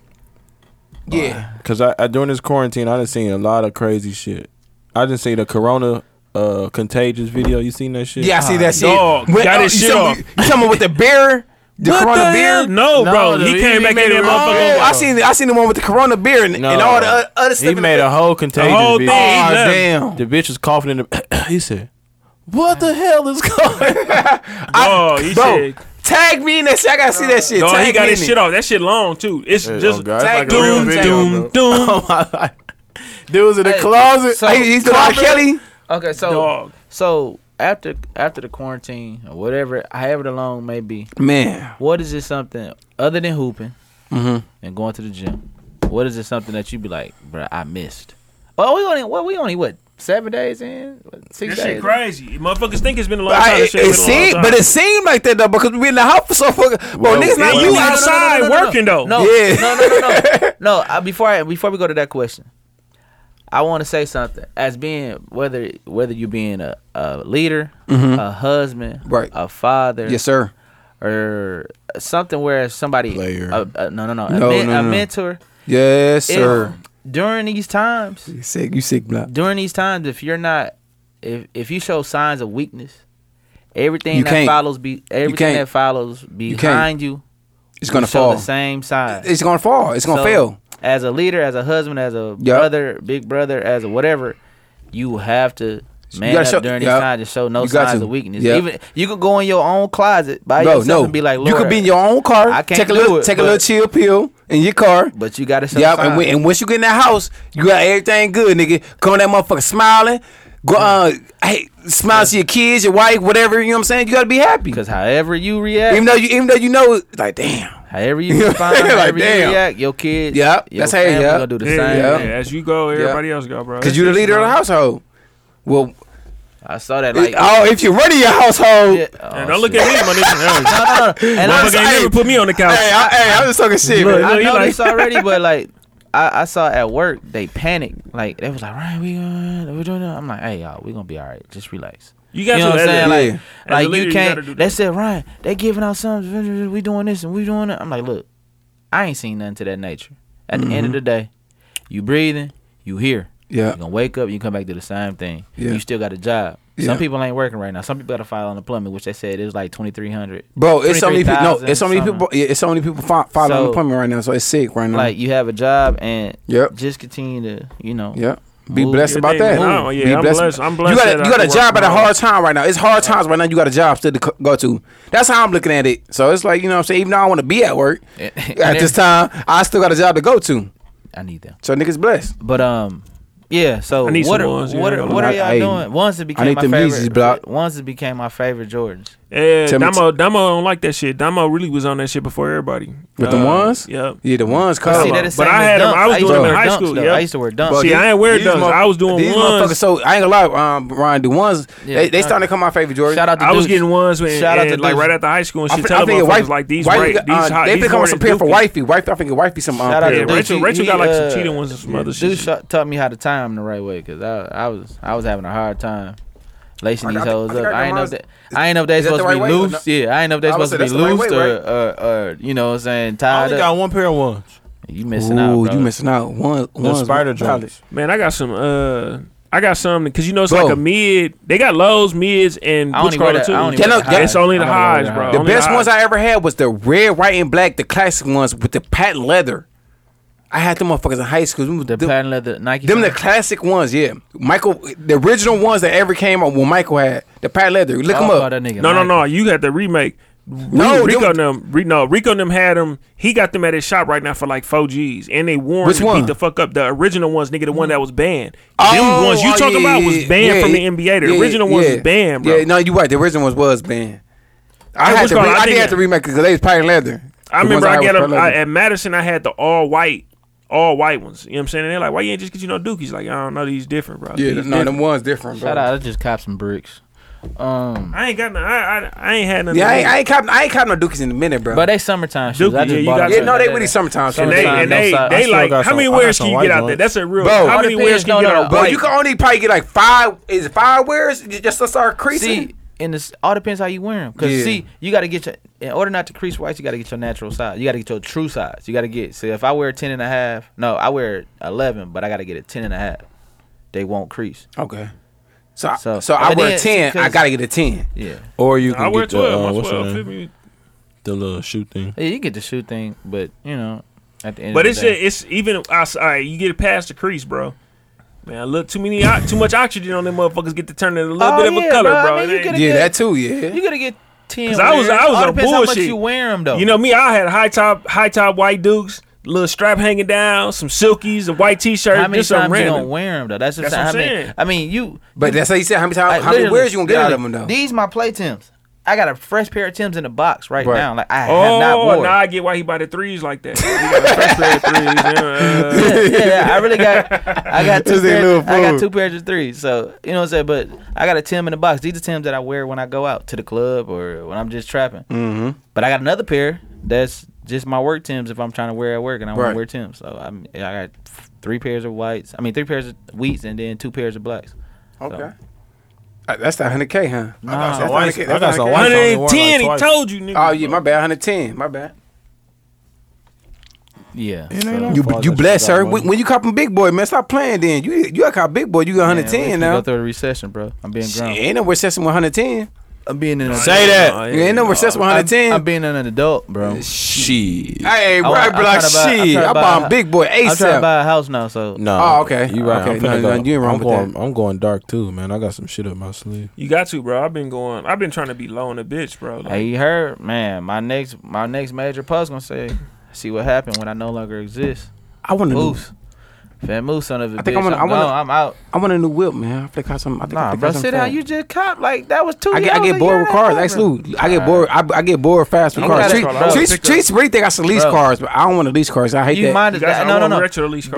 Yeah. Cause I, I during this quarantine, I done seen a lot of crazy shit. I done seen the Corona uh contagious video. You seen that shit? Yeah, I see that shit. oh, dog, got his you shit tell off. me- You coming with the (laughs) beer? The What Corona the beer? hell? No, No, bro. dude, he he came back in made that it motherfucker. Oh, I seen I seen the one with the Corona beer and, No. and all the o- other stuff. He in made the, a whole contagious The whole thing. video. he Oh, left. damn. The bitch was coughing in the. (clears throat) he said, "What the hell is going?" on? Oh, he Bro, said, tag me in that shit. I gotta see that shit. dog, tag he got me his in shit (laughs) it. off. That shit long too. oh, It's just God, it's like oh, a real doom, doom, video, Oh, doom. Dudes in the Hey, closet. so- Hey, he's the R. Kelly. Okay, Oh. so Dog. so after after the quarantine or whatever, however the long may be, Man, what is it something other than hooping Mm-hmm. and going to the gym? What is it something that you be like, bro? I missed. Oh, we only what we only what seven days in, What, That six shit days. crazy. Motherfuckers think it's been a long I, time. That it, shit been it a long seemed, time. but it seemed like that though because we in the house for so fucking. Bro, Well, niggas not and you you outside working, though. No, Yeah. no, no, no, no. no I, before I, before we go to that question, I want to say something. As being whether whether you being a, a leader, a husband, Mm-hmm. Right. a father, Yes, sir. or something where somebody, Player. a- a- no, no, no, a, No, men- no, a no. mentor, Yes, if- sir. during these times, You sick? You sick, blood? during these times, if you're not, if if you show signs of weakness, Everything You that can't. follows be everything can't. that follows can't. behind you, It's gonna will show fall. the same size. It's gonna fall. It's gonna So, fail. As a leader, as a husband, as a Yup. brother, big brother, as a whatever, you have to man gotta up show- during these yup. times to show no You got signs to. of weakness. Yup. Even you could go in your own closet by Bro, yourself no. and be like, Lord, you could be in your own car. I can't take a do little, it, take a but- little chill pill in your car. but you got to show. Yeah, signs. and, when, and once you get in that house, you got everything good, nigga. Come on, that motherfucker smiling. Go, uh, Mm. hey, smile to your kids, your wife, whatever. You know what I'm saying? You gotta be happy. Because however you react, Even though you, even though you know, like damn, however you (laughs) respond, Like, however you damn. react, your kids, Yup, your that's how- family yup. gonna do the Yeah, same. yeah, thing. As you go, everybody else go, bro. because you the leader of the household. Well, I saw that. Like, oh, if you're running your household, yeah. Yeah, Oh, don't look shit. at me, my (laughs) nigga. And I, Motherfucker ain't never put me on the couch. hey, I, hey, I'm just talking (laughs) shit, Look, man. I he know like- this (laughs) already, but like I, I saw at work they panicked. Like they was like, Ryan, we gonna we doing that. I'm like, hey y'all, we gonna be all right. Just relax. You You got know to what I'm saying? as a- Like, As a like leader, you you can't. gotta do they that. said Ryan, they giving out something. We doing this and we doing that. I'm like, look, I ain't seen nothing to that nature. At the end of the day, you breathing, you here. Yeah. You gonna wake up, you come back to the same thing. Yeah. You still got a job. Yeah. Some people ain't working right now. Some people got to file unemployment, which they said it was like twenty three hundred. Bro, it's so many people. No, 23,000 it's so many something. people. yeah, It's so many people fi- filing So- unemployment right now. So it's sick right now. Like you have a job and Yep. just continue to you know Yep. Be Move blessed your about thing that. along. Oh, Yeah, Be I'm blessed. I'm blessed You got that a, I you got a can work job at a from hard time right now. It's hard times right now. You got a job still to co- go to. That's how I'm looking at it. So it's like you know what I'm saying. Even though I want to be at work (laughs) (laughs) And- at this time, I still got a job to go to. I need them. So niggas blessed. But um, yeah. So I need what some are ones, yeah, what I are, ain't what are gonna y'all lie. doing? Once it became need my them favorite. Yeezys, block. Once it became my favorite Jordans. Yeah, Tell me Damo, Damo don't like that shit. Damo really was on that shit before everybody. With the ones? Yep. Yeah, the ones But cold. see, that But is same I as had 'em. dunks. I was used doing to them in wear high dunks, school, though. yeah. I used to wear dunks. See, I ain't wear those. motherf- I was doing these ones. motherfuckers. So I ain't gonna lie, um, Ryan. The ones Yeah, they, they nah. starting to come my favorite Jordan. Shout out to I was Deuce. getting ones when, Shout out to and, like Deuce. right after high school and I shit. fi- Tell I them think your motherfuckers wife like these. wife right, got- these uh, hot. They these become Jordans some pair for Deuce- wifey. Wife, I think your wifey some. um, Shout out Yeah, to pair. Deuce. Rachel, He- Rachel he, got like uh, some cheating ones and some other Dude shit. sh- taught me how to time the right way because I, I was I was having a hard time lacing I- I these think- hoes I think up. I I ain't know got if they, mine. I ain't know if they Is that the supposed to right be way or loose. not? Yeah, I ain't know if they I would supposed to say be that's the right loose way, or, or, or you know what I'm saying I tied only up. got one pair of ones. You missing out, Ooh, bro. you missing out. One, The one spider joints. Man, I got some. uh I got some because you know it's Bro. like a mid. They got lows, mids, and I boots only wear crawler the- too. I only wear the highs. It's only the I only wear highs, the bro. highs. The Only best ones highs. I ever had was the red, white, and black, the classic ones with the patent leather. I had them motherfuckers in high school. Them, The them- patent leather Nike. them the socks. classic ones, yeah. Michael, the original ones that ever came out when Michael had the patent leather. Look I them call up. that nigga No, no, Nike. no. You got the remake. No, No, Rico them- them. Re, no, Rico them had them. He got them at his shop right now for like four G's, and they warned Which to one? beat the fuck up. The original ones, nigga, the one that was banned. Oh, them ones you oh, talking yeah, about yeah, was banned yeah, from the yeah, NBA. The yeah, original ones yeah. was banned, bro. Yeah, no, you right. The original ones was banned. I, Hey, had what's to re- called- I I did think- have to remake because they was patent leather. I The ones remember I had got was them patent I, leather. at Madison. I had the all white, all white ones. You know what I'm saying? And they're like, why you ain't just get you no Dookies? Like, I don't know, these different, bro. Yeah, These no, different. them ones different, bro. Shout out. I just cop some bricks. Um, I ain't got no. I, I, I ain't had nothing. Yeah, I ain't, I ain't copping. I ain't copping no Dookies in a minute, bro. but they summertime shoes. Dookie, I just yeah, you bought got them. yeah, no, they really summertime. and shit. they, Sometimes and they, outside- I they still like got how many some- I wears got can you some get white out there? ones. That's a real. Bro, how all many the wears pairs- can no, you get no, out? no, Bro, Like- Oh, you can only probably get like five. Is it five wears? You just to start creasing. See, and this all depends how you wear them. Cause Yeah. see, you got to get your in order not to crease whites, you got to get your natural size. You got to get your true size. You got to get. See, if I wear a ten and a half, no, I wear eleven, but I got to get a ten and a half. They won't crease. Okay. So, so, So- I but wear then- ten. I 'cause- gotta get a ten. Yeah, Or you can I get wear the, uh, twelve. my what's the, twelve name? fit me. the little shoe thing. yeah, you get the shoe thing, but you know, at the end. But of it's the just, day, it's even. I, all right, you get it past the crease, bro. Man, a little too many, o- too much oxygen on them motherfuckers. Get to turn it a little Oh, bit of yeah, a color, bro. I bro. mean, It you ain't- coulda Yeah, get- that too. Yeah. you got to get ten. 'Cause I was- wears. I was all on depends how much bullshit. you wear them though. You know me, I had high top, high top white dukes, little strap hanging down, some silkies, a white t-shirt, how many just something times you random. don't wear them though? That's just That's what how I'm many- saying. I mean, you. But that's how you said how many times, Like, how many literally, wears you gonna get out of literally, them though? These my play Tims. I got a fresh pair of Tims in the box right, now. Like I have not Oh, worn. now I get why he buy the threes like that. He got a fresh pair of threes, (laughs) yeah, uh, yeah, I really got. I got two. This Pairs, ain't little I got fool. two pairs of threes. So you know what I'm saying. But I got a Tim in the box. These are Tims that I wear when I go out to the club or when I'm just trapping. Mm-hmm. But I got another pair that's just my work Tims if I'm trying to wear at work and I want Right. to wear Tims. So I'm, I got three pairs of whites. I mean three pairs of wheats and then two pairs of blacks. Okay. Uh, That's the hundred K, huh? I got some That's whites. 100K, I got that's some 100K. uh, whites. I only wore like 110, he twice. told you, nigga. Oh yeah, my bad. Hundred ten. My bad. Yeah. It ain't so- no- You Pause you that blessed, shit out, sir. buddy. When, when you copping big boy, man, stop playing. Then you you got cop big boy. You got Man, hundred ten we finna now. Go through a recession, bro. I'm being Shit, grown. Ain't no recession with hundred ten. I'm being an Say that. yeah, You ain't no recess I'm- 110. I'm being an adult, bro. Shit. Hey, bro, I be like, shit, I buying big boy I'm ASAP. trying to buy a house now, so No. Uh, Oh, You right. I'm finna go. I'm going, I'm going dark too, man. I got some shit up my sleeve. You got to, bro. I've been going. I've been trying to be low on a bitch, bro. Like, Hey, you heard, man. My next, my next major puzzle gonna say, see what happened when I no longer exist. I wanna know. moose. Fat moose son of a I think bitch. I want. I I'm, want. gone. I'm out. I want a new whip, man. I think I got some. I think I Nah, think bro, I got some sit down. fat. You just cop like that was too. I get, I get bored with cars. Ask Lou. I get bored. I, I get bored fast with You cars. gotta- Treat, bro, treats, pick treats really think I should lease Bro. cars, but I don't want to lease cars. I hate You that. minded that? No, no, no.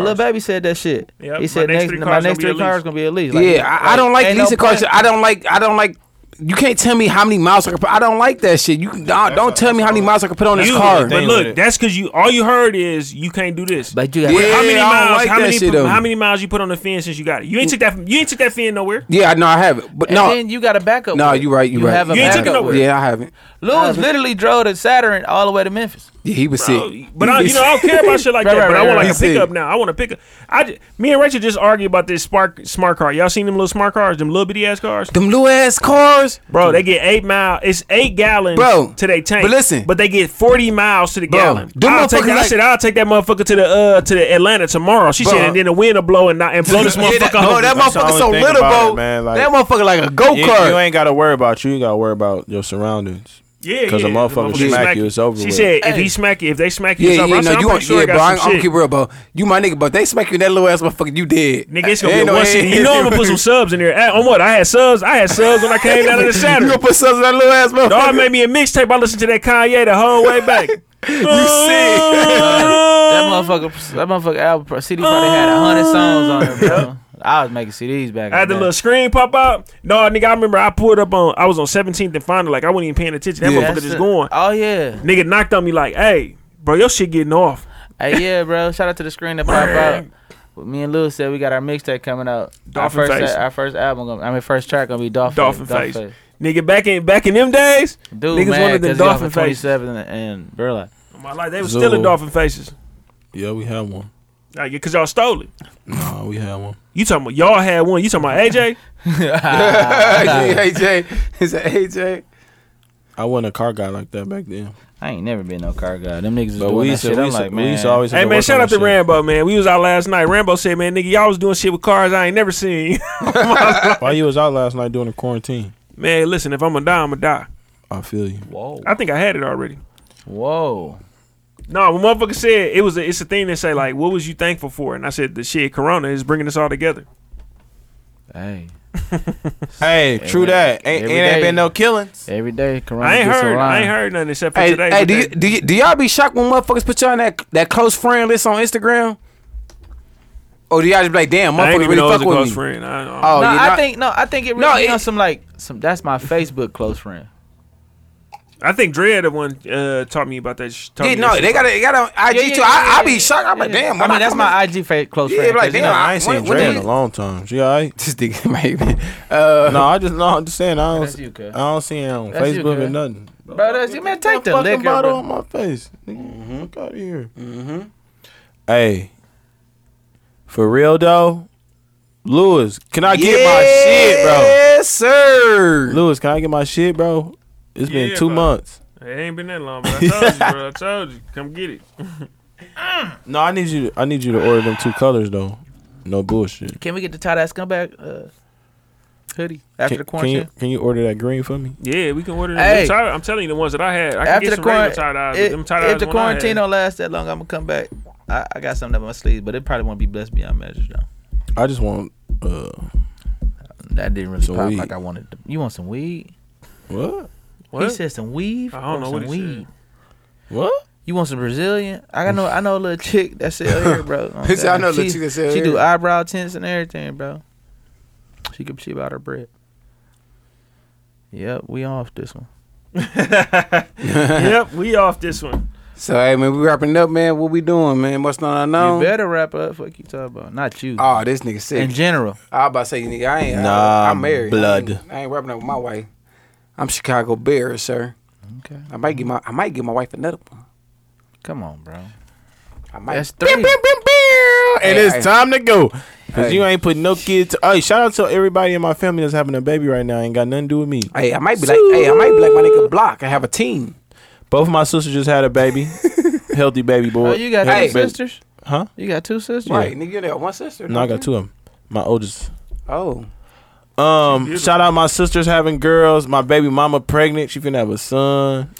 Lil baby said that shit. Yep, he my said next next, three my cars next gonna be three a lease. cars gonna be a lease. yeah, I, I don't like ain't no leasing cars. point. I don't like. I don't like. You can't tell me how many miles I can. put. I don't like that shit. You don't, don't tell me how many miles I can put on this you, car. But look, that's because you all you heard is you can't do this. But you gotta- how many Yeah, I don't miles? like how that many? shit, though. how many miles you put on the fin since you got it? You ain't took that. You ain't took that fin nowhere. yeah, no, I have it, but And no, then you got a backup. no, with it. you right, you, You right. have a You ain't backup taking with it. Yeah, I haven't. Lewis literally drove the Saturn all the way to Memphis. Yeah, he was sick. Oh, But I, you know, I don't care about shit like Right, that. right, But I right, want right. like a He said- pickup now. I want a pickup. I ju- me and Rachel just argue about this spark smart car. Y'all seen them little smart cars? Them little bitty ass cars. (laughs) Them little ass cars, bro. They get eight mile. It's eight gallons, Bro, to their tank. but listen. but they get forty miles to the Bro, gallon. them I'll take motherfuckers that. I like- said I'll take that motherfucker to the uh to the Atlanta tomorrow. She Bro. said, and then the wind will blow and not, and blow this (laughs) Yeah, motherfucker. that- home. bro, that That's the motherfucker only so thing little, about bro. it, Man, like, that motherfucker like a go you, kart. you ain't got to worry about you. You got to worry about your surroundings. Yeah, Because yeah, a motherfucker the motherfucker smack you, it's over She with. said, if he smack you, if they smack you, Yeah, it's yeah, over. I said, no, I'm you pretty on, sure yeah, I got bro. some I'm, I'm shit. keep real, bro. You my nigga, but they smack you in that little ass motherfucker. You dead, Nigga, it's gonna Ain't be no- one (laughs) city. You know I'm gonna put some subs in there. Eh, On what? I had subs. I had subs when I came down to the Saturday. (laughs) You gonna put subs in that little ass motherfucker? Dog made me a mixtape. I listened to that Kanye the whole way back. that motherfucker, that motherfucker album CD probably had a hundred songs on it, bro. I was making CDs back. I had the then. little screen pop out. No, nigga, I remember I pulled up on. I was on 17th and Final. Like I wasn't even paying attention. That Yeah. motherfucker That's just the- going. Oh yeah, Nigga knocked on me like, "Hey, bro, your shit getting off." hey yeah, bro. Shout out to the screen that popped out. Me and Lou said we got our mixtape coming out. Dolphin our first, Face. Our first album, gonna, I mean, first track gonna be Dolphin. Dolphin face. Nigga, back in back in them days, Dude, niggas mad wanted them 'cause he off dolphin of faces. 27 and, and Burla. My life, they was still in Zoo. dolphin faces. Yeah, we had one. Like, cause y'all stole it. Nah, Oh, we had one. You talking about y'all had one? You talking about (laughs) AJ? AJ, is that AJ? I wasn't a car guy like that back then. I ain't never been no car guy. Them niggas is But doing we that used to- shit. we I'm used to- like, we man. used to always- Hey man, work shout on out to that shit. Rambo, man. We was out last night. Rambo said, man, nigga, y'all was doing shit with cars I ain't never seen. (laughs) Why you was out last night doing the quarantine? man, listen, if I'm gonna die, I'm gonna die. I feel you. Whoa, I think I had it already. whoa. No, when motherfucker said it was, a, it's a thing that say like, what was you thankful for? And I said, the shit, Corona is bringing us all together. Hey, Hey, true that. Ain't, Every it ain't day. been no killings. every day, Corona I ain't gets heard, around. I ain't heard nothing except for Hey, today. hey but do, they- you, do, you, do y'all be shocked when motherfuckers put y'all on that, that close friend list on Instagram? Or do y'all just be like, damn, I ain't motherfuckers even know really it was fuck a with close me? friend. I don't Oh, no, yeah, I not- think no, I think it really No, be it- on some like some. That's my Facebook close friend. I think Dre the one uh, taught me about that. sh- taught Yeah, me no, that they shit. got a, they got on IG too. I, I be shocked. I'm like, yeah. damn. I when mean, that's come my IG fa- close Yeah, friend. like, 'cause, you damn, know, I ain't When- seen when Dre in did- a long time. She all right? This (laughs) nigga made me. Uh, No, I just no. I'm just saying. I don't. That's you, cuz. I don't see her on That's you, Facebook or cuz. nothing. bro. That's, you man, take the That fucking liquor, bottle bro. on my face. Nigga, Fuck out of here. Hey, for real though, Lewis, can I get my shit, bro? Yes, sir. Lewis, can I get my shit, bro? It's been Yeah, two bro. months. It ain't been that long, but I told you, bro. I told you, come get it. No, I need you. To, I need you to order them two colors though. No bullshit. Can we get the tie dye scumbag uh, hoodie after Can, the can quarantine? you can you order that green for me? Yeah, we can order them. Hey. Them tie- I'm telling you, the ones that I had, I can after get the some regular tie quarantine, dyes. but them tie dyes, if the quarantine don't last that long, I'm gonna come back. I, I got something up my sleeve, but it probably won't be blessed beyond measure, though. I just want uh That didn't really Some pop weed. like I wanted. To. You want some weed? what He What? said some weave. I don't know some what he weed. said. what? You want some Brazilian? I got know I know a little chick that (laughs) sell here, bro. Oh, He said, God. "I know a little She- chick that sell She do here." eyebrow tints and everything, bro. She can she about her bread. Yep, we off this one. (laughs) yep, we off this one. So hey man, we wrapping up, man. What we doing, man? What's not You unknown? better wrap up. Fuck you talking about. Not you. Oh, this nigga sick. In general. I was about to say, nigga, I ain't. I, Nah, I'm married. blood. I ain't, I ain't wrapping up with my wife. I'm Chicago Bears, sir. Okay. I might get my I might get my wife another one. Come on, bro. I might. That's three. And Hey, it's hey. time to go. Cause you ain't put no kid. To, hey, shout out to everybody in my family that's having a baby right now. Ain't got nothing to do with me. Hey, I might be like, hey, I might be like my nigga Block. I have a team. Both of my sisters just had a (laughs) baby, healthy baby boy. Oh, you got Healthy two baby- sisters? Huh? You got two sisters? Right, nigga, you got one sister. No, I don't got two of them. My oldest. you? Oh. Um, shout out my sisters having girls. My baby mama pregnant. She finna have a son.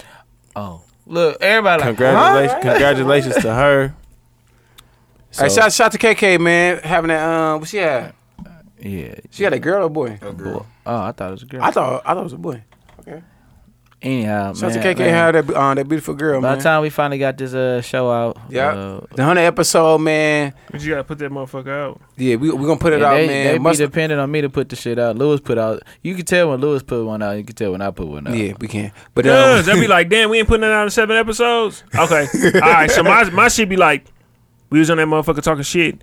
Oh, look, everybody. Congratulations, congratulations to her. Hey, So- shout, shout to KK, man. Having that, um, what she had? Yeah. She had a girl or boy? Uh, Boy. Oh, I thought it was a girl. I thought I thought it was a boy. Okay. Anyhow, Shout man, to KK, man. how that, um, that beautiful girl, By man. the time we finally got this uh, show out, Yeah. uh, the 100 episode, man. But you gotta put that motherfucker out. Yeah, we we gonna put it yeah, out, they, man. They be Must- dependent on me to put the shit out. Lewis put out. You can tell when Lewis put one out. You can tell when I put one out. Yeah, we can. um, But yeah, they'll be like, damn, we ain't putting it out in seven episodes. (laughs) Okay, all right. So my my shit be like, we was on that motherfucker talking shit.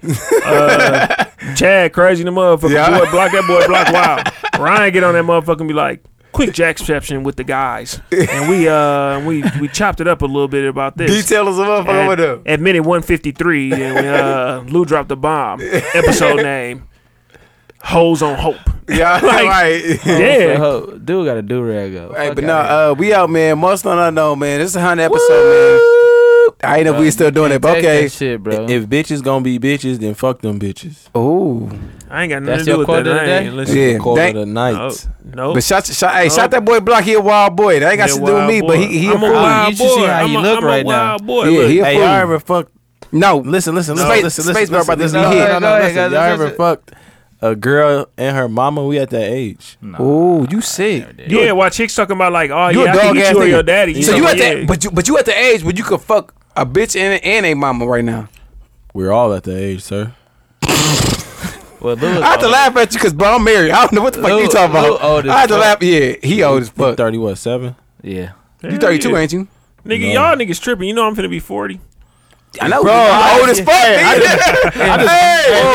Uh, Chad crazy the motherfucker. Boy, block that boy, block wild. Ryan get on that motherfucker and be like, quick jackception with the guys, and we uh we we chopped it up a little bit about this. Detail us a motherfucker At- with them. At minute one fifty three, and uh, Lou dropped the bomb. Episode name. Hoes on (laughs) hope. (laughs) Yeah, (laughs) right. Yeah, Ho- dude got a do rag up. Hey, but no, uh, we out, man. Must not unknown, man. This is a hundred episode, man. I ain't know if we still doing it, but okay. shit, bro. If bitches gonna be bitches, then fuck them bitches. Oh, I ain't got nothing That's to do your with quote that. of the I ain't day? listen. Yeah, Quarter that- of the night. No, But shout, shout, hey, shout that boy Block. He a wild boy. That ain't got Yeah, shit to do with Oh. wild me, boy. but he he a I'm a fool. wild You should see boy. how you I'm a- look I'm a right wild now. boy. Yeah, Look, he a Hey, fool. y'all ever fucked? no, Listen, listen, listen, Space- listen, Space listen, bar listen, about to listen, be hit. No, no, Go ahead, listen. go ahead, Y'all go ever ahead. fucked a girl and her mama? We at that age. Oh, you sick. yeah, while chicks talking about like, oh You yeah, a I can dog get ass you or nigga. your daddy. You So know, you at yeah. that, but you but you at the age where you could fuck a bitch and and a mama right now. We're all at that age, sir. Well, Lewis, I have Oh. to laugh at you because bro, I'm married. I don't know what the fuck Lil- you talking Lil old about. as I have to fuck. laugh. Yeah, he old as fuck. Thirty what? Seven. yeah. You 32, ain't you? Nigga, y'all niggas tripping. You know I'm finna be 40. I know. Bro, I'm I old as fuck. nigga. Hey, Hey,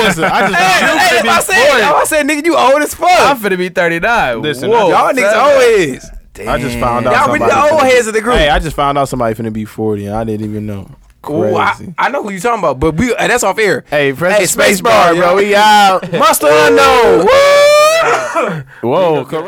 listen, I just. hey, if I said, if I said, nigga, you old as I'm fuck. finna be 39. Listen, Whoa. Y'all niggas old heads. I just found out. Y'all really somebody the old finna- heads of the group. Hey, I just found out somebody finna be forty, and I didn't even know. Crazy. Ooh, I, I know who you talking about, but we uh, that's off air. hey, press Hey, the space space bar, bar, bro. yo. (laughs) We out. Must unknown. Woo! Whoa.